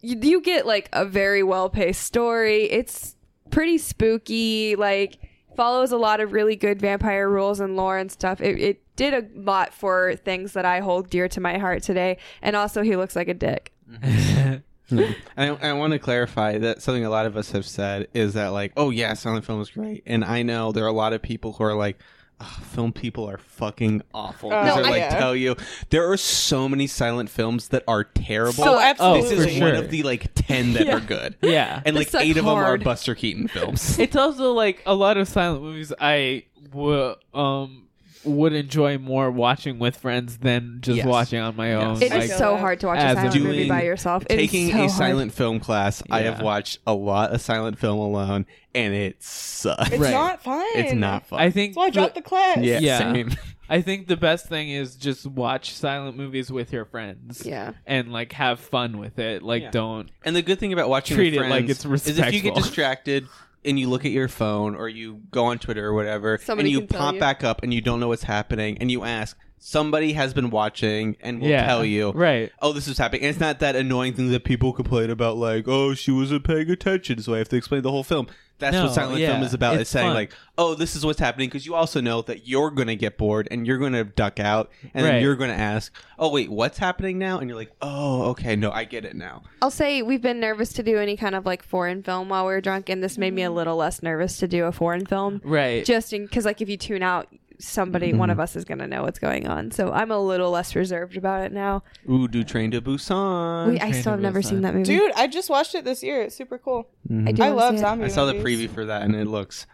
Speaker 11: you, you get like a very well paced story. It's pretty spooky, like follows a lot of really good vampire rules and lore and stuff. It, it did a lot for things that I hold dear to my heart today. And also, he looks like a dick.
Speaker 1: Yeah. And I, I want to clarify that something a lot of us have said is that like, oh yeah, silent film is great, and I know there are a lot of people who are like, "Ugh, film people are fucking awful.
Speaker 12: Oh,
Speaker 1: These are,
Speaker 12: No, I-
Speaker 1: like
Speaker 12: yeah.
Speaker 1: tell you, there are so many silent films that are terrible.
Speaker 2: Oh,
Speaker 12: So absolutely.
Speaker 1: this
Speaker 10: for
Speaker 1: is
Speaker 10: sure.
Speaker 1: one of the like ten that
Speaker 10: Yeah.
Speaker 1: are good.
Speaker 10: Yeah.
Speaker 1: and
Speaker 10: They
Speaker 1: like
Speaker 10: suck
Speaker 1: eight of them are
Speaker 10: hard.
Speaker 1: Buster Keaton films.
Speaker 10: it's also like a lot of silent movies I would um would enjoy more watching with friends than just
Speaker 1: Yes.
Speaker 10: watching on my own.
Speaker 1: Yes.
Speaker 11: It is
Speaker 10: like,
Speaker 11: so hard to watch a
Speaker 10: as
Speaker 11: silent movie by yourself. It is
Speaker 1: taking
Speaker 11: so
Speaker 1: a
Speaker 11: hard.
Speaker 1: silent film class, I have
Speaker 10: Yeah.
Speaker 1: watched a lot of silent film alone, and it sucks.
Speaker 2: It's Right. not fun.
Speaker 1: It's not fun.
Speaker 10: I think
Speaker 2: That's why I dropped the class.
Speaker 1: Yeah, same.
Speaker 10: I think the best thing is just watch silent movies with your friends.
Speaker 11: Yeah.
Speaker 10: And like have fun with it. Like
Speaker 1: Yeah.
Speaker 10: don't
Speaker 1: And the good thing about watching
Speaker 10: treat
Speaker 1: with
Speaker 10: it like
Speaker 1: friends
Speaker 10: it's
Speaker 1: is
Speaker 10: respectful.
Speaker 1: if you get distracted and you look at your phone or you go on Twitter or whatever,
Speaker 10: Somebody
Speaker 1: and you
Speaker 10: can tell
Speaker 1: pop
Speaker 10: you.
Speaker 1: back up and you don't know what's happening, and you ask, somebody has been watching and will
Speaker 10: Yeah,
Speaker 1: tell you,
Speaker 10: right?
Speaker 1: Oh, this is happening. And it's not that annoying thing that people complain about, like, oh, she wasn't paying attention, so I have to explain the whole film. That's
Speaker 10: No,
Speaker 1: what silent
Speaker 10: yeah,
Speaker 1: film is about.
Speaker 10: it's
Speaker 1: It's saying
Speaker 10: fun.
Speaker 1: like, oh, this is what's happening because you also know that you're going to get bored and you're going to duck out and
Speaker 10: Right.
Speaker 1: then you're going to ask, oh, wait, what's happening now? And you're like, oh, okay, no, I get it now.
Speaker 11: I'll say we've been nervous to do any kind of like foreign film while we were drunk, and this made me a little less nervous to do a foreign film.
Speaker 10: Right.
Speaker 11: Just in because like if you tune out, somebody, one of us is gonna know what's going on. So I'm a little less reserved about it now.
Speaker 1: Ooh, do Train to Busan.
Speaker 11: Wait, I still have never seen that movie.
Speaker 2: Dude, I just watched it this year. It's super cool.
Speaker 1: Mhm.
Speaker 11: I do
Speaker 2: I
Speaker 11: wanna
Speaker 2: love
Speaker 11: see it.
Speaker 2: zombie
Speaker 1: I saw the
Speaker 2: movies.
Speaker 1: preview for that and it looks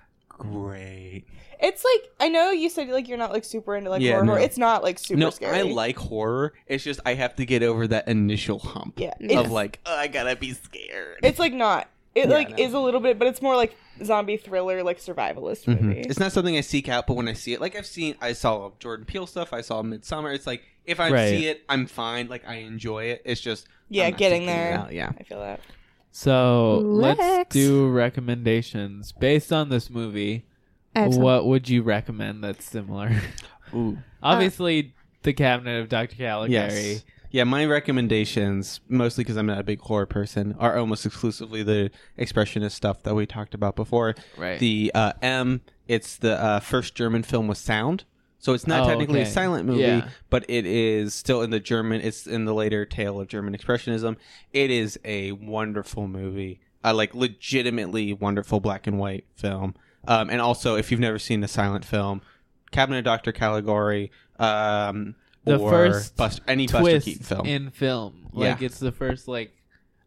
Speaker 1: great.
Speaker 2: It's like I know you said like you're not like super into like
Speaker 1: Yeah,
Speaker 2: horror.
Speaker 1: no.
Speaker 2: It's not like super
Speaker 1: no,
Speaker 2: scary.
Speaker 1: I like horror. It's just I have to get over that initial hump
Speaker 2: Yeah.
Speaker 1: of
Speaker 2: It's-
Speaker 1: like, oh, I gotta be scared.
Speaker 2: It's like not. It
Speaker 1: Yeah,
Speaker 2: like
Speaker 1: no.
Speaker 2: is a little bit, but it's more like zombie thriller, like survivalist movie.
Speaker 1: Mhm. It's not something I seek out, but when I see it, like I've seen, I saw Jordan Peele stuff, I saw Midsummer. It's like if I
Speaker 10: Right.
Speaker 1: see it, I'm fine. Like I enjoy it. It's just
Speaker 2: Yeah,
Speaker 1: I'm not
Speaker 2: getting
Speaker 1: seeking it
Speaker 2: there.
Speaker 1: out, Yeah,
Speaker 2: I feel that.
Speaker 10: So
Speaker 2: Lex.
Speaker 10: let's do recommendations based on this movie.
Speaker 11: I have some.
Speaker 10: What would you recommend that's similar?
Speaker 11: Uh,
Speaker 1: Ooh.
Speaker 10: Obviously, the Cabinet of Dr. Caligari.
Speaker 1: Yes. Yeah, my recommendations, mostly because I'm not a big horror person, are almost exclusively the expressionist stuff that we talked about before.
Speaker 10: Right.
Speaker 1: The uh, M, it's the uh, first German film with sound. So it's not
Speaker 10: Oh,
Speaker 1: technically
Speaker 10: okay.
Speaker 1: a silent movie,
Speaker 10: Yeah.
Speaker 1: but it is still in the German. It's in the later tale of German expressionism. It is a wonderful movie, a like legitimately wonderful black and white film. Um, and also, if you've never seen a silent film, Cabinet of Dr. Caligari, um,
Speaker 10: The
Speaker 1: or
Speaker 10: first
Speaker 1: Buster, any
Speaker 10: twist
Speaker 1: Buster Keaton film.
Speaker 10: in film.
Speaker 1: Yeah.
Speaker 10: Like it's the first like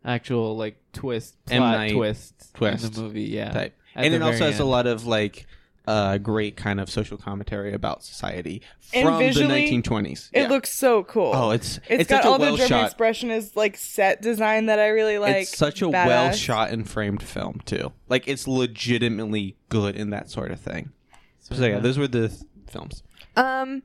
Speaker 10: actual like twist
Speaker 1: M.
Speaker 10: plot
Speaker 1: Night
Speaker 10: twist,
Speaker 1: twist
Speaker 10: in the movie. Yeah,
Speaker 1: type.
Speaker 10: At
Speaker 1: and
Speaker 10: the
Speaker 1: it also
Speaker 10: very
Speaker 1: has a
Speaker 10: end.
Speaker 1: lot of like uh, great kind of social commentary about society
Speaker 2: And
Speaker 1: from the
Speaker 2: visually,
Speaker 1: 1920s.
Speaker 2: It
Speaker 1: Yeah.
Speaker 2: looks so cool.
Speaker 1: Oh, it's
Speaker 2: it's
Speaker 1: it's
Speaker 2: got
Speaker 1: such a
Speaker 2: all
Speaker 1: well
Speaker 2: the German
Speaker 1: shot.
Speaker 2: expressionist like set design that I really like.
Speaker 1: it's such a
Speaker 2: Badass.
Speaker 1: well shot and framed film too. Like it's legitimately good in that sort of thing. So, yeah,
Speaker 10: enough.
Speaker 1: those were the th- films.
Speaker 11: Um,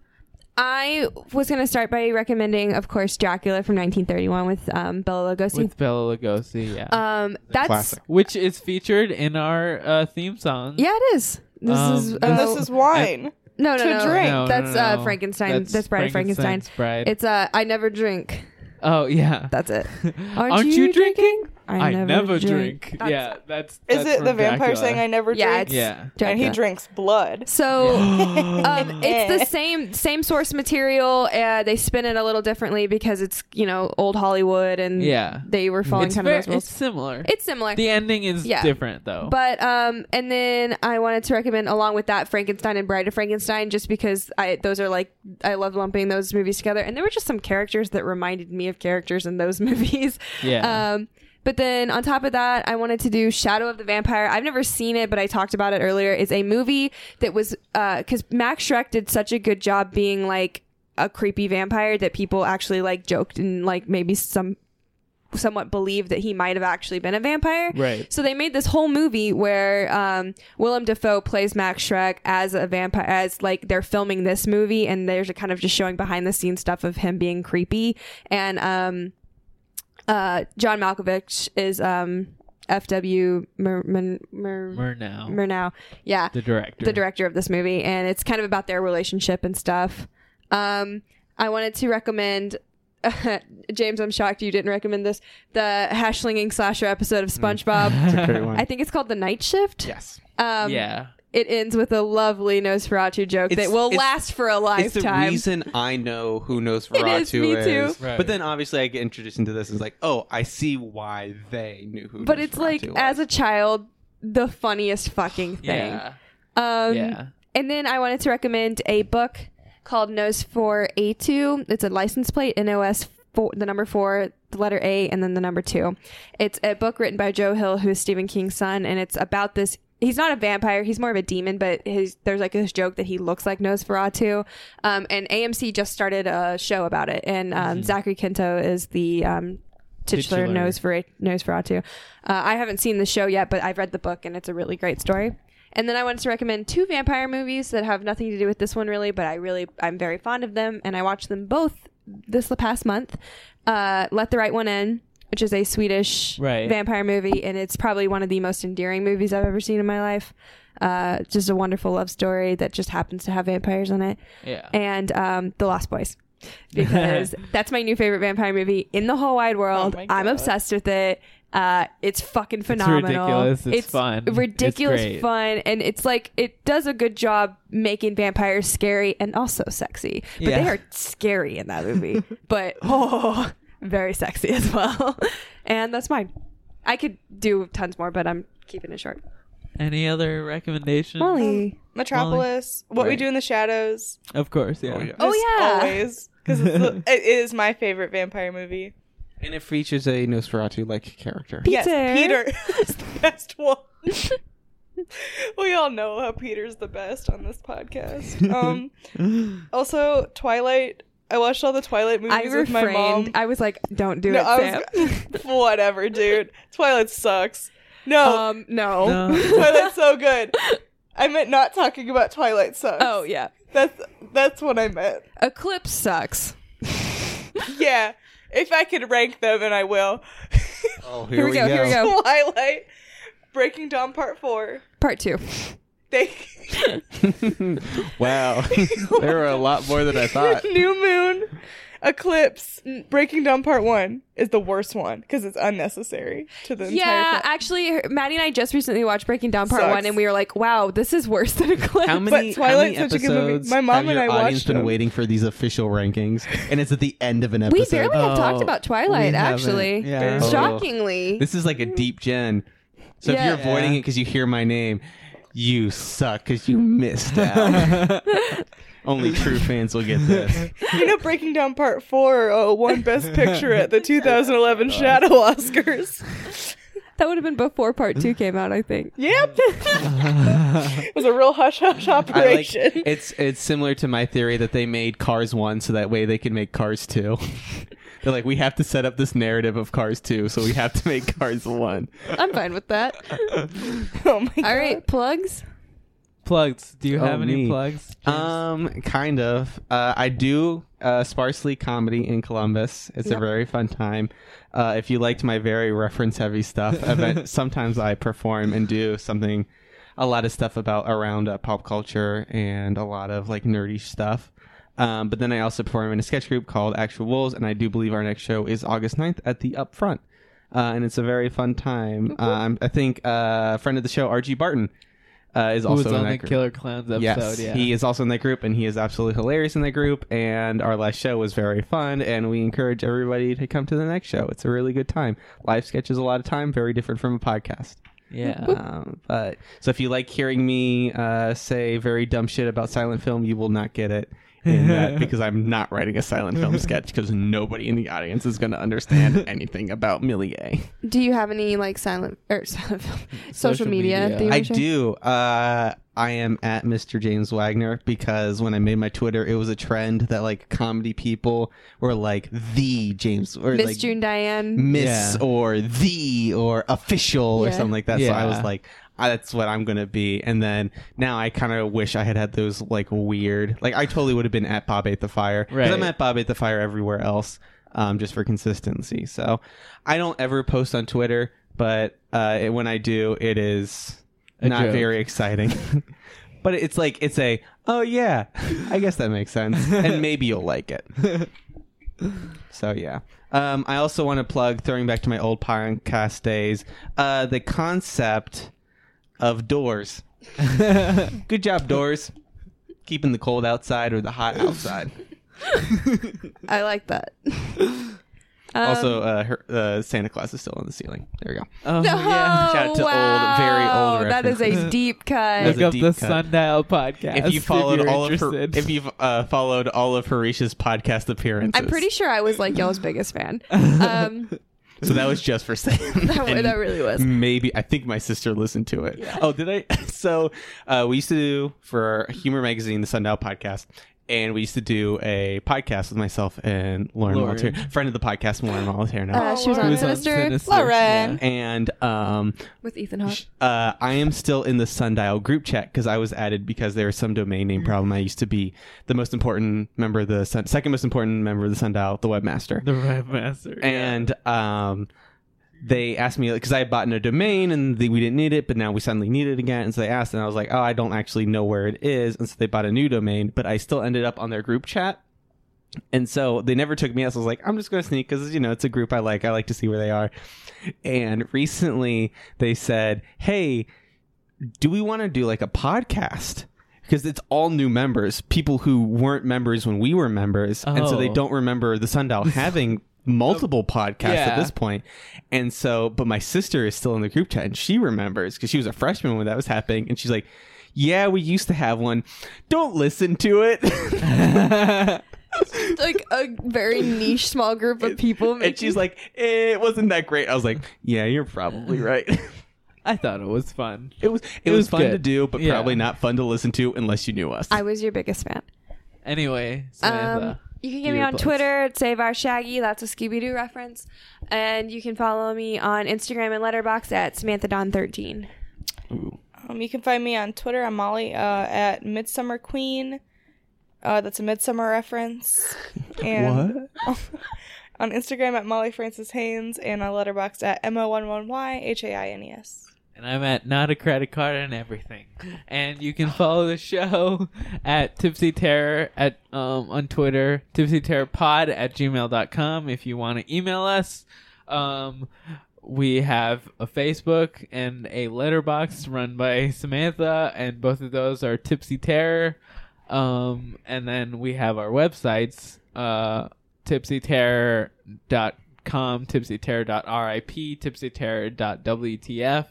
Speaker 11: I was gonna start by recommending, of course, Dracula from 1931 with um, Bela Lugosi.
Speaker 10: with Bela Lugosi. Yeah,
Speaker 11: um, that's
Speaker 10: which is featured in our uh, theme song.
Speaker 11: yeah, it is. This
Speaker 10: Um,
Speaker 11: is
Speaker 10: And
Speaker 11: uh,
Speaker 2: Oh, this is wine.
Speaker 11: No,
Speaker 2: to
Speaker 11: no, no.
Speaker 2: drink.
Speaker 10: No, no,
Speaker 11: that's
Speaker 10: no,
Speaker 11: Uh,
Speaker 10: no.
Speaker 11: Frankenstein.
Speaker 10: That's
Speaker 11: That's, Bride of Frankenstein.
Speaker 10: Frankenstein's Bride.
Speaker 11: It's uh, I never drink.
Speaker 10: Oh yeah,
Speaker 11: that's it.
Speaker 10: Aren't, you, drinking?
Speaker 11: I never drink. That's-
Speaker 10: yeah, that's.
Speaker 2: Is
Speaker 10: that's
Speaker 2: it
Speaker 10: from
Speaker 2: the vampire
Speaker 10: Dracula.
Speaker 2: saying I never
Speaker 11: Yeah,
Speaker 2: drink?
Speaker 11: it's
Speaker 10: Yeah.
Speaker 2: And he
Speaker 11: Dracula.
Speaker 2: drinks blood.
Speaker 11: So um, it's the same same source material. Uh, they spin it a little differently because it's you know old Hollywood and
Speaker 10: Yeah.
Speaker 11: they were following
Speaker 10: It's
Speaker 11: kind
Speaker 10: ver-
Speaker 11: of those rules.
Speaker 10: it's similar.
Speaker 11: It's similar.
Speaker 10: The ending is
Speaker 11: Yeah.
Speaker 10: different though.
Speaker 11: But um, and then I wanted to recommend along with that Frankenstein and Bride of Frankenstein, just because I those are like I love lumping those movies together, and there were just some characters that reminded me of characters in those movies.
Speaker 10: Yeah.
Speaker 11: Um, but then on top of that, I wanted to do Shadow of the Vampire. I've never seen it, but I talked about it earlier. It's a movie that was because Max Shrek did such a good job being like a creepy vampire that people actually like joked and like maybe some somewhat believed that he might have actually been a vampire.
Speaker 10: Right.
Speaker 11: So they made this whole movie where um, Willem Dafoe plays Max Shrek as a vampire, as like they're filming this movie, and there's a kind of just showing behind the scenes stuff of him being creepy. And um, uh, John Malkovich is um, F.W. Mur- Mur- Mur-
Speaker 10: Murnau.
Speaker 11: Murnau. Yeah.
Speaker 10: The director.
Speaker 11: The director of this movie. And it's kind of about their relationship and stuff. Um, I wanted to recommend. James, I'm shocked you didn't recommend this. The hashlinging slasher episode of SpongeBob.
Speaker 1: It's a great one.
Speaker 11: I think it's called The Night Shift.
Speaker 1: Yes.
Speaker 11: Um,
Speaker 10: yeah.
Speaker 11: It ends with a lovely Nosferatu joke
Speaker 1: It's-
Speaker 11: that will
Speaker 1: it's-
Speaker 11: last for a lifetime.
Speaker 1: It's the reason I know who
Speaker 11: It
Speaker 1: Nosferatu
Speaker 11: is, me too.
Speaker 1: is.
Speaker 10: Right.
Speaker 1: But then obviously I get introduced into this and it's like, oh, I see why they knew who
Speaker 11: but it's like
Speaker 1: Nosferatu was.
Speaker 11: as a child the funniest fucking thing
Speaker 10: Yeah.
Speaker 11: um
Speaker 10: Yeah.
Speaker 11: and then i wanted to recommend a book called nose 4 a2 it's a license plate nos 4 the number 4 the letter a and then the number 2 it's a book written by joe hill who is stephen king's son and it's about this He's not a vampire. He's more of a demon, but his, there's like this joke that he looks like Nosferatu. Um, and AMC just started a show about it, and um, Zachary Quinto is the um, titular,
Speaker 10: Titular.
Speaker 11: Nosfer- Nosferatu. Uh, I haven't seen the show yet, but I've read the book and it's a really great story. And then I wanted to recommend two vampire movies that have nothing to do with this one really, but I really I'm very fond of them and I watched them both this the past month. Uh, Let the Right One In, which is a Swedish
Speaker 10: Right.
Speaker 11: vampire movie, and it's probably one of the most endearing movies I've ever seen in my life. Uh, just a wonderful love story that just happens to have vampires in it.
Speaker 10: Yeah.
Speaker 11: And um, The Lost Boys because that's my new favorite vampire movie in the whole wide
Speaker 10: Oh
Speaker 11: world. I'm obsessed with it. Uh, it's fucking phenomenal.
Speaker 10: ridiculous. It's fun. It's
Speaker 11: Ridiculous
Speaker 10: great.
Speaker 11: fun, and it's like it does a good job making vampires scary and also sexy. But they
Speaker 10: Yeah.
Speaker 11: are scary in that movie. but oh, very sexy as well. and that's mine. I could do tons more, but I'm keeping it short.
Speaker 10: Any other recommendations?
Speaker 11: Molly,
Speaker 2: Metropolis, What We
Speaker 10: Right.
Speaker 2: Do in the Shadows.
Speaker 10: Of course, yeah.
Speaker 11: Oh,
Speaker 2: Just
Speaker 11: yeah.
Speaker 2: always because it is my favorite vampire movie.
Speaker 1: and it features a Nosferatu like character.
Speaker 2: Yes, Peter is the best one. we all know how Peter's the best on this podcast. Um, also, Twilight. I watched all the Twilight movies
Speaker 11: I
Speaker 2: with my mom.
Speaker 11: refrained. I was like, "Don't do
Speaker 2: No,
Speaker 11: it, Sam."
Speaker 2: I was, whatever, dude. Twilight sucks. No,
Speaker 1: Oh.
Speaker 11: um, no.
Speaker 2: Twilight's so good. I meant not talking about Twilight sucks.
Speaker 11: Oh yeah,
Speaker 2: That's that's what I meant.
Speaker 11: Eclipse sucks.
Speaker 2: Yeah. If I could rank them, and I will.
Speaker 1: Oh,
Speaker 11: Here we go, here we go.
Speaker 2: Twilight, Breaking Dawn Part 4.
Speaker 11: Part two.
Speaker 2: They
Speaker 1: wow. there were a lot more than I thought.
Speaker 2: New Moon, Eclipse, Breaking Dawn Part 1 is the worst one because it's unnecessary to the entire
Speaker 11: Yeah,
Speaker 2: plot.
Speaker 11: actually, her- Maddie and I just recently watched Breaking Down Part
Speaker 2: Sucks.
Speaker 11: One, and we were like, "Wow, this is worse than Eclipse."
Speaker 1: How many, how many
Speaker 2: Twilight's such a good movie.
Speaker 1: episodes
Speaker 2: My mom
Speaker 1: have
Speaker 2: and
Speaker 1: your
Speaker 2: I
Speaker 1: audience
Speaker 2: watched
Speaker 1: been
Speaker 2: them.
Speaker 1: waiting for these official rankings? And it's at the end of an episode.
Speaker 11: we barely have talked
Speaker 1: Oh,
Speaker 11: about Twilight,
Speaker 1: we haven't.
Speaker 11: actually.
Speaker 1: Yeah. Oh.
Speaker 11: Shockingly,
Speaker 1: This is like a deep gen. So if
Speaker 11: Yeah.
Speaker 1: you're avoiding it because you hear my name, you suck because you missed out. Only true fans will get this.
Speaker 2: You know, Breaking Down Part 4 uh, won Best Picture at the 2011 Shadow Oscars.
Speaker 11: that would have been before Part Two came out, I think.
Speaker 2: Yep. it was a real hush hush
Speaker 1: I like,
Speaker 2: operation.
Speaker 1: it's it's similar to my theory that they made Cars One so that way they can make Cars Two. They're like, we have to set up this narrative of Cars Two, so we have to make Cars One.
Speaker 11: I'm fine with that.
Speaker 2: oh my
Speaker 11: All right, plugs.
Speaker 10: Plugs. Do you
Speaker 1: Oh,
Speaker 10: have any
Speaker 1: me.
Speaker 10: plugs?
Speaker 1: Um, kind of. Uh, I do uh, sparsely comedy in Columbus. It's
Speaker 11: Yep.
Speaker 1: a very fun time. Uh, if you liked my very reference-heavy stuff, event, sometimes I perform and do something, a lot of stuff about around uh, pop culture and a lot of like nerdy stuff. Um, but then I also perform in a sketch group called Actual Wolves, and I do believe our next show is August 9th at the Upfront. Uh, and it's a very fun
Speaker 10: Oh,
Speaker 1: time. Um, I think uh, friend of the show, RG Barton, uh, is
Speaker 10: Who
Speaker 1: also
Speaker 10: was
Speaker 1: in
Speaker 10: on
Speaker 1: that
Speaker 10: the
Speaker 1: group.
Speaker 10: Killer Clowns episode?
Speaker 1: Yes,
Speaker 10: yeah.
Speaker 1: he is also in that group, and he is absolutely hilarious in that group. And our last show was very fun, and we encourage everybody to come to the next show. It's a really good time. Live sketch is a lot of time, very different from a podcast.
Speaker 10: yeah.
Speaker 1: Um, but so if you like hearing me uh, say very dumb shit about silent film, you will not get it. in that because I'm not writing a silent film sketch because nobody in the audience is going to understand anything about Millier.
Speaker 3: Do you have any like silent or silent film, social, media? that you
Speaker 1: I
Speaker 3: wanna share?
Speaker 1: do. Uh, I am at Mr. James Wagner because when I made my Twitter, it was a trend that like comedy people were like the James or
Speaker 3: Miss
Speaker 1: like
Speaker 3: June Diane.
Speaker 1: Miss or the or official or
Speaker 3: Yeah.
Speaker 1: something like that. So I was
Speaker 10: Yeah.
Speaker 1: like, "Ah, that's what I'm gonna be. And then now I kind of wish I had had those like weird, like I totally would have been at Bob ate the fire because I'm
Speaker 10: Right.
Speaker 1: at Bob ate the fire everywhere else, um, just for consistency. So I don't ever post on Twitter, but uh, it, when I do, it is
Speaker 10: A
Speaker 1: not
Speaker 10: joke.
Speaker 1: very exciting. but it's like it's a oh yeah, I guess that makes sense, and maybe you'll like it. So yeah. Um, I also want to plug, throwing back to my old podcast days, uh, the concept of doors. Good job, doors. Keeping the cold outside or the hot outside.
Speaker 3: I like that.
Speaker 1: Oh,
Speaker 10: Um,
Speaker 1: also, uh, her, uh, Santa Claus is still on the ceiling. There we go.
Speaker 10: Oh,
Speaker 1: Shout out to old, very old.
Speaker 3: That is
Speaker 1: references.
Speaker 3: a deep cut.
Speaker 1: That's
Speaker 10: Look
Speaker 1: a
Speaker 10: up
Speaker 1: deep
Speaker 10: the
Speaker 1: cut.
Speaker 10: Sundial podcast.
Speaker 1: If you followed
Speaker 10: you're
Speaker 1: all of
Speaker 10: interested.
Speaker 1: her, if you've uh, followed all of Harisha's podcast appearances,
Speaker 3: I'm pretty sure I was like y'all's biggest fan. Um,
Speaker 1: So that was just for Sam.
Speaker 3: That wa-
Speaker 1: And
Speaker 3: that really was.
Speaker 1: Maybe I think my sister listened to it. Oh, did I? So uh, we used to do for Humor Magazine, the Sundial podcast, and we used to do a podcast with myself and Lauren,
Speaker 10: Lauren.
Speaker 1: Molitair, friend of the podcast, Lauren Molitair. Now.
Speaker 3: uh, she was
Speaker 10: Who
Speaker 3: on
Speaker 10: was on
Speaker 3: Sinister.
Speaker 10: Sinister,
Speaker 2: Lauren.
Speaker 1: and um,
Speaker 3: With Ethan Hawke.
Speaker 1: uh, I am still in the Sundial group chat because I was added because there was some domain name problem. I used to be the most important member of the sun, second most important member of the Sundial, the webmaster.
Speaker 10: The webmaster.
Speaker 1: and um, they asked me because I had bought in a domain and the, we didn't need it, but now we suddenly need it again. And so they asked, and I was like, "Oh, I don't actually know where it is." And so they bought a new domain, but I still ended up on their group chat. And so they never took me out. So I was like, I'm just going to sneak because, you know, it's a group I like. I like to see where they are. And recently they said, Hey, do we want to do like a podcast? Because it's all new members, people who weren't members when we were members. And so they
Speaker 10: Oh.
Speaker 1: don't remember the Sundial having multiple podcasts
Speaker 10: yeah.
Speaker 1: at this point. And so, but my sister is still in the group chat and she remembers because she was a freshman when that was happening. And she's like, yeah, we used to have one. Don't listen to it.
Speaker 3: like a very niche small group of people.
Speaker 1: and she's like, "Eh, it wasn't that great. I was like, yeah, you're probably right.
Speaker 10: I thought it was fun.
Speaker 1: It was it,
Speaker 10: It
Speaker 1: was,
Speaker 10: was
Speaker 1: fun
Speaker 10: good.
Speaker 1: to do, but
Speaker 10: Yeah.
Speaker 1: probably not fun to listen to unless you knew us.
Speaker 3: I was your biggest fan.
Speaker 10: Anyway,
Speaker 3: Um,
Speaker 10: Samantha,
Speaker 3: you can
Speaker 10: do
Speaker 3: get me
Speaker 10: your
Speaker 3: on
Speaker 10: plugs.
Speaker 3: Twitter at Save Our Shaggy. That's a Scooby Doo reference. And you can follow me on Instagram and Letterbox at Samantha Don 13
Speaker 2: Um, you can find me on Twitter. I'm Molly uh, at Midsummer Queen. Uh, that's a Midsummer reference. And on Instagram at Molly Francis Haynes and on Letterbox at M-O-1-1-Y H-A-I-N-E-S.
Speaker 10: And I'm at not a credit card and everything. And you can follow the show at Tipsy Terror at um, on Twitter, Tipsy Terror Pod at gmail.com if you want to email us. Um, we have a Facebook and a letterbox run by Samantha, and both of those are Tipsy Terror. Um, and then we have our websites, uh, tipsyterror.com, tipsyterror.rip, tipsyterror.wtf,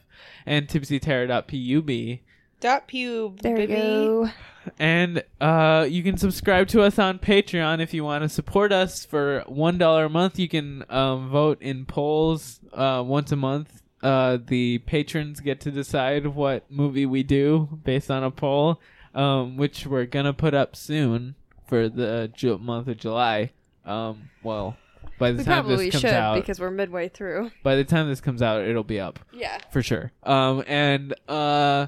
Speaker 10: and tipsyterror.pub.
Speaker 2: Dot pube,
Speaker 3: There
Speaker 2: baby.
Speaker 3: you go.
Speaker 10: And uh, you can subscribe to us on Patreon if you want to support us for one dollar a month. You can um, vote in polls uh, once a month. Uh, the patrons get to decide what movie we do based on a poll, um, which we're gonna put up soon for the ju- month of July. Um, well, by the
Speaker 3: We
Speaker 10: time
Speaker 3: probably
Speaker 10: this comes
Speaker 3: should
Speaker 10: out,
Speaker 3: because we're midway through.
Speaker 10: by the time this comes out, it'll be up
Speaker 3: Yeah.
Speaker 10: for sure. Um, and uh,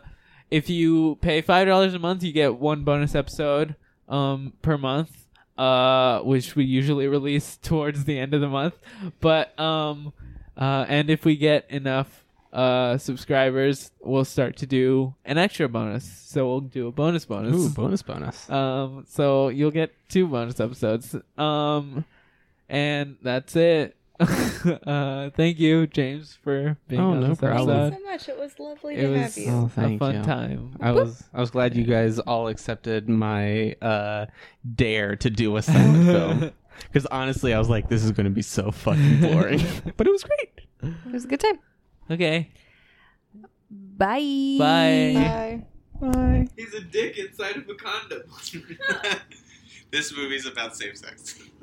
Speaker 10: if you pay five dollars a month, you get one bonus episode um per month, uh, which we usually release towards the end of the month. But um, uh, and if we get enough uh subscribers, we'll start to do an extra bonus. So we'll do a bonus bonus.
Speaker 1: Ooh, bonus bonus.
Speaker 10: Um, so you'll get two bonus episodes. Um, and that's it. uh, thank you, James, for being
Speaker 1: Oh,
Speaker 10: on
Speaker 1: no
Speaker 10: this
Speaker 1: problem.
Speaker 10: episode.
Speaker 2: so much. It was lovely
Speaker 10: It
Speaker 2: to
Speaker 10: was
Speaker 2: have you.
Speaker 1: Oh,
Speaker 10: a
Speaker 1: thank
Speaker 10: fun
Speaker 1: you.
Speaker 10: time.
Speaker 1: I was I was glad you guys all accepted my uh, dare to do a silent film because honestly I was like this is going to be so fucking boring, but it was great.
Speaker 3: It was a good time.
Speaker 10: Okay.
Speaker 3: Bye.
Speaker 10: Bye.
Speaker 2: Bye.
Speaker 3: Bye.
Speaker 12: He's a dick inside of a condom. This movie's about safe sex.